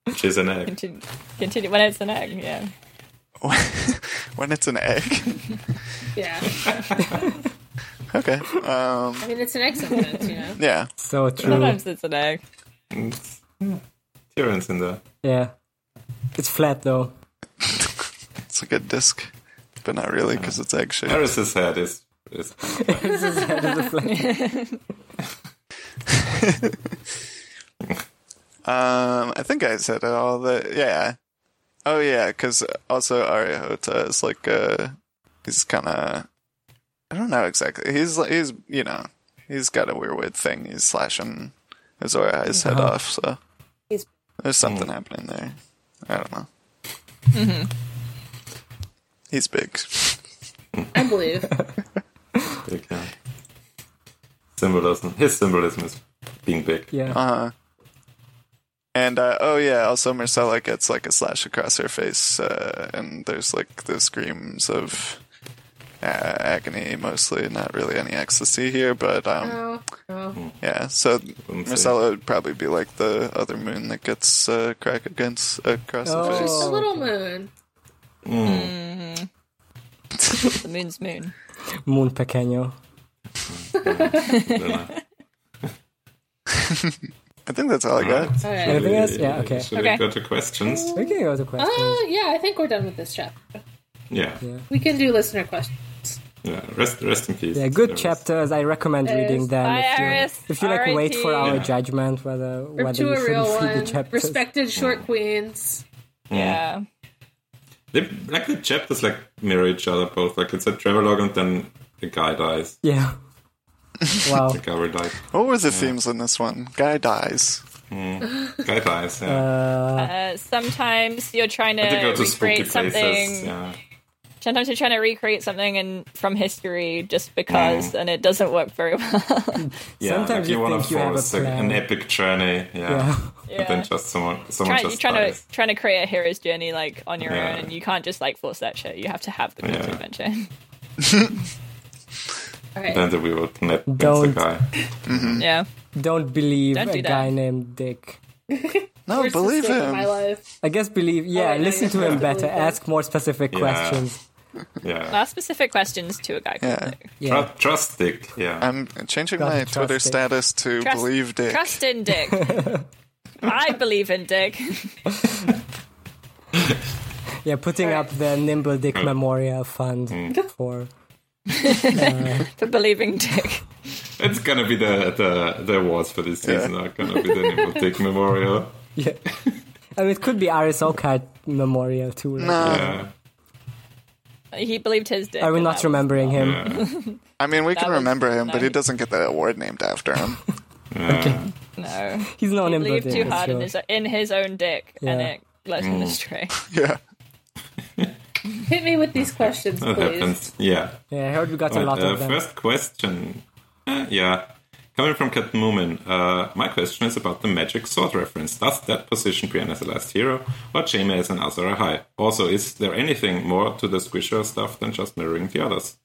Which is an egg. continue, continue. When it's an egg, yeah. when it's an egg, <laughs> Yeah. okay, um, I mean, it's an egg sometimes, you <laughs> know. yeah, So true. Sometimes it's an egg. Appearance in there. Yeah. It's flat though. it's a good disc, but not really because it's egg shaped. Paris's head is is Um, I think I said it all. The yeah, oh yeah, because also Arihota is like uh, he's kind of I don't know exactly. He's like he's you know he's got a weird thing. He's slashing Azora High's head off, so He's- there's something happening there. I don't know. He's big. I believe. big. Yeah. Symbolism. His symbolism is being big. Yeah. Uh-huh. And uh, oh yeah, also Marcella gets like a slash across her face, uh, and there's like the screams of uh, agony, mostly not really any ecstasy here, but um, No, no. yeah. So Wouldn't say. Marcella would probably be like the other moon that gets uh, crack against across the Oh. face. Just a little moon. The moon's moon. Moon pequeño. <laughs> Then I think that's all I got. All right. Anything I- else? Yeah, okay. Should Okay. we go to questions? We can go to questions. Uh, yeah, I think we're done with this chapter. Yeah. Yeah. We can do listener questions. Rest rest in peace. Yeah, good Paris. chapters. I recommend reading them Bye, if you, Iris. if you like R.I.P.. wait for our Yeah. judgment whether Rip whether to you a should real read the one. chapters. Respected short queens. Yeah. They, like the chapters like mirror each other both. Like it's a travelogue and then the guy dies. Yeah. wow. Oh. The guy will die. What were the themes in this one? Guy dies. Guy dies. Yeah. Uh, sometimes you're trying I to, have to go to spooky recreate places. something. Yeah. Sometimes you're trying to recreate something in, from history just because, and it doesn't work very well. <laughs> Yeah, Sometimes like you wanna think you have force, a like, plan. an epic journey. Yeah. Yeah. But Yeah. then just someone, someone Try, you're just trying dies. to trying to create a hero's journey like on your Yeah. own, and you can't just like force that shit. You have to have the Yeah. yeah. adventure. <laughs> All right. Then the we will net the Don't. guy. yeah. Don't believe Don't do a that. guy named Dick. No, Worst believe mistake of My him. life. I guess believe. Yeah, Oh, no, listen you're to him supposed to better. believe him. Ask more specific Yeah. questions. Yeah. <laughs> Ask specific questions to a guy. Yeah. Dick. Yeah. Uh. Trust, trust Dick. Yeah. I'm changing Gotta my trust Twitter Dick. status to Trust- believe Dick. Trust in Dick. I believe in Dick. <laughs> Yeah, putting up the Nimble Dick Memorial Fund for. For believing Dick. It's gonna be the the, the awards for this season. Are gonna be the <laughs> Nimble Dick Memorial. Yeah. <laughs> I mean, it could be Iris Ockart Memorial too. right? No, Yeah. He believed his dick. Are we and not that was- remembering him? Yeah. I mean we can was remember him, but he nice. doesn't get that award named after him. Yeah. No. He's not He Nimble believed Dick. too that's hard in sure. his, in his own dick, and Yeah. it led him astray. yeah. Hit me with these questions, That please. happens. Yeah. Yeah, I heard we got a Right, lot uh, of them. First question Eh, yeah. Coming from Kat Moomin, uh, my question is about the magic sword reference. Does that position Brienne as a last hero, or Jaime as an Azura High? Also, is there anything more to the Squisher stuff than just mirroring the others?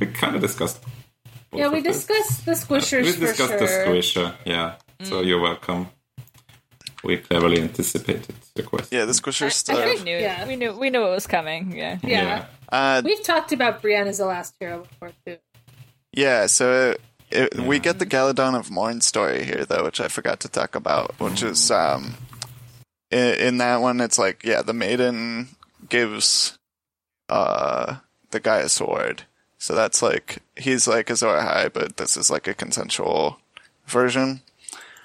We kind of discussed. both Yeah, of we this. discussed the squishers We for discussed sure. the Squisher, yeah. So you're welcome. We cleverly anticipated your question. Yeah, the squisher stuff. We knew, Yeah. we knew, we knew what was coming. Yeah. yeah. uh, We've talked about Brienne as the last hero before too. Yeah, so it, we get the Galadon of Morn story here, though, which I forgot to talk about, which is um, in, in that one, it's like, yeah, the maiden gives uh, the guy a sword. So that's like, he's like Azor High, but this is like a consensual version.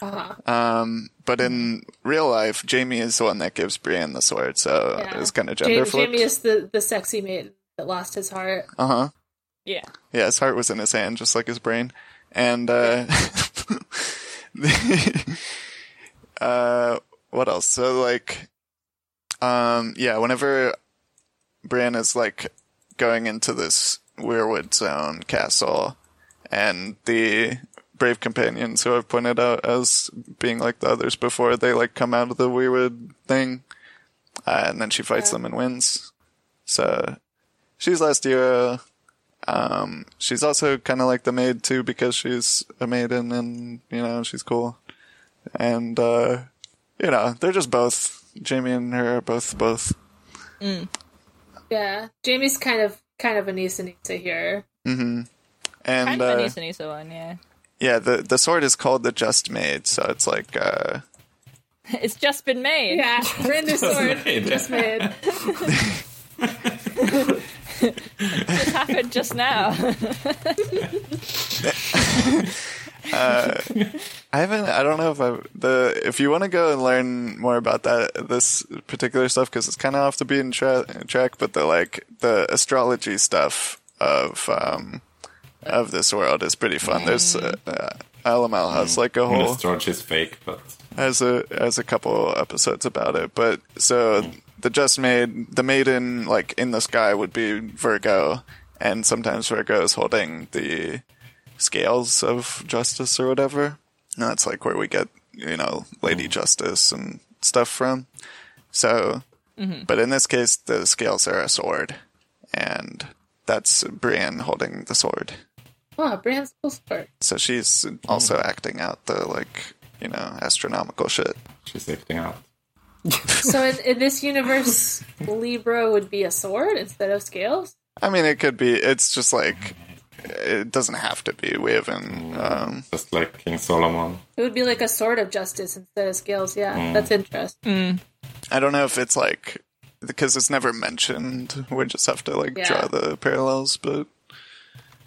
Uh-huh. Um, but in real life, Jamie is the one that gives Brienne the sword, so Yeah. it's kind of Ja- gender flipped. Jamie is the, the sexy maiden that lost his heart. uh huh. Yeah. Yeah, his heart was in his hand, just like his brain. And uh, <laughs> the- uh, what else? So like, um, yeah, whenever Bran is like going into this Weirwood Zone castle, and the brave companions who I've pointed out as being like the others before, they like come out of the Weirwood thing, uh, and then she fights them and wins. So she's last hero. Um, she's also kind of like the maid too because she's a maiden and you know she's cool. And uh, you know they're just both Jamie and her are both both. Yeah. Jamie's kind of kind of an Issa here. And Kind uh, of an Issa Nisa one, yeah. <laughs> yeah, the the sword is called the Just Maid, so it's like uh, It's just been made. <laughs> Yeah. Brand new <laughs> sword. Hey, Just made. It's happened just now. I haven't. I don't know if I the if you want to go and learn more about that this particular stuff because it's kind of off the beaten tra- track. But the like the astrology stuff of um of this world is pretty fun. There's uh, uh, LML has like a whole George is fake, but has a has a couple episodes about it. But so the just made the maiden like in the sky would be Virgo, and sometimes Virgo is holding the scales of justice or whatever. And that's like where we get you know Lady Justice and stuff from. So, but in this case, the scales are a sword, and that's Brienne holding the sword. Oh, Brienne's cool sword. So she's also acting out the like you know astronomical shit. she's acting out. So in, in this universe, Libra would be a sword instead of scales? I mean, it could be. It's just like it doesn't have to be. We haven't. Um, Just like King Solomon. It would be like a sword of justice instead of scales. Yeah, Mm. that's Mm. interesting. I don't know if it's like because it's never mentioned. We just have to like Yeah. draw the parallels, but.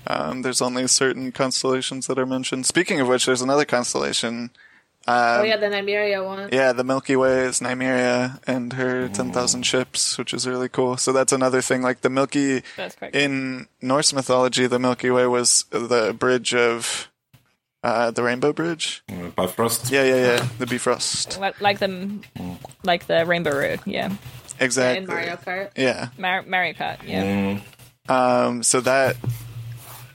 Um, there's only certain constellations that are mentioned. Speaking of which, there's another constellation. oh yeah, the Nymeria one. Yeah, the Milky Way is Nymeria and her 10,000 ships, which is really cool. So that's another thing. Like the Milky, That's correct. in Norse mythology, the Milky Way was the bridge of, uh, the Rainbow Bridge. Uh, Bifrost. Yeah, yeah, yeah. The Bifrost. Like, like the like the Rainbow Road, yeah. Exactly. In Mario Kart. Yeah. Mar- Mario Kart, yeah. Um, so that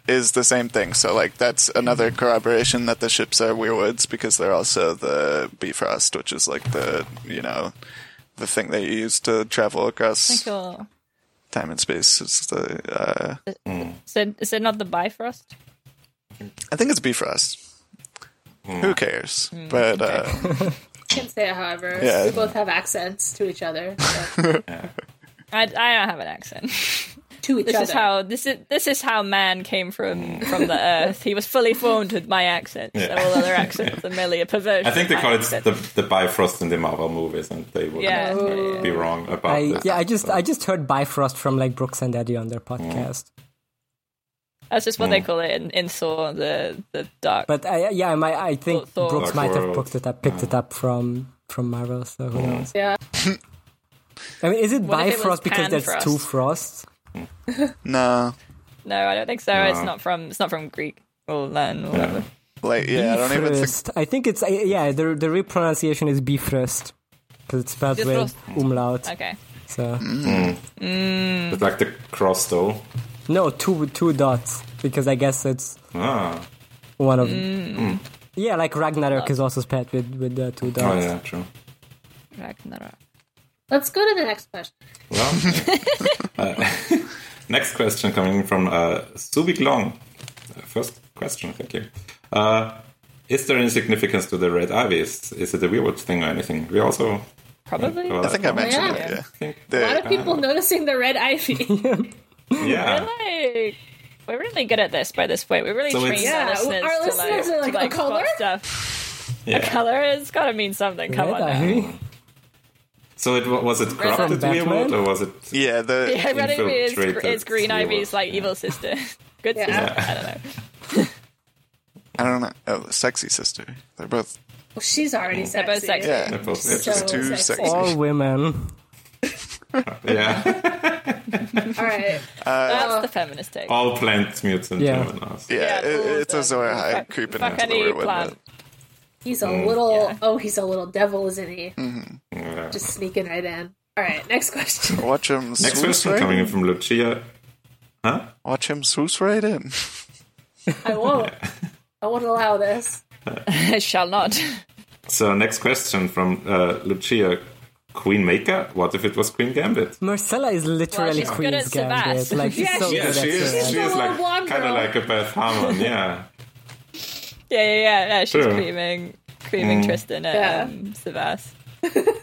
is the same thing. So like that's another Mm-hmm. corroboration that the ships are weirwoods because they're also the Bifrost, which is like the you know the thing that you use to travel across Cool. time and space. It's the uh, So, is it not the Bifrost? I think it's Bifrost. Who Hmm, cares? But uh, Can't say it, however. Yeah. We both have accents to each other. so- <laughs> I, I don't have an accent. <laughs> to each This other. is how this is this is how man came from from the earth. He was fully formed with my accent. So all other accents are merely a perversion. I think they of my call it accent. the, the Bifrost in the Marvel movies, and they would Yeah. uh, be wrong about I, this. uh, Mm. yeah, I just I just heard Bifrost from like Brooks and Eddie on their podcast. That's just what they call it in, in Thor, the the dark. But I, yeah, I, might, I think Thought- thought- Brooks Dark might have World. Mm. picked it up picked it up from from Marvel. So who knows? Yeah. I mean, is it What if it was Bifrost because there's Panfrost? two frosts? no, no, I don't think so. It's not from it's not from Greek or Latin or whatever. like yeah, I don't even think Bifrost. I think it's I- yeah. The the repronunciation is Bifrost because it's spelled with Bifrost. umlaut. Okay. So Mm. It's like the cross, though. no two two dots because I guess it's Ah, one of yeah, like Ragnarok is also paired with with the two Oh dogs. yeah, true. Ragnarok. Let's go to the next question. Well, uh, <laughs> next question coming from uh, Subic Long. Uh, First question, thank you. Uh, is there any significance to the red ivy? Is, is it a weird thing or anything? We <laughs> also Probably. Well, I I think I mentioned Oh, yeah. it. Yeah. think A lot of The, people noticing the red ivy. yeah. Like, we're really good at this by this point. We're really So training it's- our Yeah, listeners our to, listeners like, are like, to, like "A colour?" spot stuff. yeah. Color has got to mean something. Come Red on. now. Ivy? So it wa- was it corrupted From weirwood Batman? or was it? <laughs> yeah, the Yeah, Red Ivy is, gr- Infiltrated is Green Seaworld, Ivy's like evil sister. <laughs> Good Yeah. sister. Yeah. I don't know. I don't know. Oh, sexy sister. They're both Well, she's already sexy. Mm. both sexy. yeah. It was- it So was- too sexy. sexy. <laughs> All women. <laughs> yeah, All right. Uh, That's the feminist take. all plant mutants. Yeah. Yeah, Yeah, it, ooh, it's a so- Zora High creeping fuck into the any rear window. plant. He's a little. Yeah. Oh, he's a little devil, isn't he? Yeah. Just sneaking right in. All right. Next question. <laughs> Watch him Next swoos question right coming in. in from Lucia. Huh? Watch him swoos right in. I won't. I won't allow this. <laughs> I shall not. So next question from uh, Lucia. Queen Maker? What if it was Queen Gambit? Marcella is literally she's good Queen's at Savas. Gambit. Like she's Yeah, so she Yeah, good she at Savas. is. the She is little like blonde kind of girl. like a Beth <laughs> Harmon. Yeah, Yeah, yeah, yeah. yeah she's Sure. creaming, Mm. creaming Tristan at Yeah. um, Savas.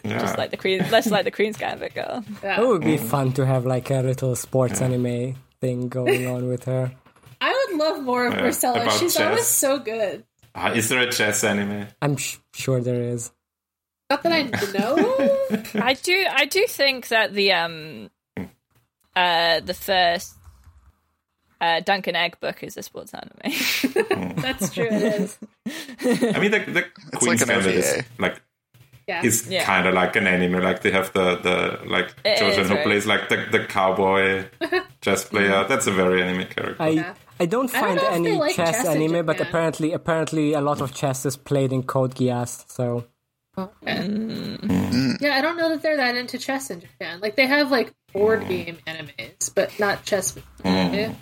yeah. Just like the queen, less like the Queen's Gambit girl. It would be Mm. fun to have like a little sports anime thing going on with her. I would love more of Yeah, Marcella. about She's always chess. so good. Ah, is there a chess anime? I'm sh- sure there is. Not that I <laughs> know. I do, I do think that the um, uh, the first uh, Duncan Egg book is a sports anime. <laughs> That's true. It is. I mean, the, <laughs> the like Queen's an Gambit is OVA. like Yeah. is Uh, Yeah. kind of like an anime. Like they have the the like It Jojen is, who right. Mm. plays like the, the cowboy <laughs> chess player. That's a very anime character. I I I don't don't find know if they any like chess, chess in anime, but Japan. apparently apparently a lot of chess is played in Code Geass. So Yeah, I don't know that they're that into chess in Japan. Like they have like Mm. board game animes, but not chess. Yeah,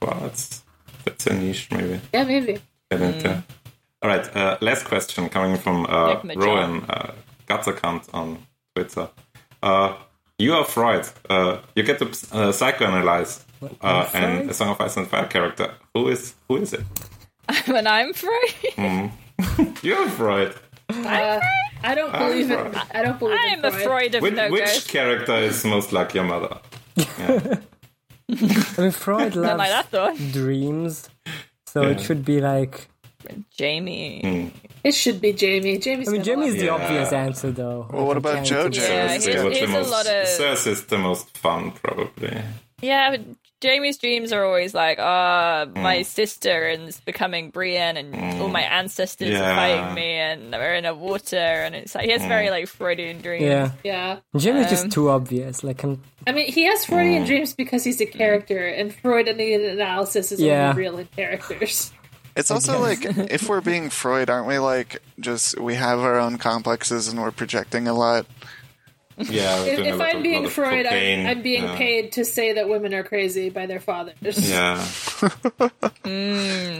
well, that's that's a niche maybe. yeah, maybe. Get Mm. it, yeah. All right. Uh, last question coming from uh, Nick Mitchell. Rowan uh, Gatzerkant on Twitter. Uh, you are Freud. Uh, you get to uh, psychoanalyze uh, I'm and Freud? a Song of Ice and Fire character. Who is who is it? when I'm free, You are Freud. Uh, I don't believe it. I don't believe. I in am a Freud. Freud of Um, Which, no which ghost. character is most like your mother? I mean, Freud I like loves that thought. dreams, so it should be like. Jamie. Mm, It should be Jamie. Jamie's. I mean, gonna Jamie's love the Yeah. obvious answer, though. Well, what about JoJo? Yeah, It's he's- got- he's- the a most, lot of- Cersei is the most fun, probably. Yeah, but Jamie's dreams are always like, ah, Mm. my sister and it's becoming Brienne, and all my ancestors are Yeah. Mm. fighting me, and we're in a water, and it's like he has very like Freudian dreams. Yeah, it. Yeah. Jimmy's Um, just too obvious. Like, I'm, I mean, he has Freudian dreams because he's a character, and Freud in the analysis is Yeah. only real in characters. It's also like if we're being Freud, aren't we like just we have our own complexes and we're projecting a lot? Yeah. we're If, doing a if lot I'm of- lot being of Freud, cocaine. I'm, I'm being yeah. paid to say that women are crazy by their fathers. Yeah.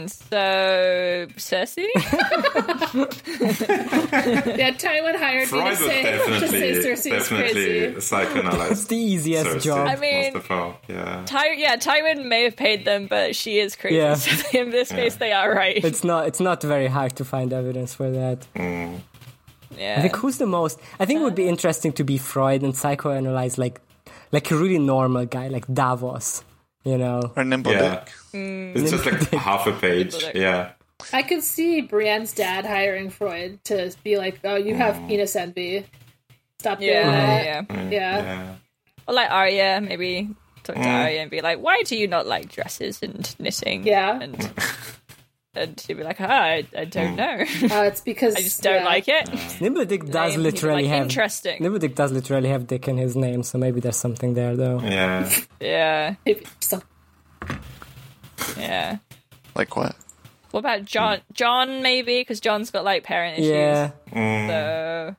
So Cersei, <laughs> <laughs> Yeah, Tywin hired Freud me to was say, <laughs> to say Cersei definitely, is crazy. definitely psychoanalyzed. it's <laughs> the easiest Cersei, job. I mean- most of all, yeah. Ty- yeah, Tywin may have paid them, but she is crazy. Yeah. <laughs> So in this case, they are right. it's not. It's not very hard to find evidence for that. yeah, I think who's the most? I think it would be interesting to be Freud and psychoanalyze like, like a really normal guy like Davos. You know, Or nimble Yeah. dick. It's just like half a page. Nimble dick. Yeah. I could see Brienne's dad hiring Freud to be like, "Oh, you have Mm. penis envy. Stop doing yeah, that." yeah. Yeah. Yeah. Or like Arya, maybe talk to Mm. Arya and be like, "Why do you not like dresses and knitting?" Yeah. and and she'd be like, "Ah, I, I don't know. <laughs> Uh, it's because I just don't yeah. like it." Nimbledick Name, does he'd be literally like, have interesting. Nimbledick does literally have Dick in his name, so maybe there's something there though. Yeah. Yeah, Maybe some- yeah. Like what? What about John? John maybe because John's got like parent issues. Yeah, So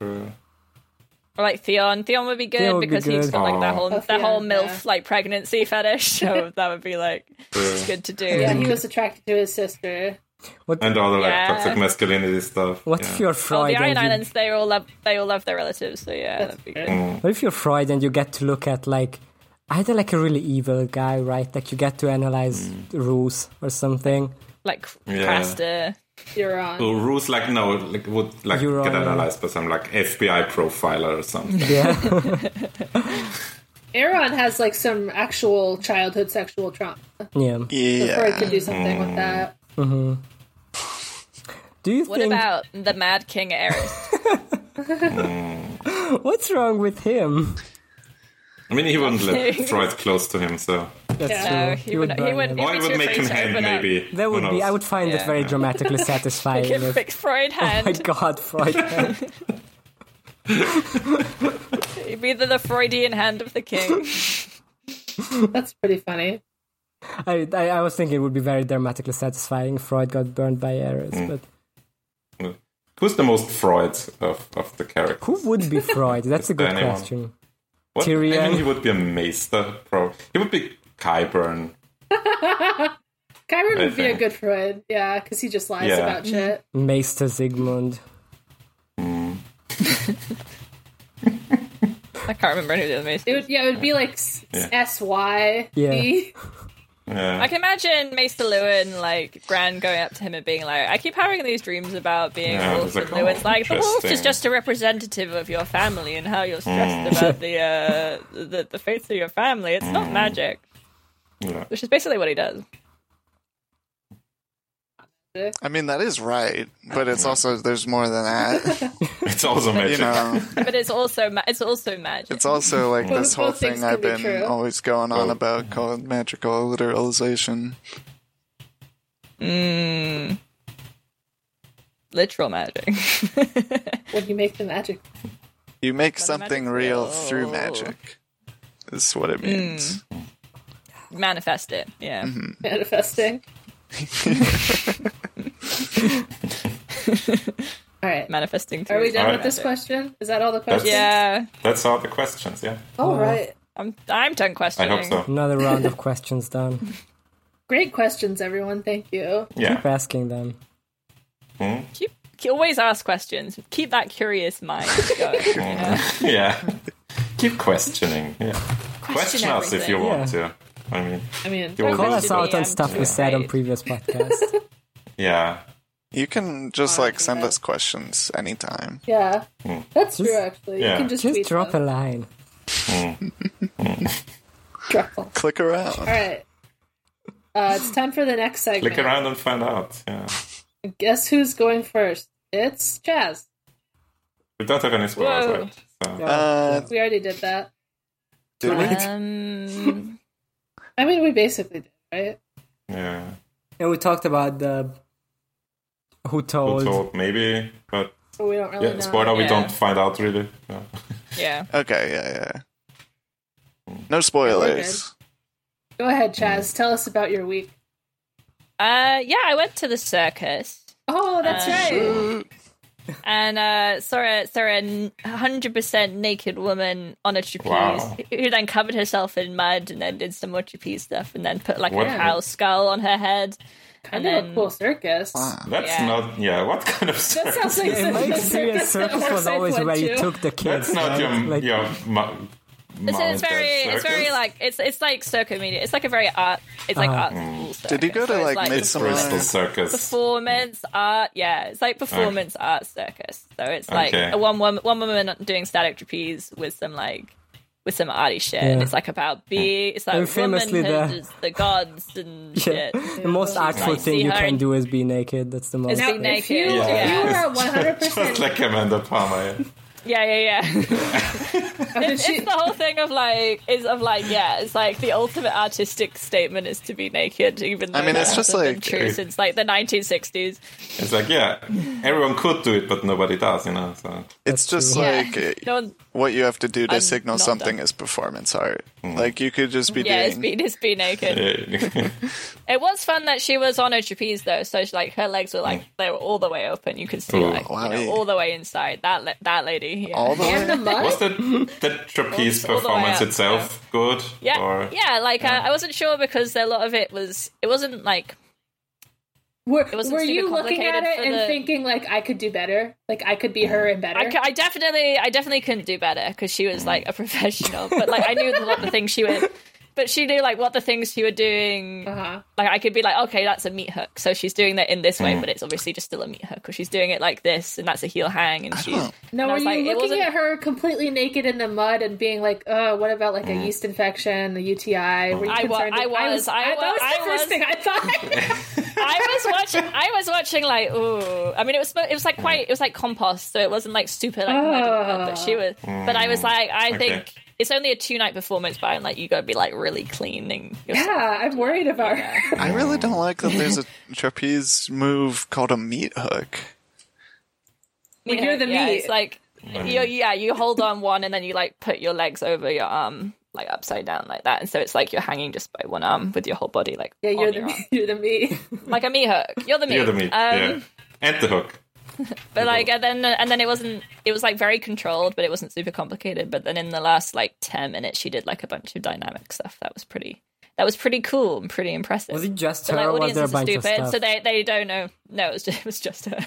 Or like Theon. Theon would be good Theon would be because he's good. got like that Aw. whole Oh, that whole Theon, MILF yeah. like pregnancy fetish. <laughs> So that would be like it's good to do. Yeah, he was attracted to his sister. and all the like Yeah. toxic masculinity stuff. What yeah. if you're Oh, Freud? the Iron and you- Islands, they all love they all love their relatives, so yeah, That's that'd be fair. good. What if you're Freud and you get to look at like either like a really evil guy, right? Like you get to analyze Mm. rules or something. <laughs> Like Yeah. Craster. You're on. So Ruth, like no, like would like You're get on, yeah. analyzed by some like FBI profiler or something. <laughs> Yeah, Aaron has like some actual childhood sexual trauma. yeah. Yeah. Freud Yeah. could do something with that. Do you What think about the Mad King Eris? <laughs> what's wrong with him? I mean, he wouldn't <laughs> let Freud close to him, so That's No, true. he, would not he burn would him. he'd or be it too would make afraid him to hand open up. maybe. That Who would be. knows? I would find it Yeah. very <laughs> dramatically satisfying. Give if, Big Freud Oh my hand. <laughs> God, Freud! <laughs> It'd be the, the Freudian hand of the king. <laughs> That's pretty funny. I, I I was thinking it would be very dramatically satisfying. if Freud got burned by Eris, Mm. but Who's the most Freud of, of the characters? who would be <laughs> Freud? That's a good Anyone. question. What? I Tyrion? mean, he would be a maester. Pro. He would be Kyburn. Kyron <laughs> I would be a think. good Freud, yeah, because he just lies Yeah. about shit. Maester Zygmunt. I can't remember any of the other movies. It would, yeah, it would be like S Yeah. Y B. Yeah. I Yeah. can imagine Maester Lewin, like Gran, going up to him and being like, "I keep having these dreams about being Yeah, a wolf." it's like, and Lewin's oh, like, "The wolf is interesting." Mm. just a representative of your family and how you're stressed about the, uh, the the fates of your family. It's not magic," yeah. which is basically what he does. I mean, that is right, but it's also there's more than that. It's also You magic. know, But it's also ma- it's also magic. it's also like Both- this whole both things thing can I've be been true. always going on Oh. about called magical literalization. Mm. Literal magic. <laughs> When you make the magic. You make But a magic something real spell. through magic. Is what it means. Manifest it. Yeah. Mm-hmm. Manifesting. all right. Manifesting through. Are we done Alright. with this question? Is that all the questions? Yeah. That's all the questions. Yeah. All right. I'm I'm done I questioning. hope so. Another round of questions done. Great questions, everyone. Thank you. Yeah. Keep asking them. Keep, keep- always ask questions. Keep that curious mind <laughs> going. you know? <laughs> yeah. Keep questioning. Yeah. Question, us if you everything. want to. I mean, I mean, you Call always- us out on DM stuff we too, said on right? previous podcasts. Yeah. You can just Oh, like send yeah. us questions anytime. yeah. That's true, actually. You Hmm. yeah. can <laughs> just, tweet Just drop a them. line. Drop them. Click around. All right. Uh, it's time for the next segment. Click around and find out. Yeah. Guess who's going first? It's Jazz. We don't have any spoilers, Whoa. right? So. Uh, We already did that. did we? Um, I mean, we basically did, right? Yeah. And we talked about the who told. Who told? Maybe, but So we don't really yeah, know. spoiler, we Yeah. don't find out really. Yeah. <laughs> yeah. Okay, yeah, yeah. No spoilers. Go ahead, Chaz. Tell us about your week. Uh, yeah. I went to the circus Oh, that's Uh, right. and uh, saw a saw a hundred percent naked woman on a trapeze Wow. who then covered herself in mud and then did some more trapeze stuff and then put like What? a cow skull on her head. Kind of a cool circus. That's Yeah. not. Yeah. What kind of? That circus? sounds like In my the <laughs> <laughs> experience, that circus was Orsay always went where you to. took the kids. That's not your right? Like, your. Mu- So it's very, it's very like it's it's like circo media. It's like a very art. It's like art school. Did you circus. go to So it's like, Midsummer? Bristol circus. <laughs> performance art? Yeah, it's like performance art circus. So it's like Okay. a one woman one woman doing static trapeze with some like with some arty shit. And Yeah. it's like about be it's like And famously womanhood, the- is the gods and <laughs> yeah. shit. The most artful like, thing see you her can and- do is be naked. That's the most. Now- yeah. naked. If you, Yeah. if you were at one hundred Just percent, like Amanda Palmer. yeah. Yeah, yeah, <laughs> yeah. it's it's the whole thing of like is of like yeah. It's like the ultimate artistic statement is to be naked, even though I mean, that it's just hasn't been like- true since like the 1960s. <laughs> It's like yeah, everyone could do it, but nobody does. You know. So It's just true. like uh, No one, what you have to do to I'm signal not something done. is performance art. Like you could just be Yeah, it's doing. be it's be naked. It was fun that she was on a trapeze though, so she, like her legs were like they were all the way open. You could see Oh, like you wow. know, all the way inside. That la- that lady. Yeah. all the way. And the mud? Was that that trapeze All the way performance up, itself good? yeah, Or, yeah. Like uh, I, I wasn't sure because a lot of it was it wasn't like Were, wasn't were super you looking at complicated it for and the- thinking like I could do better? Like I could be her and better. I, cou- I definitely I definitely couldn't do better because she was like a professional, but like I knew what the things she would. But she knew like what the things she were doing. uh-huh. Like I could be like, okay, that's a meat hook, so she's doing that in this way, but it's obviously just still a meat hook. Or she's doing it like this, and that's a heel hang, and she's Now, And I were was you like, it looking wasn't- at her completely naked in the mud and being like, "Oh, what about like a yeast infection, a UTI?" Were you I wa- concerned? I was- I that was wa- the I first was- thing I <laughs> thought. I was watching. I was watching like ooh. I mean, it was it was like quite. It was like compost, so it wasn't like super like. Ah. murdered, but she was. But I was like, I Mm. Okay. think it's only a two night performance, but I'm like, you got to be like really cleaning. Yourself. yeah, I'm worried about her. I really don't like that <laughs> there's a trapeze move called a meat hook. When you're the yeah, meat. It's like Mm. you yeah, you hold on one and then you like put your legs over your arm like upside down like that, and so it's like you're hanging just by one arm with your whole body like Yeah, you're on the your arm. you're the <laughs> me. like a me hook. You're the me. You're the meat. Um, yeah. And the hook. but like and then and then it wasn't it was like very controlled but it wasn't super complicated but then in the last like 10 minutes she did like a bunch of dynamic stuff that was pretty that was pretty cool and pretty impressive Was it just so like her or was there a audiences are bunch of stupid stuff? so they they don't know no it was just, <laughs> it was just her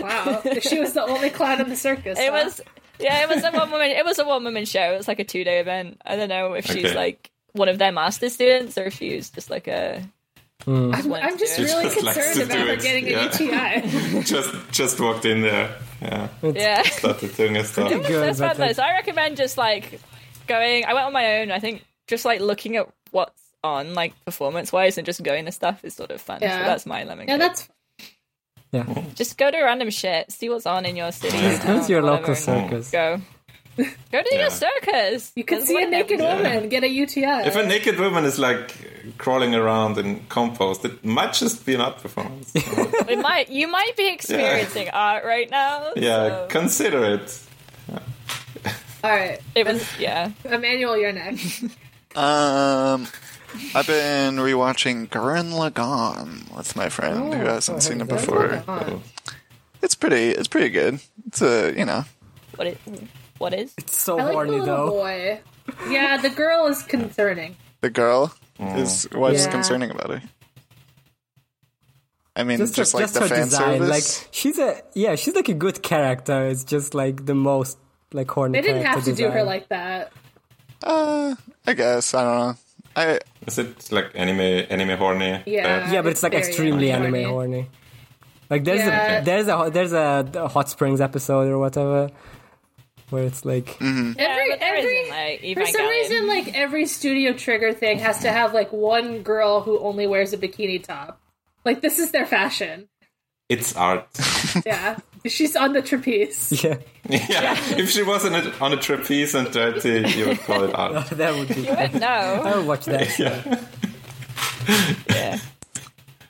Wow, she was the only clown in the circus. it huh? was yeah it was a one woman it was a one woman show it was like a two day event i don't know if she's Okay. like one of their master's students or if she was just like a just wanted I'm to just do it. really Just likes concerned to about do her it, getting a yeah. UTI. <laughs> just just walked in there. Yeah. yeah Started doing her stuff. Pretty <laughs> good, That's fun but though. like, So I recommend just like going. I went on my own. I think just like looking at what's on, like performance wise, and just going to stuff is sort of fun. Yeah. So that's my lemon. yeah, cake. that's yeah, just go to random shit, see what's on in your city. that's your local circus. circus. Go. Go <laughs> to Yeah. your circus. you could There's see a one naked every- woman get a UTI. If a naked woman is like crawling around in compost, it might just be an art performance. It might you might be experiencing art right now. yeah, so consider it. All right, it was yeah. Emmanuel, you're <laughs> next. Um, I've been rewatching Gurren Lagann with my friend Oh, who hasn't seen it before. On. It's pretty. It's pretty good. It's a you know. What it what is? It's so I like the horny little though. boy. Yeah, the girl is concerning. The girl is what's Yeah. concerning about her. I mean, just, Just, like just the her fan design, service. like she's a yeah, she's like a good character. It's just like the most like horny. They didn't have character to do her design. like that. uh, I guess I don't know. I Is it like anime anime horny? Uh, Yeah. yeah, but it's like Very extremely horny. anime horny. Like there's Yeah. a there's a there's a, a hot springs episode or whatever where it's like Every, yeah, but there every, isn't, like for some Evangelion. reason, like every Studio Trigger thing has to have like one girl who only wears a bikini top. Like this is their fashion. It's art. <laughs> Yeah, <laughs> she's on the trapeze. <laughs> yeah, yeah. If she was in a, on a trapeze and dirty, you would call it <laughs> art. that would be. <laughs> no. <laughs> I would watch that. Yeah.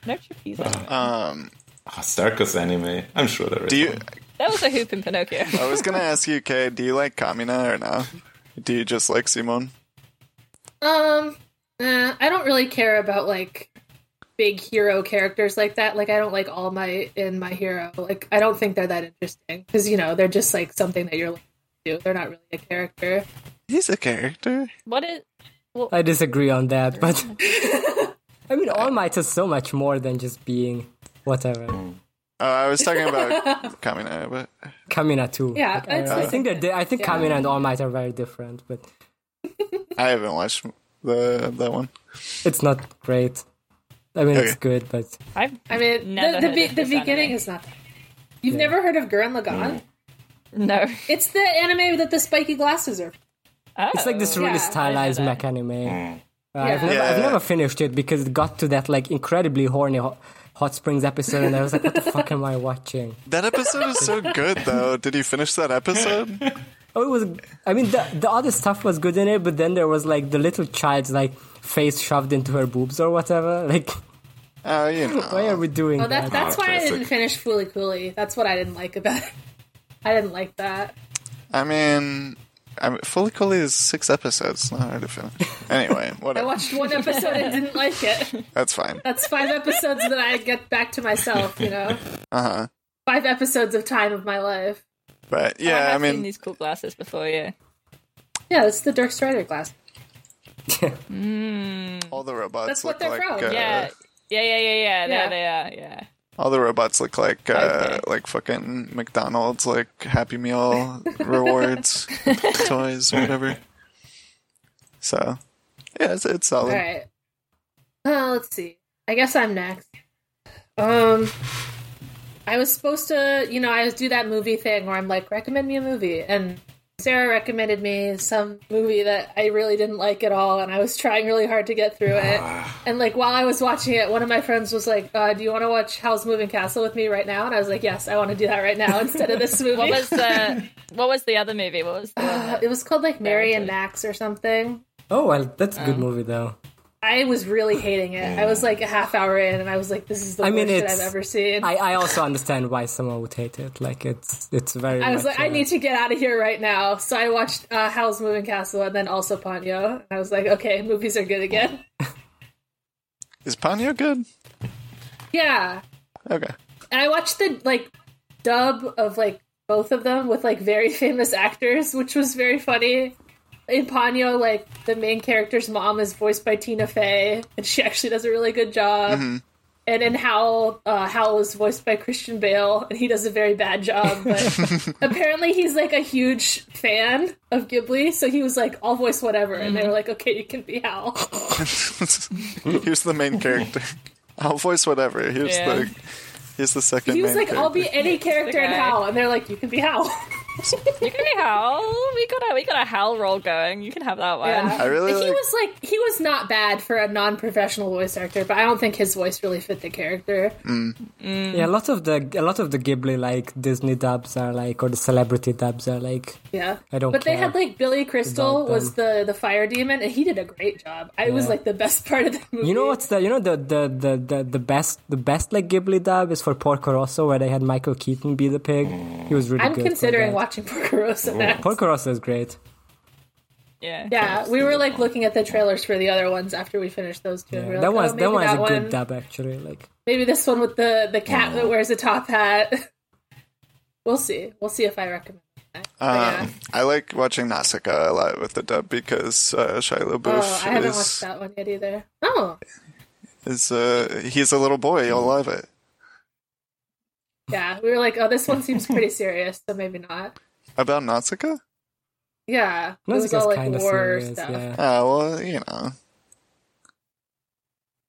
No trapeze. anyway. Ah, circus anime. I'm sure there is. do you. one. That was a hoop in Pinocchio. I was gonna ask you, Kay. Do you like Kamina or no? Do you just like Simon? Um, uh, I don't really care about like big hero characters like that. Like I don't like all my in my hero. Like I don't think they're that interesting because you know they're just like something that you're looking to. They're not really a character. He's a character. What is I disagree on that, but <laughs> I mean, All Might is so much more than just being whatever. Oh, I was talking about <laughs> Kamina, but Kamina too. Yeah, Like, I, it's I like- think they're. Di- I think Yeah. Kamina and All Might are very different, but I haven't watched the that one. it's not great. I mean, it's Okay. good, but I've I mean, Never the the, heard be- of the this beginning anime. Mm. is not. That. You've never heard of Gurren Lagann? no. <laughs> It's the anime that the spiky glasses are. it's like this really Yeah, I know stylized that. mech anime. Uh, I've, Yeah. never, I've Yeah. never finished it because it got to that like incredibly horny ho- hot springs episode, and I was like, "What the fuck am I watching?" That episode is so good, though. Did you finish that episode? Oh, it was. I mean, the the other stuff was good in it, but then there was like the little child's like face shoved into her boobs or whatever. <laughs> Like, <laughs> Oh, you why are know. we doing Oh, that, that? that's why I classic. didn't finish Fooly Cooly. That's what I didn't like about it. I didn't like that. I mean, I'm fully cool is six episodes. It's not hard to finish. <laughs> Anyway, I whatever. watched one episode and didn't like it. That's fine. That's five episodes that I get back to myself, you know? Uh huh. Five episodes of time of my life. But I yeah, I have seen mean, these cool glasses before. Yeah, Yeah, it's the Dirk Strider glass. all the robots That's what look they're like from. Uh, yeah, yeah, yeah, yeah, yeah. Yeah. There they are. Yeah. all the robots look like uh, Okay. like fucking McDonald's, like <laughs> Happy Meal rewards, toys, whatever. So yeah, it's, it's solid. All right. Well, let's see. I guess I'm next. Um, I was supposed to, you know, I was do that movie thing where I'm like, recommend me a movie, and Sarah recommended me some movie that I really didn't like at all, and I was trying really hard to get through it. And like while I was watching it, one of my friends was like, uh, "Do you want to watch Howl's Moving Castle with me right now?" And I was like, "Yes, I want to do that right now instead of <laughs> this movie." What was the What was the other movie? What was <laughs> the one that- it was called like Mary and Max or something. <laughs> Oh, well, that's a good movie though. I was really hating it. I was like a half hour in, and I was like, "This is the Oh, I mean, worst shit it's- I've ever seen." I, I, I also understand why someone would hate it. Like it's it's very. was much, like, "I uh, need to get out of here right now." So I watched uh, Howl's Moving Castle, and then also Ponyo. And I was like, "Okay, movies are good again." <laughs> Is Ponyo good? yeah, <laughs> Okay. and I watched the like dub of like both of them with like very <laughs> famous actors, which was very funny. In Ponyo, like the main character's mom is voiced by Tina Fey, and she actually does a really good job. And in Howl, uh, Howl is voiced by Christian Bale, and he does a very bad job. But apparently, he's like a huge fan of Ghibli, so he was like, "I'll voice whatever," and Mm-hmm. they were like, "Okay, you can be Howl." Here's the main character. I'll voice whatever. Here's Yeah. the here's the second. He was main like, "I'll be any character in guy. Howl," and they're like, "You can be Howl." <laughs> You can be howl. We got a we got a howl roll going. You can have that one. Yeah. I really he like- was like he was not bad for a non-professional voice actor, but I don't think his voice really fit the character. Mm. Yeah, a lot of the a lot of the Ghibli like Disney dubs are like or the celebrity dubs are like. Yeah, I don't But they had care like Billy Crystal about them. was the the fire demon, and he did a great job. I was Yeah. like the best part of the movie. You know what's the you know the the, the, the, the best the best like Ghibli dub is for Porco Rosso where they had Michael Keaton be the pig. He was really I'm good. Oh, considering for that. watching Porco Rosso next. Porco Rosso is great. yeah. yeah, we were like looking at the trailers for the other ones after we finished those two. and we were that like, was oh, that maybe was that a one, good dub Oh. actually. Like maybe this one with the the cat that wears a top hat. <laughs> we'll see. We'll see if I recommend. it next. But yeah. Um, I like watching Nausicaa a lot with the dub because uh, Shia LaBeouf Oh, I haven't is watched that one yet either. Oh, is uh, he's a little boy. You'll love it. Yeah, we were like, oh, this one seems <laughs> pretty serious, so maybe not. About Nausicaa? Yeah, it was Nausicaa's all like kind of war serious. stuff. Oh, Yeah, well, you know.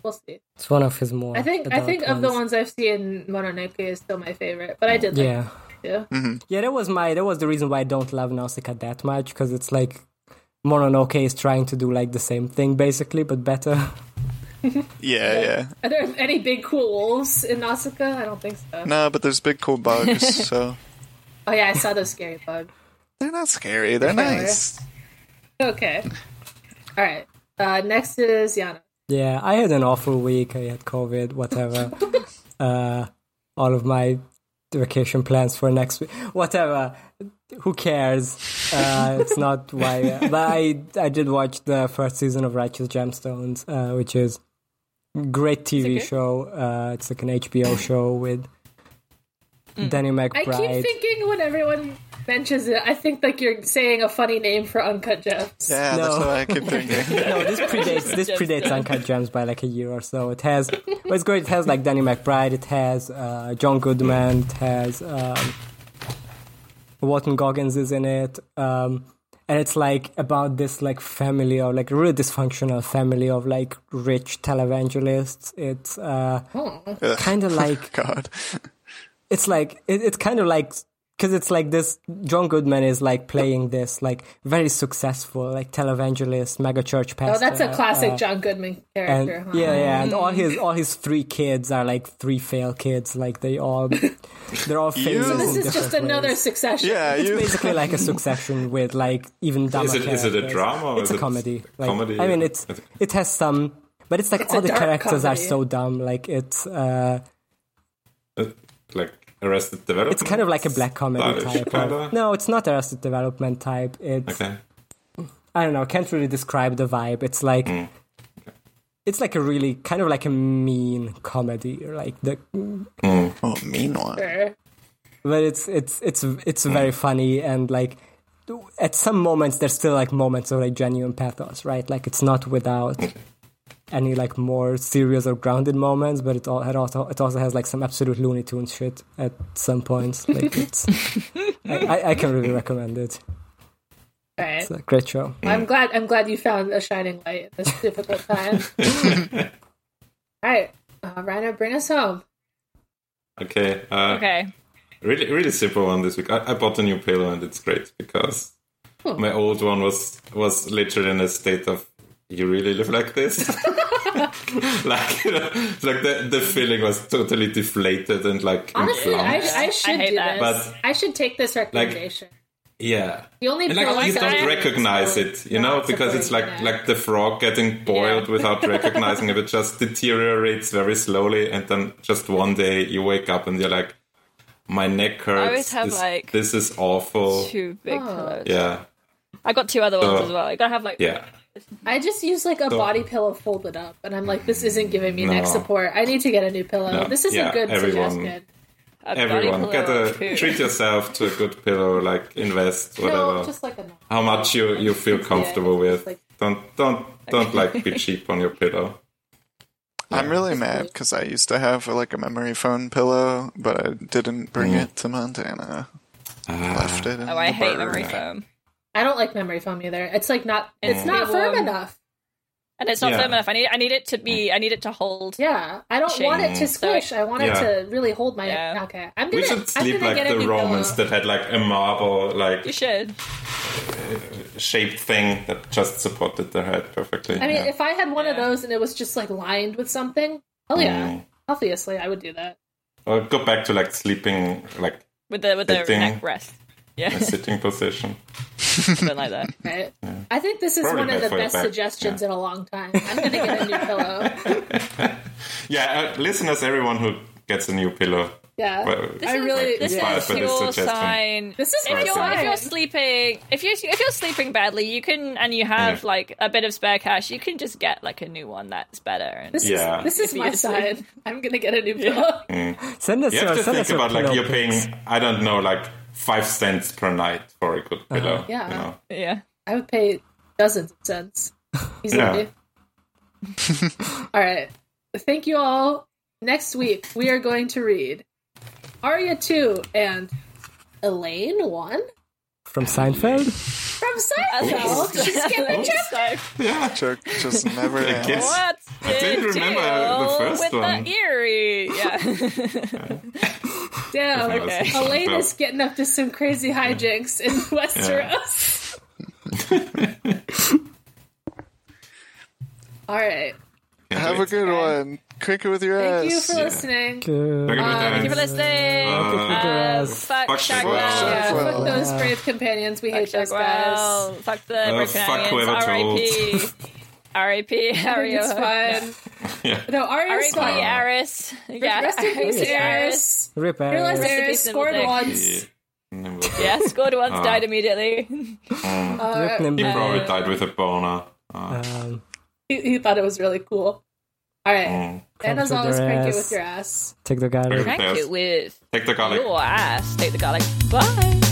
We'll see. it's one of his more. I think I adult think of the ones I've seen, Mononoke is still my favorite, but I did like Yeah, it too. yeah. That was my that was the reason why I don't love Nausicaa that much because it's like Mononoke is trying to do like the same thing basically but better. <laughs> Yeah, yeah. Are there any big cool wolves in Nausicaa? I don't think so. No, but there's big cool bugs, so Oh yeah, I saw those scary bugs. they're not scary. They're nice. Okay, all right. Uh, next is Yana. Yeah, I had an awful week. I had <laughs> COVID, whatever. uh, all of my vacation plans for next week, whatever. Who cares? Uh, it's not why. but I I did watch the first season of Righteous Gemstones, uh, which is great TV show. Uh, it's like an HBO show with Danny Mm. I McBride. keep thinking when everyone mentions it, I think like you're saying a funny name for Uncut Gems. Yeah, No. that's what I keep thinking. no, <laughs> this predates this predates Uncut Gems by like a year or so. It has well, it's great. It has like Danny McBride. It has uh, John Goodman. It has um, Walton Goggins is in it, um, and it's like about this like family of like really dysfunctional family of like rich televangelists. It's uh, Hmm, kind of like <laughs> God. it's like it, it's kind of like because it's like this john goodman is like playing this like very successful like televangelist mega church pastor Oh, that's a classic John Goodman uh, and, character. huh? yeah yeah and all Mm-hmm. his all his three kids are like three fail kids like they all they're <laughs> all failures So in This is different just another ways. succession. Yeah, you basically like a succession with like even dumber Is it is it a characters. drama? Or it's is a comedy. It Like, comedy. I mean, it's it has some, but it's like It's a all the dark characters are comedy. so dumb. Like it's uh, Uh, like Arrested Development. It's kind of like a black comedy stylish, type. kinda. Of, no, it's not Arrested Development type. It's Okay. I don't know. Can't really describe the vibe. It's like Mm. it's like a really kind of like a mean comedy, or like the Oh, meanwhile. Sure. but it's it's it's it's very funny and like at some moments there's still like moments of like genuine pathos, right? Like it's not without any like more serious or grounded moments, but it all it also it also has like some absolute Looney Tunes shit at some points. Like it's <laughs> I, I, I can really recommend it. All right. It's a great show. I'm glad. I'm glad you found a shining light in this difficult <laughs> time. All right, uh, Rhino, bring us home. Okay. Uh, Okay. Really, really simple one this week. I, I bought a new pillow and it's great because my old one was was literally in a state of you really live <laughs> like this. <laughs> like, you know, it's like the the feeling was totally deflated and like Honestly, I, inflamed. I should hate do that. this. But- I should take this recommendation. yeah. the only And, pillow like you I don't have is recognize pillow. it, you know, Not because it's like supporting like the frog getting <laughs> boiled Yeah. without recognizing it. It just deteriorates very slowly, and then just one day you wake up and you're like, "My neck hurts. always have, this, like, this is awful." Two big Oh. pillows. Oh. Yeah, I got two other ones So- as well. I gotta have like yeah. that. I just use like a body pillow folded up, and I'm like, this isn't giving me neck No. support. I need to get a new pillow. No. This is Yeah, a good everyone- suggestion. a Everyone, body get pillow. a too. treat yourself to a good pillow. Like invest whatever. No, just like a. How much you you feel comfortable it's with? like- Don't don't don't like <laughs> be cheap on your pillow. I'm really mad because I used to have like a memory phone pillow, but I didn't bring it to Montana. Left it. In Oh, I the hate bird. memory foam, I don't like memory foam either. It's like not. It's Mm. not firm Warm. enough. and it's not Yeah. firm enough. I need I need it to be. I need it to hold. Yeah, I don't Shame. want it to So it- squish. I want it Yeah. to really hold my. Yeah. Okay, I'm gonna. We should I'm sleep gonna like get a the new Romans pillow. that had like a marble like You should. shaped thing that just supported their head perfectly. I mean, yeah. if I had one of Yeah. those and it was just like lined with something, oh yeah, Mm. obviously I would do that. or go back to like sleeping, like with the with the Good thing. neck rest. Yeah, a sitting <laughs> position. <laughs> something like that. Right? I think this is Probably one of bad the for your best back. suggestions in a long time. I'm gonna get <laughs> a new pillow. Yeah, uh, listeners, everyone who gets a new pillow, Yeah, well, I really. This inspired is by this your suggestion. sign. This is my if you're, if sign. you're sleeping, if you if you're sleeping badly, you can and you have Yeah. like a bit of spare cash, you can just get like a new one that's better. And This Yeah. is this is If you my just- sign. I'm gonna get a new pillow. Send us you your have to send think us your about like pillow you're pics. paying, I don't know, like five cents per night for a good pillow. Yeah. you know? yeah, I would pay dozens of <laughs> cents easily. all right. Thank you all. Next week, we are going to read Arya 2 and Elaine 1 from Seinfeld. from Seinfeld. <laughs> She skipped a chapter. Joke just never ends. guess- what? I didn't remember the first with one. the eerie. <laughs> Yeah, Damn. That was something Elaine about- is getting up to some crazy hijinks <laughs> in Westeros. <laughs> all right. Have a good one. Cricket with your Thank you ass. for listening. Uh, thank you for listening. Uh, Yes. fuck fuck Shagwell. Shagwell. Yeah, Well, Uh, fuck those brave companions. We hate those guys. Shagwell. Fuck the Broken Uh, fuck Aliens. whoever told. R.I.P. <laughs> R.I.P. Harry. It's fun. No, Arya's R.I.P. fun. Aris. Yeah. Rest in peace, R.I.P. Aris. Rip Realize in Ares. Aris peace, scored Nimble Dick. once. Yeah, scored once, died immediately. <laughs> Uh, Rip He Nimble. probably died with a boner. Uh, Um, He, he thought it was really cool. All right. mm. And as with always, your crank it ass. with your ass. take the guy. Very Thank fast. you with Take the garlic. your ass. Take the garlic. Bye.